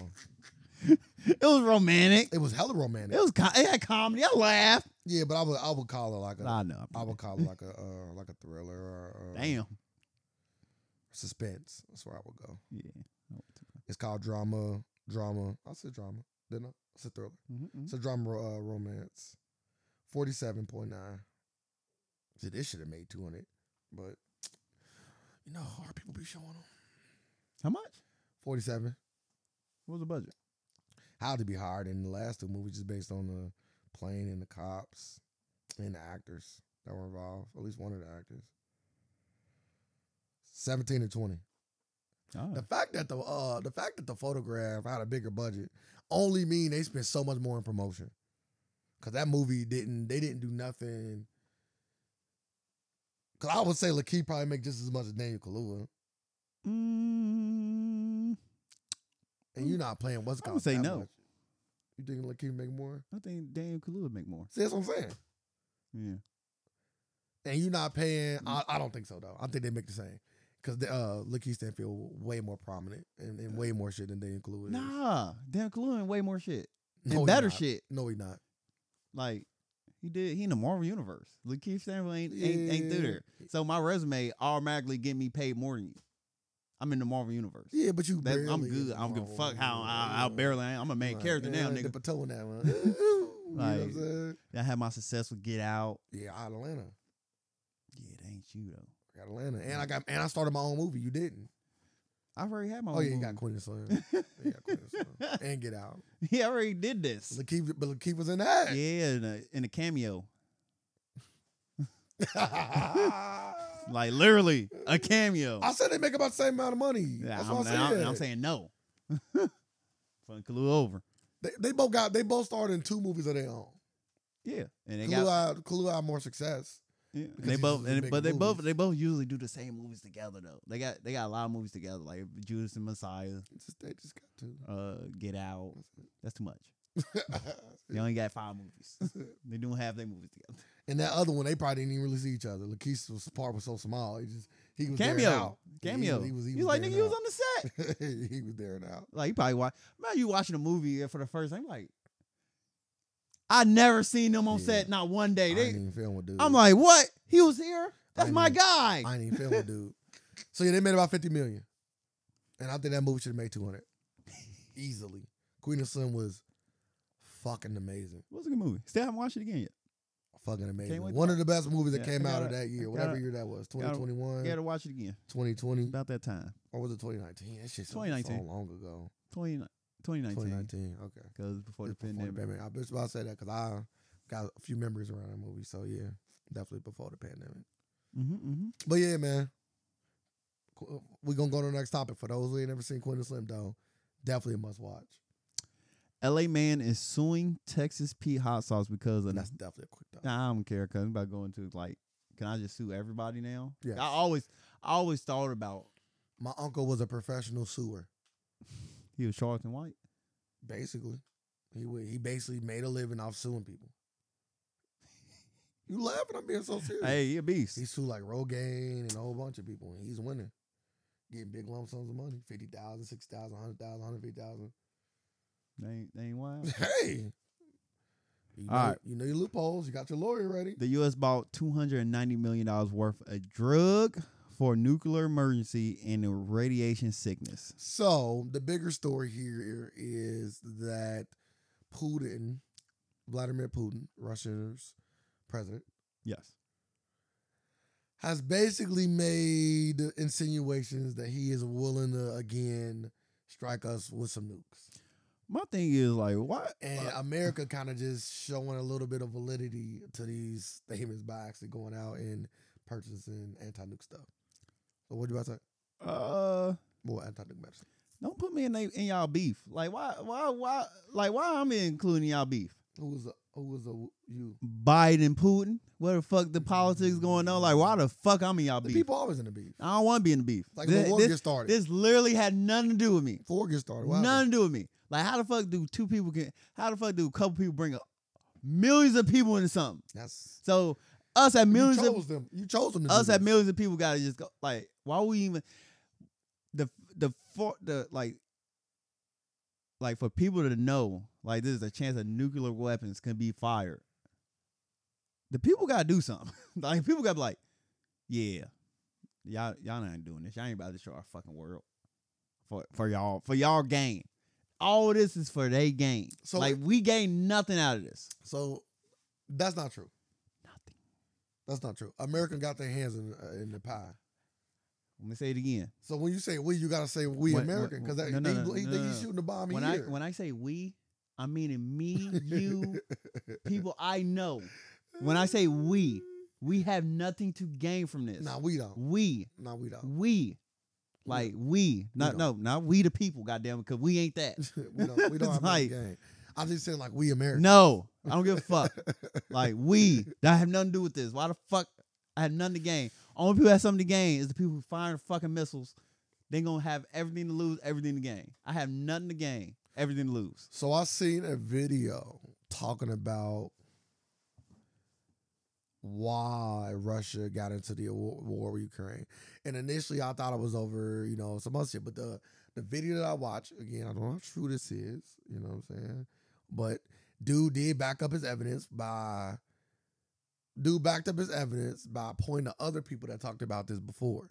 S1: it was romantic.
S2: It was hella romantic.
S1: It was co- it had comedy. I laughed.
S2: yeah, but I would I would call it like a I
S1: I know.
S2: would call it like a uh, like a thriller or uh,
S1: Damn.
S2: suspense. That's where I would go.
S1: Yeah.
S2: It's called drama, drama. I said drama, didn't I? It's a thriller.
S1: Mhm.
S2: It's a drama ro- uh, romance. Forty-seven point nine. See, this should have made two hundred, but you know, how hard people be showing them.
S1: How much?
S2: Forty-seven.
S1: What was the budget?
S2: How to be hard in the last two movies, just based on the plane and the cops and the actors that were involved. At least one of the actors. Seventeen to twenty.
S1: Oh.
S2: The fact that the uh the fact that the photograph had a bigger budget only mean they spent so much more in promotion. Cause that movie didn't they didn't do nothing. Cause I would say Lakeith probably make just as much as Daniel Kaluuya,
S1: Mm,
S2: and you're not playing what's
S1: Hmm. I would
S2: called
S1: say
S2: that
S1: no.
S2: much. You think Lakeith make more?
S1: I think Daniel Kaluuya make more.
S2: See, that's what I'm saying.
S1: Yeah.
S2: And you're not paying.
S1: Mm-hmm.
S2: I, I don't think so though. I think they make the same. Cause the, uh, Lakeith Stanfield way more prominent and, and way more shit than Daniel Kaluuya. is.
S1: Nah, Daniel Kaluuya in way more shit.
S2: no, he
S1: and better
S2: not.
S1: shit.
S2: No, he not. like,
S1: Like he did. He in the Marvel universe. Lakeith Stanfield ain't ain't, ain't through
S2: Yeah.
S1: there. So my resume automatically get me paid more than you. I'm in the Marvel universe.
S2: Yeah, but you.
S1: That- I'm
S2: barely
S1: good.
S2: in
S1: I don't give a
S2: Marvel,
S1: fuck how I,
S2: yeah.
S1: I barely am. I'm a main
S2: Right.
S1: character now,
S2: Yeah,
S1: nigga.
S2: dip a toe in that one. you know what I'm
S1: Like-
S2: saying?
S1: I had my successful Get Out.
S2: Yeah, I Atlanta.
S1: Yeah, it ain't you though.
S2: I got Atlanta, and I got and I started my own movie. You didn't.
S1: I've already had my.
S2: Oh
S1: own
S2: yeah, you got
S1: movie.
S2: Queen and Slim. You got Queen and Slim. and Get Out.
S1: he already did this.
S2: Lakeith, but Lakeith was in
S1: Yeah,
S2: that.
S1: in a, in a cameo, like literally a cameo.
S2: I said they make about the same amount of money.
S1: Yeah,
S2: That's
S1: I'm,
S2: what I'm,
S1: I'm-
S2: saying.
S1: I'm saying no. Fun Kalu over.
S2: They, they both got they both started in two movies of their own.
S1: Yeah, and they got
S2: Kalu Kalu had more success.
S1: yeah, and
S2: because
S1: they
S2: he's
S1: both,
S2: usually
S1: and, but they
S2: making
S1: both
S2: movies.
S1: they both usually do the same movies together though. They got they got a lot of movies together like Judas and Messiah,
S2: It's Just, they just got two.
S1: uh, Get Out. That's too much. They
S2: Yeah.
S1: only got five movies. they don't have their movies together.
S2: And that other one, they probably didn't even really see each other. Lakeith's was, part was so small. He just he was there and
S1: Cameo,
S2: out.
S1: cameo.
S2: He was, he was, he
S1: you
S2: was
S1: like
S2: there
S1: nigga,
S2: and
S1: you was
S2: out.
S1: on the set.
S2: he was there and out.
S1: Like you probably watch. Man, you watching a movie uh, for the first time. Like I never seen them on
S2: Yeah.
S1: set. Not one day.
S2: I ain't
S1: They,
S2: even film with dude.
S1: I'm like, what? He was here. That's
S2: ain't
S1: my
S2: even-
S1: guy.
S2: I ain't even film with dude. So yeah, they made about fifty million, and I think that movie should have made two hundred easily. Queen of Slim was fucking amazing,
S1: What's a good movie? Still haven't watched it again yet.
S2: fucking amazing.
S1: wait to
S2: One of the best movies that
S1: Yeah,
S2: came
S1: I
S2: out of
S1: gotta-
S2: that year,
S1: I
S2: whatever
S1: gotta-
S2: year that was,
S1: gotta-
S2: 2021,
S1: Gotta watch it again.
S2: mm-hmm. 2020,
S1: About that time.
S2: or was it 2019? That shit's 2019. so
S1: 2019.
S2: long ago.
S1: 20, 2019.
S2: 2019, okay.
S1: Because before the
S2: Just before
S1: pandemic.
S2: I was about to say that because I got a few memories around that movie. So yeah, definitely before the pandemic.
S1: Mm-hmm, mm-hmm.
S2: But yeah, man, we're gonna go to the next topic. For those who ain't never seen Quentin Slim, though, definitely a must watch.
S1: LA man is suing Texas Pete hot sauce because of.
S2: And that's definitely a quick topic.
S1: Nah, I don't care. Because I'm about going to, like, can I just sue everybody now?
S2: Yes.
S1: I always, I always thought about
S2: My uncle was a professional sewer.
S1: he was Charlton White.
S2: Basically, he wa- he basically made a living off suing people. You laughing? I'm being so serious.
S1: Hey, he a beast.
S2: He sued like Rogaine and a whole bunch of people, and he's winning, getting big lump sums of money 50000 60000 100000 150000
S1: They ain't, they ain't wild.
S2: Hey. You know,
S1: All right.
S2: you know your loopholes. You got your lawyer ready.
S1: The U.S. bought $290 million worth of drug, for nuclear emergency and radiation sickness.
S2: So the bigger story here is that Putin, Vladimir Putin, Russia's president,
S1: Yes.
S2: has basically made insinuations that he is willing to again strike us with some nukes.
S1: My thing is like, why?
S2: And
S1: uh,
S2: America kind of just showing a little bit of validity to these statements by actually going out and purchasing anti-nuke stuff. So what you about to say?
S1: uh,
S2: More anti-nuke medicine.
S1: don't put me in they, in y'all beef. Like why? Why? Why? Like why I'm including y'all beef?
S2: Who was a, who was a you?
S1: Biden, Putin. What the fuck? The politics going on? Like why the fuck I'm in y'all
S2: The
S1: beef?
S2: people always in the beef.
S1: I don't want to be in the beef.
S2: Like
S1: Thi-
S2: the war
S1: this,
S2: gets started.
S1: this literally had nothing to do with me.
S2: Before it gets started. Wow.
S1: Nothing to do with me. Like how the fuck do two people can? How the fuck do a couple people bring up millions of people into something?
S2: That's
S1: So us at millions
S2: you
S1: of
S2: chose them. You chose them. To
S1: us
S2: do
S1: at
S2: this.
S1: millions of people gotta just go like why we even the the for the like like for people to know like there's a chance that nuclear weapons can be fired the people gotta do something like people gotta be like yeah y'all y'all not doing this y'all ain't about to destroy our fucking world for for y'all for y'all gain all this is for they gain
S2: So-
S1: like we gain nothing out of this
S2: So that's not true.
S1: nothing
S2: That's not true. America got their hands in, uh, in the pie.
S1: let me say it again
S2: So when you say we, you got to say we
S1: When-
S2: American
S1: when-
S2: because they,
S1: no, no,
S2: they,
S1: no,
S2: they-
S1: no,
S2: they
S1: no, no.
S2: shooting the bomb
S1: when
S2: here.
S1: I when I say we, I mean in me, you, people I know. When I say we, we have nothing to gain from this.
S2: nah, we don't.
S1: we,
S2: Nah, we don't.
S1: we, like we, not no, not we the people. Goddamn, because we ain't that.
S2: we don't. We don't have
S1: Like-
S2: like, game. I'm just saying like we American.
S1: No, I don't give a fuck. like we, that have nothing to do with this. Why the fuck? I have nothing to gain. Only people that have something to gain is the people who fire the fucking missiles. They gonna have everything to lose, everything to gain. I have nothing to gain, everything to lose.
S2: So I seen a video talking about why Russia got into the war, war with Ukraine, and initially I thought it was over, you know, some other shit. But the the video that I watched again, I don't know how true this is, you know what I'm saying? But dude did back up his evidence by dude backed up his evidence by pointing to other people that talked about this before.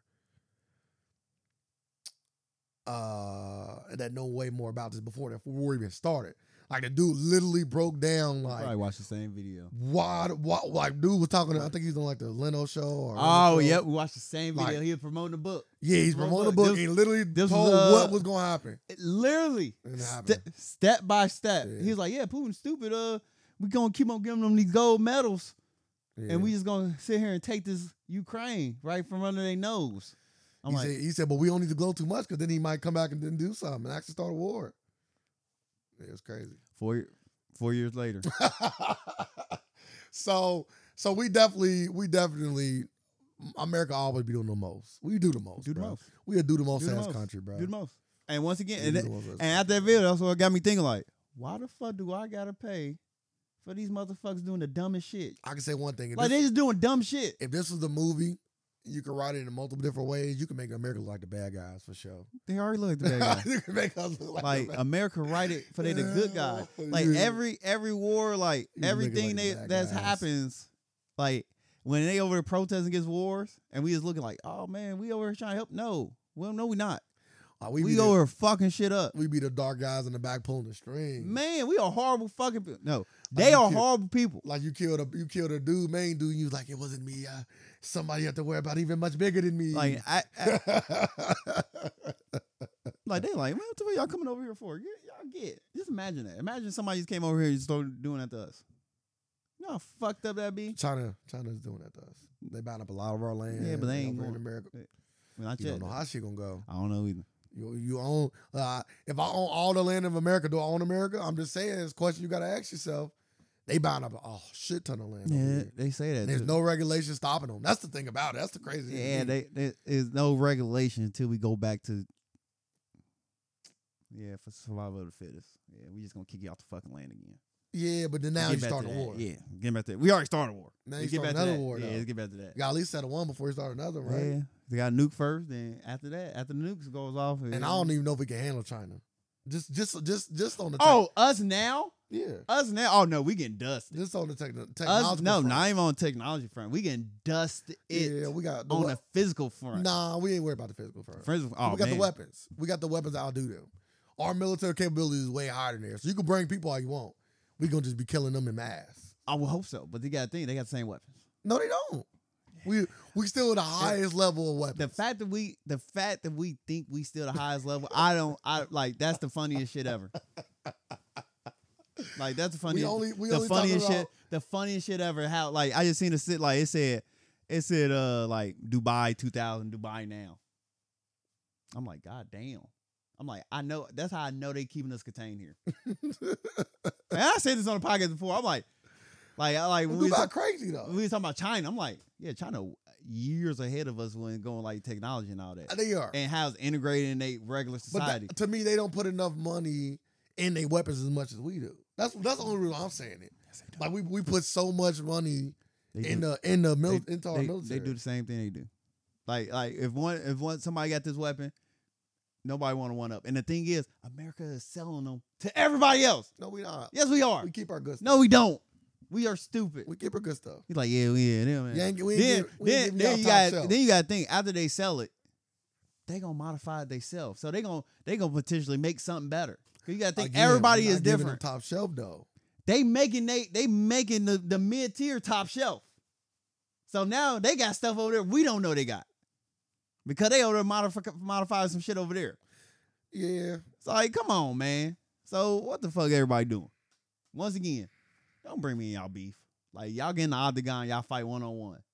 S2: Uh that know way more about this before that before we even started. Like the dude literally broke down
S1: I
S2: like
S1: probably watch the same video.
S2: why, why like dude was talking to, I think he's on like the Leno show or
S1: Oh
S2: Leno show.
S1: yeah, we watched the same video.
S2: Like-
S1: he was promoting the book.
S2: Yeah, he's
S1: Bro,
S2: promoting
S1: look,
S2: the book.
S1: this-
S2: he literally
S1: this
S2: told
S1: was, uh,
S2: what was gonna happen.
S1: It literally,
S2: And it
S1: ste-
S2: happened.
S1: step by step.
S2: Yeah.
S1: He was like, "Yeah, Putin's stupid. Uh, we gonna keep on giving them these gold medals, and we just gonna sit here and take this Ukraine right from under their nose." I'm
S2: he,
S1: like,
S2: said, he said, but we don't need to glow too much because then he might come back and then do something and actually start a war. It was crazy.
S1: four four years later.
S2: so so we definitely we definitely America always be doing the most. We do the most.
S1: Do the
S2: bro.
S1: most.
S2: We a do the most
S1: Do the
S2: as
S1: most.
S2: country, bro.
S1: Do the most. And once again,
S2: We
S1: and,
S2: do
S1: that-
S2: the most as
S1: and after that
S2: country, bro.
S1: video, that's what got me thinking. Like, why the fuck do I gotta pay for these motherfuckers doing the dumbest shit?
S2: I can say one thing. If,
S1: Like they
S2: this,
S1: just doing dumb shit.
S2: if this was the movie, you could write it in multiple different ways. You can make America look like the bad guys for sure.
S1: They already looked at that guy.
S2: you can make us look like,
S1: like
S2: the bad
S1: America right it for they the good guy. Like
S2: Yeah.
S1: every every war, like
S2: You make it
S1: everything
S2: like
S1: they
S2: the bad
S1: that
S2: guys.
S1: happens, like when they over there protesting against wars, and we just looking like, oh man, we over here trying to help. No, well, no, we not.
S2: Oh, we,
S1: We,
S2: be the,
S1: over here fucking shit up.
S2: we be the dark guys in the back pulling the string.
S1: Man, we are horrible fucking people. No,
S2: Like,
S1: they
S2: you
S1: are
S2: kid-
S1: horrible people.
S2: Like you killed a you killed a dude, main dude. and You was like it wasn't me. Uh, somebody had to worry about even much bigger than me.
S1: Like I, I
S2: yeah,
S1: like they like, man, what the fuck y'all coming over here for? Get, y'all get. Just imagine that. Imagine somebody just came over here and started doing that to us. You know how fucked up that be?
S2: China China's doing that to us. They buying up a lot of our land.
S1: Yeah, but they ain't
S2: over in
S1: going-
S2: America.
S1: When I
S2: You don't
S1: checked,
S2: know how she gonna go.
S1: I don't know either.
S2: You you own. Uh, if I own all the land of America, do I own America? I'm just saying. It's a question you gotta ask yourself. They buying up a oh, shit ton of land. over
S1: Yeah,
S2: here.
S1: they say that.
S2: And there's
S1: too.
S2: no regulation stopping them. That's the thing about it. That's the crazy. thing.
S1: Yeah, they, there is no regulation until we go back to. Yeah, for survival of the fittest. Yeah, we just gonna kick you off the fucking land again.
S2: Yeah, but then now
S1: Get
S2: you
S1: back to
S2: start a
S1: that.
S2: war.
S1: Yeah, get back to that. We already started a war.
S2: Now
S1: Let's
S2: you start another
S1: to that.
S2: war,
S1: Yeah,
S2: though.
S1: let's get back to that.
S2: You got at least settle one before you start another, right?
S1: Yeah, they got nuke first, then after that, after the nukes goes off,
S2: And I don't even know if we can handle China. Just, just, just, just on the.
S1: Oh, us now?
S2: Yeah.
S1: Us now, oh no, we getting dusted.
S2: Just on the techno-
S1: Us,
S2: technology.
S1: no, not even on technology front. We getting dusted it
S2: Yeah, we got the
S1: on
S2: we-
S1: the physical front.
S2: Nah, we ain't worried about the physical front.
S1: Physical- oh,
S2: we got
S1: man.
S2: the weapons. We got the weapons. I'll do them. Our military capability is way higher than theirs. So you can bring people all you want. We gonna just be killing them in mass.
S1: I would hope so, but they got to think they got the same weapons.
S2: No, they don't. We we still the highest level of weapons.
S1: The fact that we, the fact that we think we still the highest level, I don't, I like that's the funniest shit ever. Like that's the
S2: we
S1: funniest.
S2: only we
S1: the
S2: only talking
S1: funniest
S2: about
S1: shit the funniest shit ever how like i just seen a sit like it said it said uh like dubai 2000 dubai now i'm like god damn i'm like i know that's how i know they keeping us contained here and i said this on the podcast before i'm like like i like when we,
S2: Dubai
S1: was talk-
S2: crazy though.
S1: we was talking about china i'm like yeah china years ahead of us when going like technology and all that
S2: they are.
S1: and how it's integrated in their regular
S2: but that-
S1: society
S2: to me, they don't put enough money in their weapons as much as we do. That's that's the only reason I'm saying it. Like we, we put so much money
S1: They do
S2: in the in the mil-
S1: they,
S2: into our
S1: they-
S2: military.
S1: they do the same thing they do. Like like if one if one somebody got this weapon, nobody want to one up. And the thing is, America is selling them to everybody else.
S2: no, we not.
S1: Yes, we are.
S2: We keep our good stuff.
S1: No, we don't. We are stupid.
S2: we keep our good stuff.
S1: He's like, yeah, we yeah, them, man.
S2: You ain't- we ain't
S1: Then,
S2: give- we
S1: then,
S2: ain't give y'all
S1: then you
S2: top
S1: got
S2: shelf.
S1: then you got to think after they sell it, they gonna modify it themselves. So they gonna they gonna potentially make something better. 'Cause You got to think
S2: Again,
S1: everybody
S2: we're
S1: is
S2: not giving them
S1: different.
S2: Top shelf though.
S1: they making they they making the, the mid tier top shelf. So now they got stuff over there we don't know they got because they over there modify, modifying some shit over there.
S2: Yeah,
S1: It's like, come on, man. So what the fuck everybody doing? Once again, don't bring me in y'all beef. Like y'all get in the octagon, y'all fight one on one.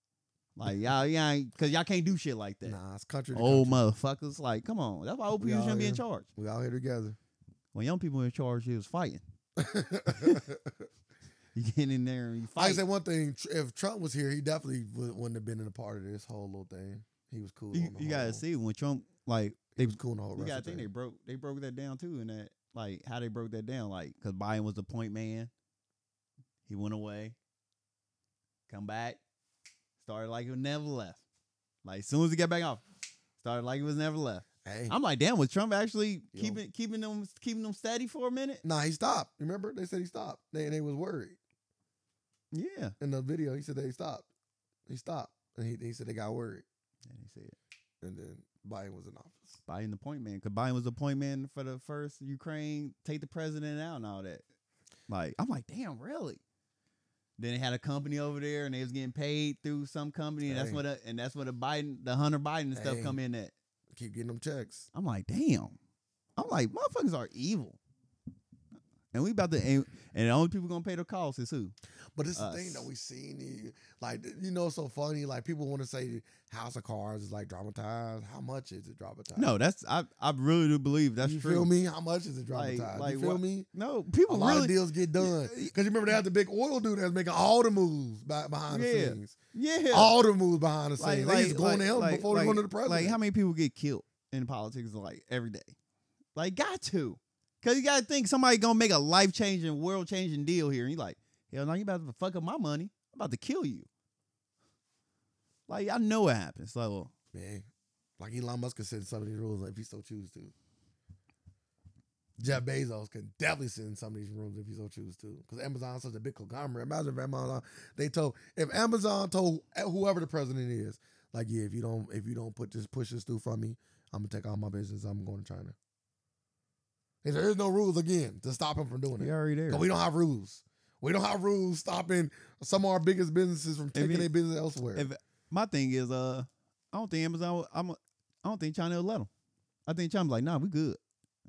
S1: Like y'all, y'all ain't, cause y'all can't do shit like that. Oh
S2: nah, it's country. To
S1: Old
S2: country.
S1: motherfuckers, like come on. That's why old
S2: We
S1: people
S2: out
S1: shouldn't be in
S2: here.
S1: charge.
S2: we all here together.
S1: When young people in charge, it was fighting.
S2: like
S1: You get in there and you fight.
S2: I said one thing. tr- If Trump was here, he definitely would, wouldn't have been in a part of this whole little thing. He was cool.
S1: you,
S2: on the
S1: you
S2: whole,
S1: gotta see when Trump like
S2: He
S1: they
S2: was cool on the whole.
S1: you gotta
S2: wrestling
S1: think they
S2: thing.
S1: broke they broke that down too and that like how they broke that down like because Biden was the point man he went away come back started like he was never left like as soon as he got back off started like he was never left
S2: Hey,
S1: I'm like damn was Trump actually
S2: Yo.
S1: keeping keeping them keeping them steady for a minute
S2: nah, he stopped. Remember they said he stopped. They they was worried
S1: yeah
S2: in the video. He said they stopped. He stopped, and he, he said they got worried,
S1: and he said
S2: and then Biden was in office.
S1: Biden the point man because Biden was the point man for the first Ukraine take the president out and all that. Like I'm like, damn, really? Then they had a company over there and they was getting paid through some company and that's
S2: Hey.
S1: what a, and that's what the Biden the Hunter Biden and stuff
S2: Hey.
S1: come in at.
S2: Keep getting them checks.
S1: I'm like, damn. I'm like, motherfuckers are evil. And we about to and, and the only people gonna pay the cost is who?
S2: But it's
S1: us.
S2: the thing that we seen it, like you know it's so funny. Like people want to say House of Cards is like dramatized. How much is it dramatized?
S1: No, that's I I really do believe that's
S2: you
S1: true.
S2: feel me? How much is it
S1: Like-
S2: dramatized?
S1: like
S2: you feel
S1: what-
S2: me?
S1: No,
S2: A
S1: people
S2: lot
S1: really
S2: of deals get done because you remember they had the big oil dude that's making all the moves by, behind the
S1: Yeah.
S2: scenes.
S1: yeah.
S2: All the moves behind the scenes. they just going to him
S1: like-
S2: before
S1: like-
S2: they go to the president.
S1: Like how many people get killed in politics like every day? Like got to. Cause you gotta think somebody gonna make a life changing, world changing deal here. And you like, hell no, you about to fuck up my money. I'm about to kill you. Like I know it happens. Like, well,
S2: Man, like Elon Musk could send some of these rules like, if he so choose to. Jeff Bezos can definitely sit in some of these rooms if he so choose to, because Amazon's such a big conglomerate. Imagine if Amazon they told if Amazon told whoever the president is, like, yeah, if you don't if you don't put this push this through from me, I'm gonna take all my business. I'm going to China. And there is no rules again to stop him from doing it.
S1: you're already there.
S2: 'Cause we don't have rules. We don't have rules stopping some of our biggest businesses from taking
S1: it-
S2: their business elsewhere.
S1: if- My thing is, uh, I don't think Amazon. I'm. I don't think China will let them. I think China's like, nah, we good.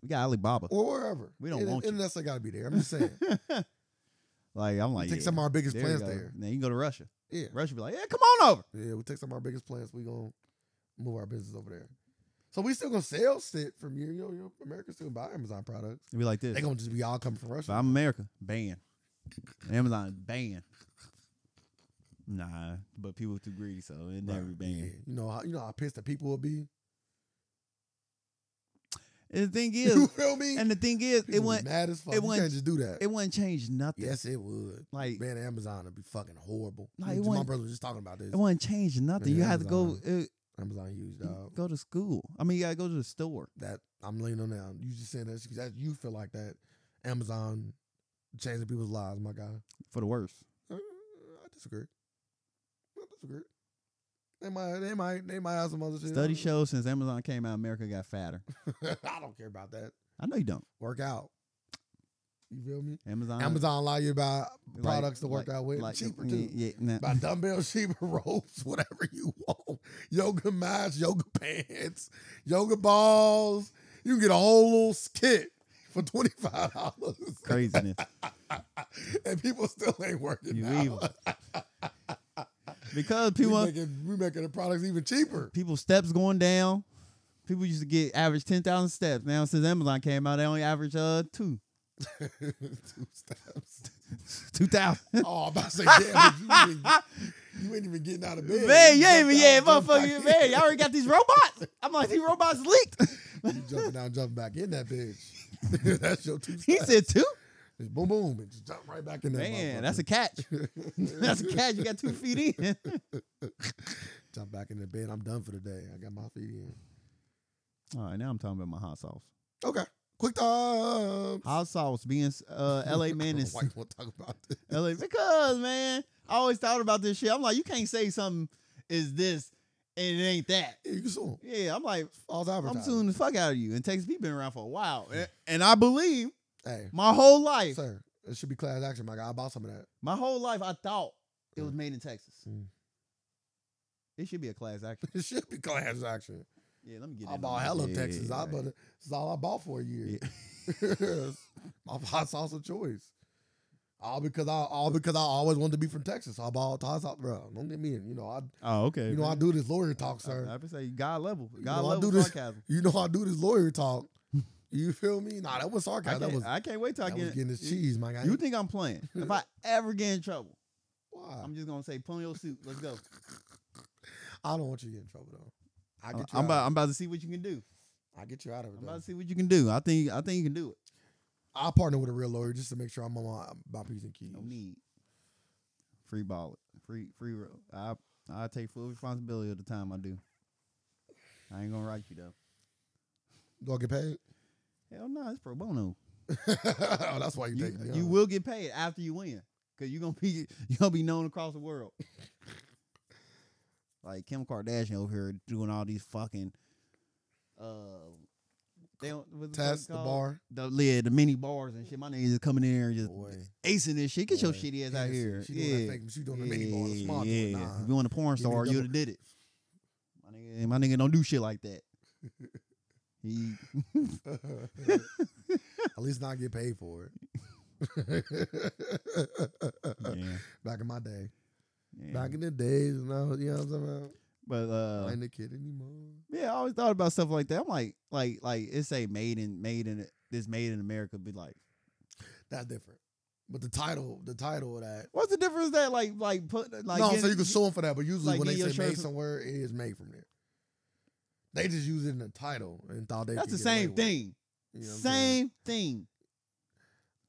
S1: We got Alibaba.
S2: or wherever.
S1: We don't
S2: it,
S1: want you.
S2: it necessarily got to be there. I'm just saying.
S1: like I'm like,
S2: take
S1: yeah,
S2: some of our biggest
S1: there you
S2: plants
S1: go.
S2: there.
S1: Then you go to Russia.
S2: Yeah,
S1: Russia be like, yeah, come on over.
S2: yeah. We take some of our biggest plants. We gonna move our business over there. So we still gonna sell shit from you. You know, you know, Americans still buy Amazon products.
S1: It'd be like this.
S2: They gonna just be all coming from
S1: If
S2: Russia.
S1: I'm America, ban. Amazon ban. Nah, but people too greedy, so it never
S2: Right,
S1: be banned.
S2: yeah. You know, how, you know how pissed the people will be.
S1: And the thing
S2: You
S1: is,
S2: feel me?
S1: and the thing is,
S2: people
S1: it
S2: be
S1: wouldn't
S2: mad as fuck.
S1: it
S2: you
S1: went-
S2: can't just do that.
S1: it wouldn't change nothing.
S2: yes, it would.
S1: Like
S2: Man, Amazon would be fucking horrible.
S1: Nah,
S2: Me
S1: it
S2: too, my
S1: wouldn't-
S2: brother was just talking about this.
S1: it wouldn't change nothing.
S2: Man,
S1: you have to go uh,
S2: Amazon huge dog.
S1: go to school. I mean, you gotta go to the store.
S2: that I'm leaning on now. You just saying that, that you feel like that Amazon changing people's lives, my guy.
S1: for the worse.
S2: Uh, I disagree. I disagree. They might, they might, they might have some other shit.
S1: Study shows since Amazon came out, America got fatter.
S2: I don't care about that.
S1: I know you don't.
S2: Work out. You feel me?
S1: Amazon,
S2: Amazon allow you to buy
S1: Uh, like-
S2: products to work
S1: like-
S2: out with
S1: like-
S2: cheaper
S1: yeah,
S2: too.
S1: Yeah, nah.
S2: Buy dumbbells, cheaper ropes, whatever you want. Yoga mats, yoga pants, yoga balls. You can get a whole little kit for twenty five dollars,
S1: craziness.
S2: and people still ain't working.
S1: You
S2: out.
S1: leave 'em. because people
S2: we making, we making the products even cheaper.
S1: people steps going down. People used to get average ten thousand steps. Now since Amazon came out, they only average uh two
S2: Two steps.
S1: two thousand.
S2: Oh, I'm about to say, damn, but you, ain't, you ain't even getting out of bed.
S1: Man, you ain't
S2: jumped
S1: even
S2: out
S1: yeah,
S2: and jumped back
S1: motherfucker.
S2: in.
S1: Man, y'all already got these robots. I'm like these robots leaked.
S2: You jumping out, and jumping back in that bitch. that's your two steps.
S1: He said two.
S2: Just boom, boom, and just jump right back in there.
S1: Man, that's a catch. That's a catch. You got two feet in.
S2: jump back in the bed. I'm done for the day. I got my feet in.
S1: All right, now I'm talking about my hot sauce.
S2: Okay, quick time.
S1: Hot sauce being uh, L.A. man is
S2: Why you want to talk about this?
S1: LA because man, I always thought about this shit. I'm like, you can't say something is this and it ain't that.
S2: Yeah, you can sue 'em.
S1: Yeah, I'm like,
S2: False
S1: I'm
S2: advertising.
S1: suing the fuck out of you. And Texas Pete been around for a while, and, and I believe
S2: Hey,
S1: my whole life,
S2: sir, it should be class action, my guy. I bought some of that.
S1: my whole life, I thought it was made in Texas.
S2: Mm.
S1: It should be a class action.
S2: It should be class action.
S1: Yeah, let me get.
S2: I
S1: in
S2: bought
S1: on that.
S2: hella
S1: Yeah,
S2: Texas.
S1: yeah,
S2: I
S1: yeah,
S2: bought
S1: right.
S2: it. It's all I bought for a year. my hot sauce of choice. All because I all because I always wanted to be from Texas. So I bought hot sauce, bro. Don't get me in. You know I
S1: Oh, okay.
S2: you know I
S1: man.
S2: do this lawyer talk, sir.
S1: I, I would say God level,
S2: You
S1: God
S2: know, I
S1: level
S2: do this-
S1: sarcasm.
S2: You know I do this lawyer talk. You feel me? Nah, that was
S1: I
S2: sarcasm. That
S1: can't,
S2: was
S1: I can't wait till
S2: that
S1: I
S2: was
S1: get.
S2: getting this cheese, my guy.
S1: You think I'm playing? If I ever get in trouble,
S2: Why?
S1: I'm just gonna say, pull your suit. Let's go.
S2: I don't want you to get in trouble though. I get you.
S1: Uh, I'm
S2: out
S1: about, I'm about to see what you can do.
S2: of, I get you out of it.
S1: I'm
S2: though.
S1: about to see what you can do. I think I think you can do it.
S2: I'll partner with a real lawyer just to make sure I'm on my, my P's and keys.
S1: No need. Free ball it. Free free roll. I I take full responsibility of the time I do. I ain't gonna write you though.
S2: Do I get paid?
S1: Hell no, it's pro bono.
S2: oh, that's why you,
S1: You,
S2: take me.
S1: you
S2: huh?
S1: will get paid after you win. Cause you're gonna be you gonna be known across the world. like Kim Kardashian over here doing all these fucking uh they don't what's it
S2: test the
S1: called?
S2: bar.
S1: The, yeah, the mini bars and shit. My niggas is coming in here and just
S2: Boy.
S1: acing this shit. Get your
S2: Boy,
S1: shitty ass out
S2: Hennessy.
S1: here.
S2: She doing
S1: yeah.
S2: that fake, she doing the mini ball, the
S1: Yeah,
S2: small
S1: yeah.
S2: joint. Nah.
S1: If you want a porn
S2: Give me
S1: star,
S2: double-
S1: you would have did it. My nigga, my nigga don't do shit like that. He,
S2: At least not get paid for it.
S1: yeah.
S2: Back in my day.
S1: yeah.
S2: Back in the days when I was, you know what I'm talking about?
S1: but
S2: I
S1: uh,
S2: ain't a kid anymore.
S1: yeah, I always thought about stuff like that. I'm like, like, like it say made in made in this made in America. Be like,
S2: That's different. But the title, the title of that.
S1: what's the difference that like like put like
S2: no, so
S1: getting-
S2: you can sue them for that, but usually
S1: like,
S2: when they
S1: get your
S2: say made
S1: shirt-
S2: somewhere, it is made from there. They just use it in the title and thought they
S1: That's the
S2: could get away
S1: same
S2: with it.
S1: thing.
S2: You know what I'm saying?
S1: same thing.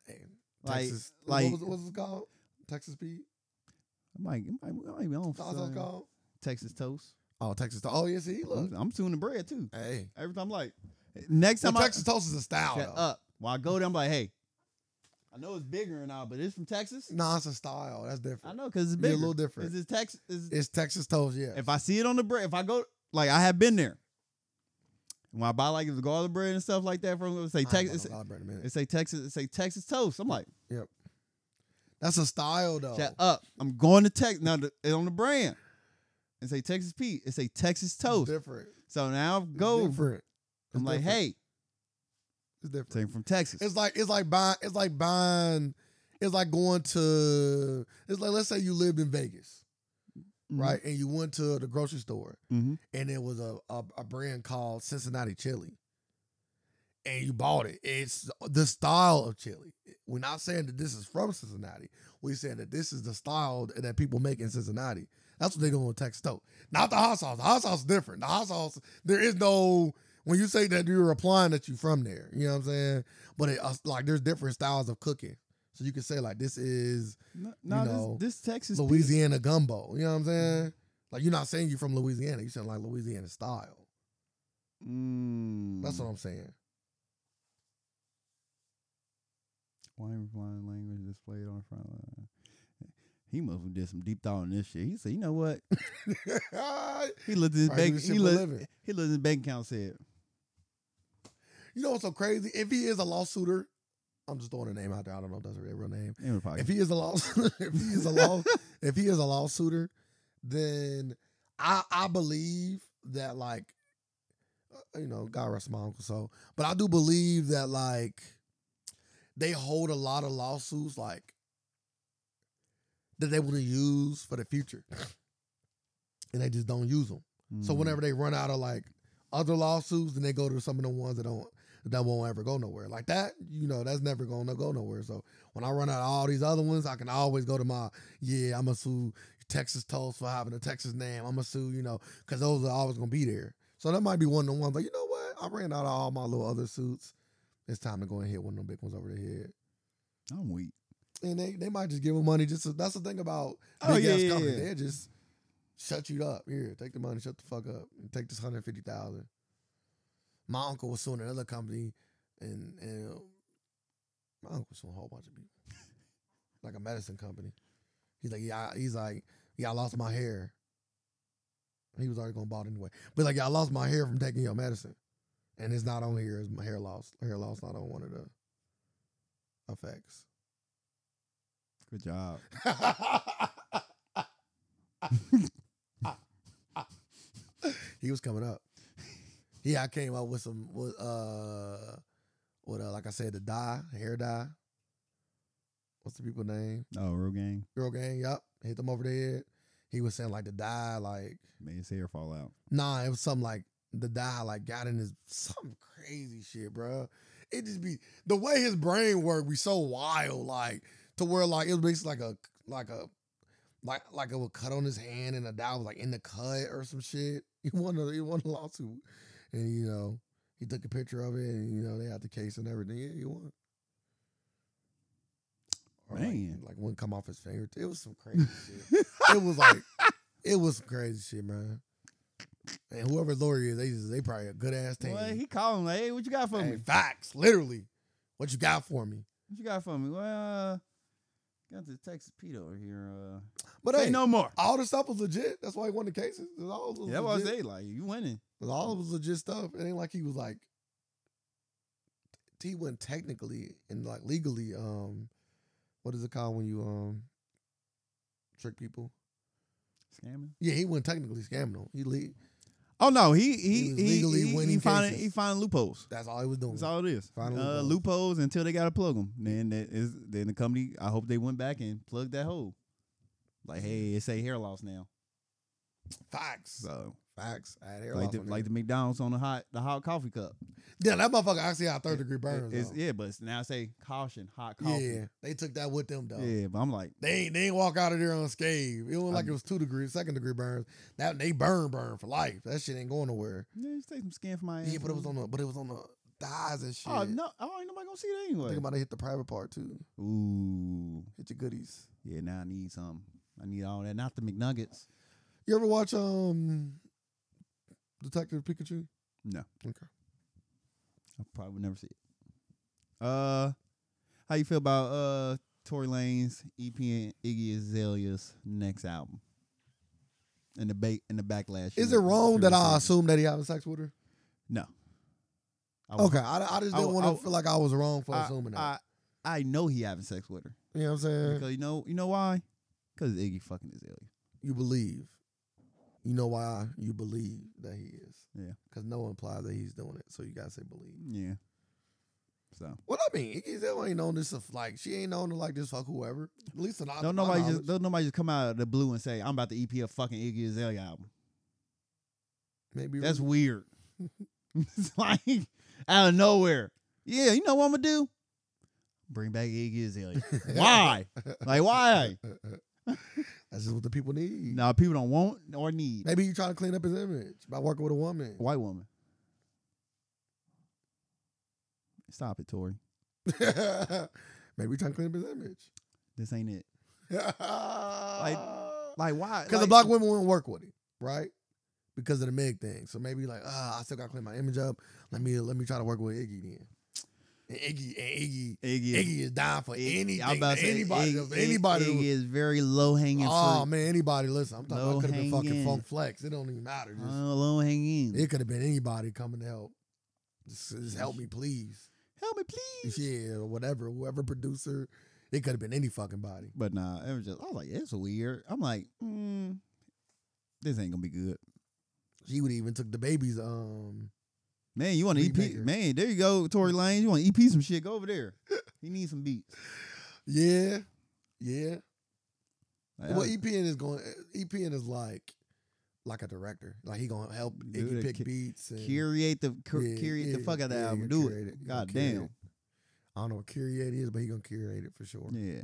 S2: Hey,
S1: Like
S2: Texas,
S1: like
S2: what was, what's it called? Texas Pete?
S1: I'm like, I'm like, I don't even own
S2: That's what it's
S1: son.
S2: called?
S1: Texas toast.
S2: Oh, Texas Toast. Oh, yeah, see, look.
S1: I'm, I'm suing the bread too.
S2: Hey.
S1: Every time, I'm like, next
S2: Well,
S1: time I
S2: Texas Toast is a style.
S1: Shut
S2: though.
S1: up. When I go there, I'm like, hey, I know it's bigger and all, but it's from Texas.
S2: Nah, it's a style. That's
S1: I
S2: different.
S1: know because it's
S2: Be a
S1: bigger.
S2: little different.
S1: Is it Texas? Is,
S2: It's Texas Toast, yeah.
S1: if I see it on the bread, if I go, like I have been there. When I buy like the garlic bread and stuff like that from, it say
S2: I ain't bought no
S1: Texas,
S2: garlic bread in a minute.
S1: it say Texas, it say Texas toast. I'm like,
S2: That's a style, though.
S1: shut up. I'm going to Texas now. The, it's on the brand. It say Texas Pete. It say Texas
S2: It's
S1: toast.
S2: different.
S1: So now I
S2: It's
S1: go.
S2: different. It's
S1: I'm like,
S2: different.
S1: hey,
S2: it's different.
S1: thing from Texas.
S2: It's like it's like buying. It's like buying. It's like going to. It's like let's say you lived in Vegas, right? And you went to the grocery store,
S1: Mm-hmm.
S2: and it was a, a a brand called Cincinnati Chili, and you bought it. It's the style of chili. We're not saying that this is from Cincinnati. We're saying that this is the style that people make in Cincinnati. That's what they do on Texas Toast. Not the hot sauce. The hot sauce is different. The hot sauce, there is no when you say that you're applying that you from there. You know what I'm saying? But it, uh, like there's different styles of cooking. So you can say like this is
S1: No, no,
S2: know,
S1: this, this Texas Pete-
S2: Louisiana gumbo. You know what I'm saying? Like you're not saying you're from Louisiana. You're saying like Louisiana style.
S1: Mm.
S2: That's what I'm saying.
S1: disclaimer flying language displayed on the front line. He must have did some deep thought on this shit. He said, you know what? He looked at his
S2: Probably do
S1: bank.
S2: this
S1: He
S2: shit for a
S1: looked,
S2: living.
S1: he looked at his bank account. and Said,
S2: you know what's so crazy? If he is a lawsuiter, I'm just throwing a name out there. I don't know if that's a real name.
S1: it would probably
S2: If he is a law, if he is a law, if he is a lawsuiter, then I I believe that like, uh, you know, God rest my uncle. So, but I do believe that like, they hold a lot of lawsuits like that they want to use for the future, and they just don't use them. So
S1: Mm.
S2: whenever they run out of like other lawsuits, then they go to some of the ones that don't that won't ever go nowhere. Like that, you know, that's never gonna go nowhere. So when I run out of all these other ones, I can always go to my yeah, I'ma sue Texas Toast for having a Texas name. I'ma sue, you know, because those are always gonna be there. So that might be one of the ones. Like you know what, I ran out of all my little other suits. It's time to go and hit one of them big ones over the head.
S1: I'm weak.
S2: And they, they might just give them money. Just to, that's the thing about
S1: Oh,
S2: big
S1: yeah,
S2: ass
S1: yeah,
S2: companies.
S1: yeah.
S2: They just shut you up. Here, take the money. Shut the fuck up. And take this hundred fifty thousand. My uncle was suing another company, and and uh, my uncle was suing a whole bunch of people, like a medicine company. He's like, yeah, I- he's like, yeah, I lost my hair. He was already gonna bought anyway, but like, yeah, I lost my hair from taking your medicine, and it's not on here. It's my hair loss. Hair loss not on one of the effects.
S1: Good job.
S2: he was coming up. Yeah, I came up with some with uh what uh like I said, the dye, hair dye. What's the people name?
S1: Oh, real gang
S2: Girl gang, yup. Hit them over the head. He was saying like the dye, like
S1: made his hair fall out.
S2: Nah, it was something like the guy like got in his some crazy shit, bro. It just be the way his brain work be so wild, like to where like it was basically like a like a like like it would cut on his hand and the dye was like in the cut or some shit. He won a he won a lawsuit, and you know he took a picture of it and you know they had the case and everything. Yeah, he won. Or, like-
S1: Man.
S2: like, wouldn't come off his finger. It was some crazy shit. It was like it was some crazy shit, man. And whoever Lori is, they just, they probably a good ass team.
S1: Well, he called him like, "Hey, what you got for
S2: Hey,
S1: me?
S2: facts, literally. What you got for me?
S1: What you got for me? Well, uh, got this Texas Pete over here. Uh,
S2: But
S1: say
S2: hey,
S1: no more.
S2: all the stuff was legit. That's why he won the cases. It all was
S1: Yeah, eh? that's what I
S2: legit.
S1: say. Like you winning.
S2: It all was legit stuff. It ain't like he was like he wasn't technically and like legally. Um, what is it called when you um trick people?
S1: Scamming.
S2: Yeah, he wasn't technically scamming them. He le-
S1: Oh no, he
S2: He
S1: he
S2: was
S1: he
S2: legally
S1: he, he,
S2: winning
S1: finding
S2: cases.
S1: he finding loopholes.
S2: that's all he was doing.
S1: That's all it is.
S2: Finding
S1: uh,
S2: loopholes.
S1: loopholes until they gotta plug them. Then that is then the company. I hope they went back and plugged that hole. Like hey, it's a hair loss now.
S2: Facts.
S1: So
S2: Facts. I had hair
S1: like
S2: loss
S1: the,
S2: on
S1: like
S2: there.
S1: the McDonald's on the hot the hot coffee cup.
S2: yeah, that motherfucker actually had third degree burns.
S1: It's-
S2: though.
S1: yeah, but it's now say caution hot
S2: Yeah,
S1: coffee.
S2: they took that with them though.
S1: yeah, but I'm like.
S2: They ain't they ain't walk out of there unscathed. It wasn't like
S1: I'm-
S2: it was two degrees, second degree burns. That they burn burn for life. That shit ain't going nowhere.
S1: Yeah, just take some skin from my ass.
S2: Yeah, but it was
S1: man.
S2: on the but it was on the thighs and shit.
S1: Oh no! Oh, ain't nobody gonna see that anyway.
S2: Think about it hit the private part too.
S1: Ooh,
S2: Hit your goodies.
S1: yeah. Now I need some. I need all that. Not the McNuggets.
S2: You ever watch um Detective Pikachu?
S1: No,
S2: Okay.
S1: I probably would never see it. Uh, how you feel about uh Tory Lane's EP and Iggy Azalea's next album? And the bait and the backlash.
S2: Is
S1: she
S2: it wrong that I
S1: received?
S2: assume that he having sex with her?
S1: No. I was-
S2: Okay, I, I just
S1: I
S2: didn't
S1: wa-
S2: want
S1: I wa-
S2: to feel like I was wrong for
S1: I,
S2: assuming that.
S1: I I know he having sex with her
S2: you know what I'm saying?
S1: because you know you know why? Because Iggy fucking Azalea.
S2: you believe. You know why you believe that he is.
S1: Yeah.
S2: Because no one implies that he's doing it. So you gotta say believe.
S1: Yeah. So
S2: What I mean, Iggy Azalea ain't known this of like she ain't known to like this fuck whoever. At least not
S1: Don't nobody just don't nobody just come out of the blue and say I'm about to EP a fucking Iggy Azalea album.
S2: maybe
S1: That's weird. it's like out of nowhere. Yeah, you know what I'm gonna do? Bring back Iggy Azalea. why? Like why?
S2: that's just what the people need.
S1: Now people don't want or need
S2: Maybe you trying to clean up his image by working with a woman.
S1: a white woman. Stop it, Tori.
S2: maybe you trying to clean up his image.
S1: This ain't it.
S2: Because
S1: Like why?
S2: the
S1: Like-
S2: black women wouldn't work with it, right? Because of the Meg thing. So maybe like, ah, I still gotta clean my image up. Let me let me try to work with Iggy then. And Iggy, and Iggy,
S1: Iggy,
S2: Iggy is down for
S1: Iggy-
S2: anything.
S1: I'm about to say,
S2: anybody,
S1: Iggy- Iggy-
S2: anybody.
S1: Iggy
S2: who-
S1: is very low hanging
S2: oh
S1: fruit.
S2: man, anybody. Listen, I'm talking. about
S1: Low
S2: it could have been fucking
S1: hanging.
S2: Funk Flex. It don't even matter. Just,
S1: Uh, low hanging.
S2: it could have been anybody coming to help. Just, just help me, please.
S1: Help me, please.
S2: Yeah, or whatever, whoever producer. It could have been any fucking body.
S1: But nah, it was just. I was like, it's weird. I'm like, mm, this ain't gonna be good.
S2: She would even took the baby's um
S1: Man, you want to EP?
S2: Remake her.
S1: Man, there you go, Tory Lanez. You want to EP some shit? Go over there. he needs some beats.
S2: Yeah. Yeah.
S1: Like, I-
S2: Well EPN is going EPN is like like a director. Like he gonna help
S1: Do
S2: Iggy
S1: the
S2: pick
S1: ki-
S2: beats and
S1: curate the cur-
S2: Yeah,
S1: curate the
S2: yeah,
S1: fuck out of the
S2: yeah,
S1: album.
S2: you
S1: Do
S2: curate it,
S1: it.
S2: you
S1: God
S2: curate
S1: damn.
S2: it. I don't know what curate is, but he gonna curate it for sure.
S1: Yeah.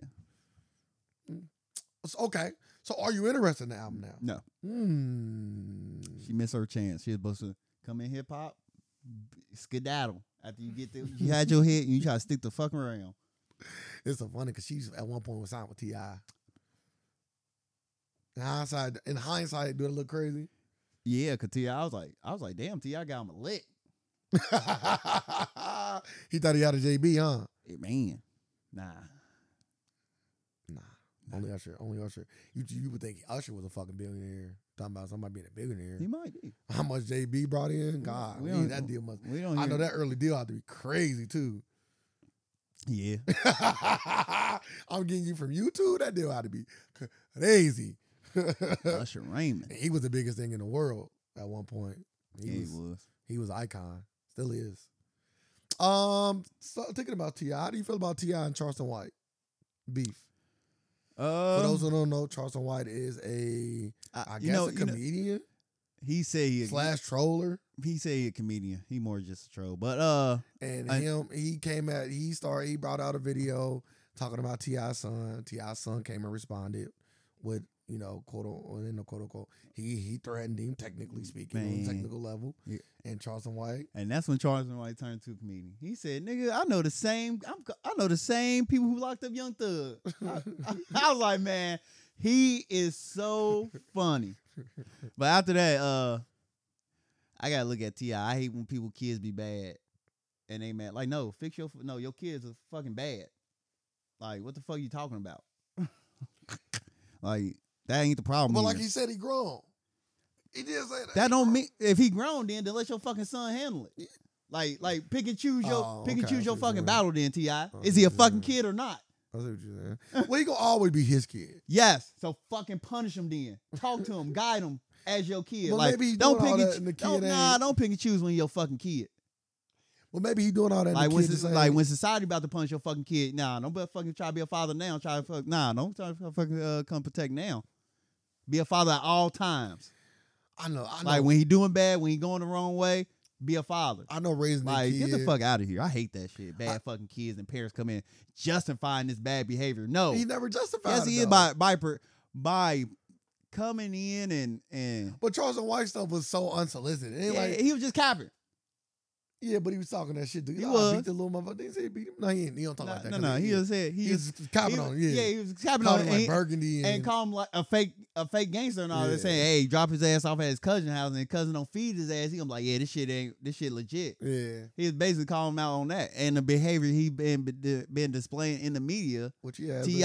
S2: So, okay. So are you interested in the album now?
S1: No.
S2: Hmm.
S1: She missed her chance. She was supposed to come in hip hop, b- skedaddle after you get the you had your hit and you try to stick the fuck around.
S2: It's so funny because she's at one point was signed with T.I. In hindsight, in hindsight, do it look crazy?
S1: Yeah, cause T I was like, I was like, damn, T I got him a lick.
S2: he thought he had a JB, huh?
S1: Eh, man, nah.
S2: Nah. Only Usher. Only Usher. You you would think Usher was a fucking billionaire. Talking about somebody being a billionaire.
S1: He might be.
S2: How much JB brought in? God,
S1: we
S2: man,
S1: don't-
S2: that deal must.
S1: We don't.
S2: I know
S1: hear-
S2: that early deal had to be crazy too.
S1: Yeah.
S2: I'm getting you from YouTube. That deal had to be crazy. And
S1: Usher Raymond.
S2: he was the biggest thing in the world at one point. He
S1: Yeah, he
S2: was
S1: was.
S2: he was icon. Still is. Um, so thinking about Ti, how do you feel about Ti and Charleston White beef? For
S1: Uh,
S2: those who don't know, Charleston White is a I guess a comedian
S1: he said he a,
S2: slash troller,
S1: he said he a comedian. He more just a troll. But uh,
S2: and
S1: I-
S2: him he came at he started he brought out a video talking about Ti's son. Ti's son came and responded with you know quote unquote in the quote unquote he he threatened him technically speaking on
S1: Man.
S2: a technical level,
S1: Yeah.
S2: and Charleston White
S1: And that's when Charleston White turned to a comedian. He said, "Nigga, I know the same. I'm, I know the same people who locked up Young Thug." I, I was like, "Man, he is so funny." But after that, uh, I gotta look at Ti. I hate when people kids be bad and they mad. Like, no, fix your no. Your kids are fucking bad. Like, what the fuck you talking about? like, that ain't the problem.
S2: but like
S1: here.
S2: he said he grown. He did say that.
S1: That don't mean if he grown, then then let your fucking son handle it. Like like pick and choose your
S2: Oh,
S1: pick and
S2: okay, Oh,
S1: choose
S2: I
S1: your
S2: see what
S1: fucking
S2: you're
S1: battle. Then Ti,
S2: I
S1: is
S2: see
S1: he a
S2: what you're
S1: fucking
S2: saying.
S1: kid or not?
S2: I see what you're saying. Well, he gonna always be his kid.
S1: Yes. So fucking punish him then. Talk to him, guide him as your kid.
S2: Well,
S1: like
S2: maybe he
S1: don't
S2: doing all
S1: pick and,
S2: that and the
S1: choo- don't,
S2: kid
S1: nah,
S2: ain't-
S1: don't pick and choose when you're fucking kid.
S2: Well, maybe he doing all that. and the
S1: Like when
S2: kid
S1: so-
S2: just ain't-
S1: like when society about to punish your fucking kid. Nah, don't be fucking try to be a father now. Try to fuck nah, don't try to fucking uh, come protect now. Be a father at all times.
S2: I know, I know,
S1: Like when he doing bad, when he going the wrong way, be a father.
S2: I know raising the
S1: Like,
S2: kid.
S1: get the fuck out of here. I hate that shit. Bad fucking kids and parents come in justifying this bad behavior. No.
S2: He never justified.
S1: Yes,
S2: it,
S1: he is
S2: though.
S1: by by per- by coming in and and
S2: But Charleston White stuff was so unsolicited. It ain't
S1: Yeah,
S2: like
S1: he was just capping.
S2: Yeah, but he was talking that shit. Dude.
S1: He
S2: He
S1: was.
S2: I beat the little motherfucker. They say he beat him. No, he, ain't, he don't talk
S1: No,
S2: like that.
S1: no,
S2: 'cause
S1: no, He just said
S2: he
S1: he,
S2: was
S1: he
S2: copping
S1: was-
S2: on. him, Yeah,
S1: yeah, he was capping on
S2: called him
S1: it
S2: like
S1: and, he-
S2: Burgundy and,
S1: and call him like a fake a fake gangster and all that
S2: Yeah.
S1: saying, hey, drop his ass off at his cousin house and his cousin don't feed his ass. He gonna be like, yeah, this shit ain't this shit legit.
S2: yeah,
S1: He was basically calling him out on that and the behavior he been been displaying in the media.
S2: which he has.
S1: Ti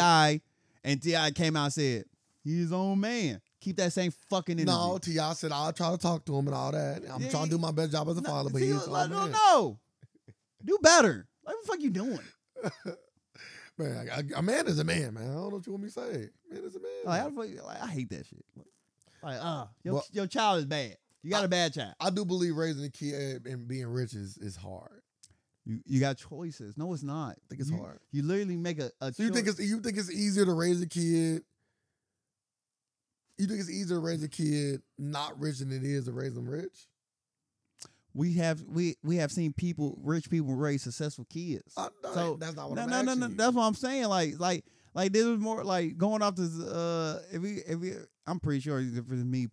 S1: and Ti came out and said he's his own man. Keep that same fucking energy.
S2: No, Ti said I'll try to talk to him and all that. I'm
S1: Yeah,
S2: trying to do my best job as a
S1: No,
S2: father, but
S1: see,
S2: he's
S1: like,
S2: like,
S1: no,
S2: man,
S1: no. do better. Like what the fuck you doing?
S2: man, a- a man is a man, man. I don't know what you want me to say. Man is a man.
S1: Like, how the fuck- like, I hate that shit. Like uh, your,
S2: Well-
S1: your child is bad. You got a bad child.
S2: I do believe raising a kid and being rich is, is hard.
S1: You, you got choices. No, it's not. I
S2: think it's
S1: you,
S2: hard.
S1: You literally make a, a
S2: So you think
S1: choice.
S2: it's you think it's easier to raise a kid? You think it's easier to raise a kid not rich than it is to raise them rich?
S1: we have we we have seen people rich people raise successful kids.
S2: I, no,
S1: So-
S2: that's not what
S1: no,
S2: I'm
S1: no, no,
S2: asking
S1: no.
S2: you.
S1: That's what I'm saying. Like, like, like this was more like going off this. Uh, if we, if we, I'm pretty sure if it's me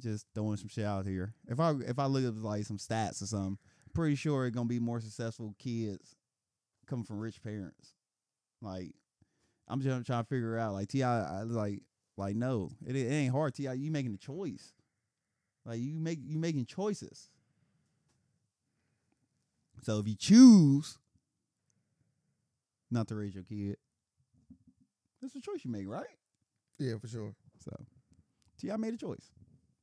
S1: just throwing some shit out here. If I, if I look up like some stats or something, pretty sure it's gonna be more successful kids coming from rich parents. Like, I'm just trying to figure out. Like Ti, I like, like no, it, it ain't hard. Ti, you making a choice. Like you make you making choices. So if you choose not to raise your kid. That's a choice you make, right?
S2: Yeah, for sure.
S1: So Ti made a choice.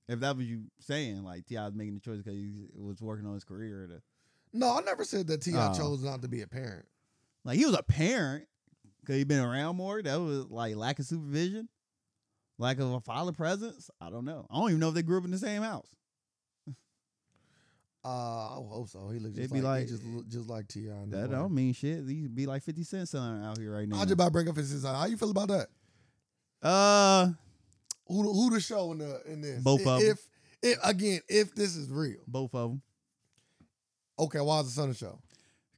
S1: If that was you saying, like Ti was making the choice because he was working on his career, or the,
S2: No, I never said that Ti
S1: Oh.
S2: chose not to be a parent.
S1: like he was a parent because he been around more. That was like lack of supervision, lack of a father presence. I don't know. I don't even know if they grew up in the same house.
S2: Uh, I would hope so. He looks
S1: It'd
S2: just
S1: be
S2: like,
S1: like-
S2: he just look just like Ti. in
S1: That
S2: way.
S1: don't mean shit. These be like Fifty Cent son out here right now.
S2: I just about bring up his design. How you feel about that?
S1: uh,
S2: Who the- who the show in the in this?
S1: Both
S2: if,
S1: of 'em.
S2: If if again, if this is real,
S1: both of them
S2: okay. Why is the son of the show?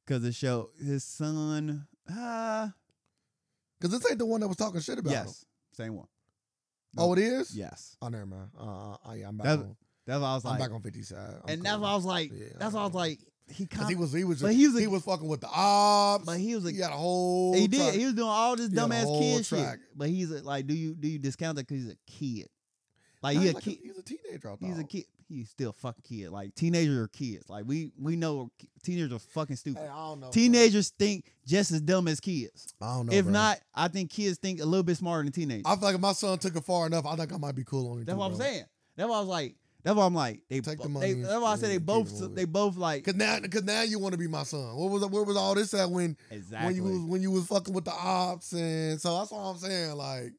S1: because the show his son. Uh,
S2: Because this ain't the one that was talking shit about him.
S1: yes, same one.
S2: Oh, it is.
S1: Yes,
S2: Oh, never mind. Uh, uh, yeah, I'm back.
S1: That-
S2: on,
S1: that's why I was
S2: I'm
S1: like,
S2: back on 50 side. I'm
S1: and that's
S2: cool.
S1: why I was like,
S2: Yeah,
S1: that's why I was
S2: okay.
S1: like, he
S2: 'Cause
S1: kind
S2: he was he was
S1: but
S2: just,
S1: he was a-
S2: he was fucking with the ops.
S1: but he was a
S2: he had a whole.
S1: he did
S2: track.
S1: he was doing all this
S2: He had a
S1: dumbass
S2: whole
S1: kid
S2: track.
S1: shit. But he's a, like, do you do you discount that because he's a kid? Like
S2: Nah,
S1: he
S2: he's
S1: a
S2: like
S1: kid.
S2: He's a teenager. I
S1: He's a
S2: thought.
S1: kid. He's still a fucking kid. Like teenagers are kids. Like we we know ki- teenagers are fucking
S2: Hey, I
S1: stupid.
S2: don't know. bro.
S1: Teenagers think just as dumb as kids.
S2: I don't know.
S1: if
S2: bro.
S1: not, I think kids think a little bit smarter than teenagers.
S2: I feel like if my son took it far enough, I think I might be cool on it.
S1: that's
S2: too,
S1: what I'm
S2: bro.
S1: saying. That's why I was like. That's why I'm like they.
S2: Take the
S1: bo- they-
S2: money and-
S1: that's why I said
S2: yeah,
S1: they
S2: keep it
S1: both.
S2: moving.
S1: They both like
S2: Cause now, cause now you want to be my son. What was where was all this at when when
S1: exactly.
S2: you was when you was fucking with the ops and so that's what I'm saying. Like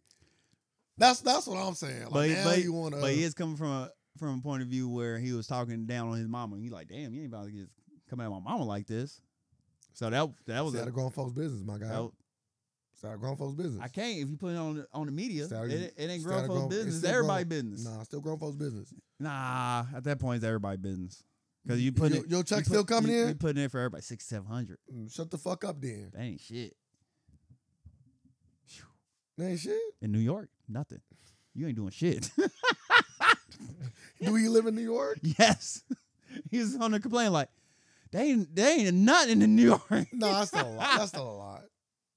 S2: that's that's what I'm saying. Like
S1: But he-
S2: now
S1: but he-
S2: you want to.
S1: But he is coming from a from a point of view where he was talking down on his mama. And he like, damn, you ain't about to get coming at my mama like this. So that that was
S2: it's out
S1: a,
S2: of grown folks' business, my guy.
S1: that, was-
S2: It's out of grown folks' business.
S1: I can't if you put it on the- on the media.
S2: It's out of-
S1: It, it ain't
S2: it's
S1: grown
S2: out of
S1: folks'
S2: grown- it's
S1: business. It's
S2: still
S1: everybody
S2: grown-
S1: business.
S2: Nah, still grown folks' business.
S1: Nah, at that point, it's everybody business because you put
S2: your,
S1: it.
S2: your
S1: you
S2: check
S1: put-
S2: still coming
S1: you, You
S2: in.
S1: putting it for everybody six seven hundred.
S2: Mm, Shut the fuck up, then.
S1: That ain't shit
S2: That ain't shit.
S1: in New York. Nothing. You ain't doing shit.
S2: Do you live in New York?
S1: yes, he was on there complaining like, they ain't they ain't nothing in New York.
S2: No, that's still a lot. That's still a lot.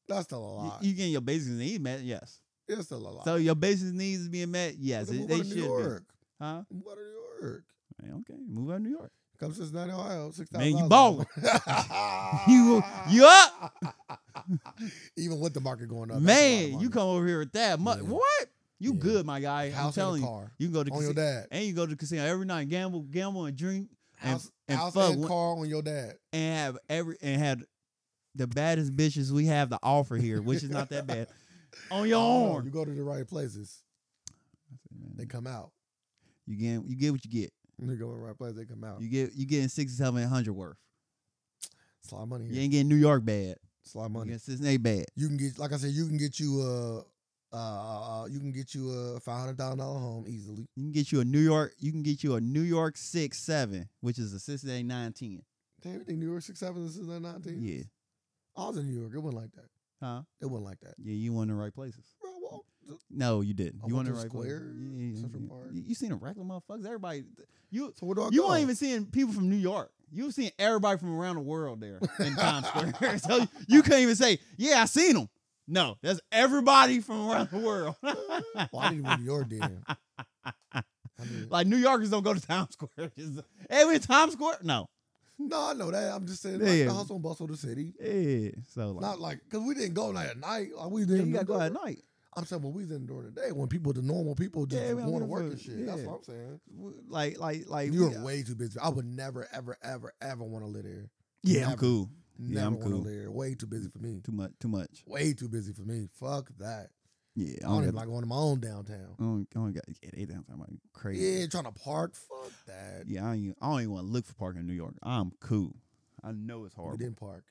S2: That's still a
S1: You-
S2: lot.
S1: You getting your basic needs met? Yes.
S2: It's still a lot.
S1: So your basic needs is being met? Yes.
S2: Move
S1: it- they
S2: out of
S1: should
S2: New
S1: be.
S2: York.
S1: Huh?
S2: Move out of New York.
S1: Man, Okay. Move out of New York.
S2: Come to Cincinnati, Ohio. Six
S1: Man, you
S2: thousand.
S1: balling.
S2: Ah.
S1: You- you up?
S2: Even with the market going up, that's a lot of
S1: Man,
S2: money.
S1: you come over here with that much.
S2: Yeah.
S1: What? You
S2: Yeah.
S1: good, my guy. I'm
S2: house
S1: telling
S2: and a
S1: you.
S2: car
S1: You can go to
S2: on your
S1: casino.
S2: dad.
S1: And you go to the casino every night, and gamble, gamble, and drink, and,
S2: House
S1: and
S2: house
S1: fuck,
S2: and
S1: one-
S2: car on your dad.
S1: and have every and had the baddest bitches we have to offer here, which is not that bad. On your
S2: I don't know,
S1: arm.
S2: You go to the right places,
S1: I said, man,
S2: they come out.
S1: You get you get what you get.
S2: You go to the right place, they come out.
S1: You get you getting sixty seven hundred worth.
S2: It's a lot of money.
S1: You
S2: Here.
S1: ain't getting New York bad.
S2: It's a lot of
S1: You
S2: money.
S1: getting Cincinnati bad.
S2: You can get, like I said, you can get you a, uh, uh, uh, you can get you a five hundred thousand dollar home easily.
S1: You can get you a New York. You can get you a New York six seven, which is a Cincinnati nine ten.
S2: Damn, you think New York six seven is nineteen?
S1: Yeah,
S2: I was in New York. It wasn't like that.
S1: huh?
S2: It wasn't like that.
S1: Yeah, you won the right places.
S2: Bro, I walked-
S1: No, you didn't.
S2: I
S1: you won
S2: went
S1: the
S2: to
S1: right
S2: Oh, Square,
S1: places. Yeah, yeah,
S2: Central
S1: yeah.
S2: Park.
S1: You, you seen the regular motherfuckers. Everybody, you
S2: So where do I
S1: you
S2: go?
S1: weren't even seeing people from New York. You were seeing everybody from around the world there in Times Square. so you, can't even say, yeah, I seen them. No, that's everybody from around the world.
S2: Well, Oh, I didn't even New York then. I mean,
S1: like New Yorkers don't go to Times Square. hey, we in Times Square? No.
S2: no, I know that. I'm just saying,
S1: Yeah,
S2: like,
S1: yeah.
S2: the hustle and bustle of the city.
S1: Yeah. So like,
S2: Not like because we didn't go like at night. Like we
S1: yeah,
S2: didn't.
S1: you gotta go
S2: during-
S1: at night.
S2: I'm saying when we was in during the day when people, the normal people, just
S1: Yeah, we don't
S2: want to
S1: give a
S2: work and
S1: fuck.
S2: shit. That's
S1: Yeah.
S2: what I'm saying.
S1: like like like
S2: you
S1: yeah.
S2: are way too busy. I would never, ever, ever, ever want to live there.
S1: yeah i'm
S2: Never.
S1: cool
S2: Never
S1: I'm
S2: want to
S1: cool.
S2: live there. Way too busy for me.
S1: too much too much
S2: Way too busy for me. Fuck that.
S1: yeah
S2: I don't even
S1: got-
S2: like going to my own downtown.
S1: I don't, I don't got yeah they down I'm like crazy
S2: Yeah, trying to park. Fuck that.
S1: yeah I don't even, I don't even want to look for parking in New York I'm cool I know it's
S2: We
S1: horrible
S2: didn't park.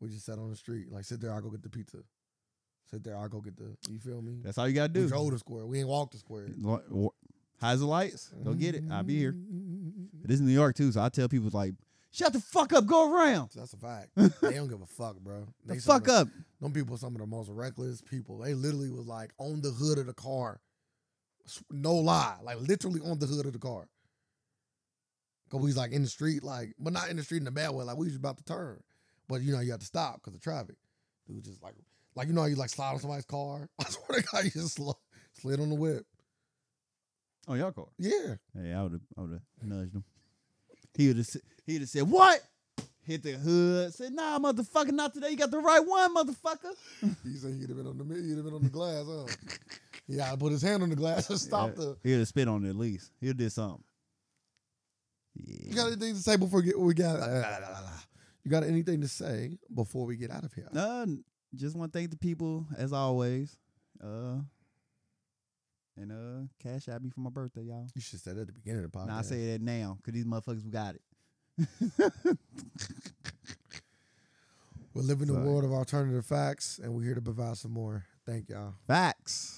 S2: We just sat on the street. Like, sit there, I'll go get the pizza. Sit there, I'll go get the. You feel me?
S1: that's all you gotta
S2: we
S1: do
S2: drove the square. We ain't walked the square.
S1: Lo- wa- Highs the lights go get it I'll be
S2: Mm-hmm.
S1: here this is New York too so I tell people like shut the fuck up go around
S2: That's a fact. they don't give a fuck, bro.
S1: the
S2: They some of
S1: fuck
S2: the-
S1: up
S2: Them people, some of the most reckless people. They literally was like on the hood of the car. S- No lie, like literally on the hood of the car. Cause we was like in the street, like, but not in the street in a bad way. Like we was about to turn, but you know you have to stop because of traffic. Dude, just like, like you know how you like slide on somebody's car. I swear to God, you just sl- slid on the whip.
S1: on your Oh, car
S2: Yeah,
S1: hey I would have I would have nudged him he would have he would have said what hit the hood. Said, nah, motherfucker, not today. You got the right one, motherfucker.
S2: You say he'd have been on the he'd have been on the glass, huh? Yeah, I put his hand on the glass and stopped
S1: Yeah.
S2: the.
S1: He'd have spit on it at least. He'd did something.
S2: You
S1: Yeah.
S2: got anything to say before we get, we got? You got anything to say before we get out of here?
S1: Uh, just want to thank the people as always. Uh, and uh, cash out me for my birthday, y'all.
S2: You should say that at the beginning of the podcast.
S1: Now I say that now because these motherfuckers got it.
S2: We're living in a
S1: Sorry.
S2: world of alternative facts, and we're here to provide some more. Thank y'all.
S1: Facts.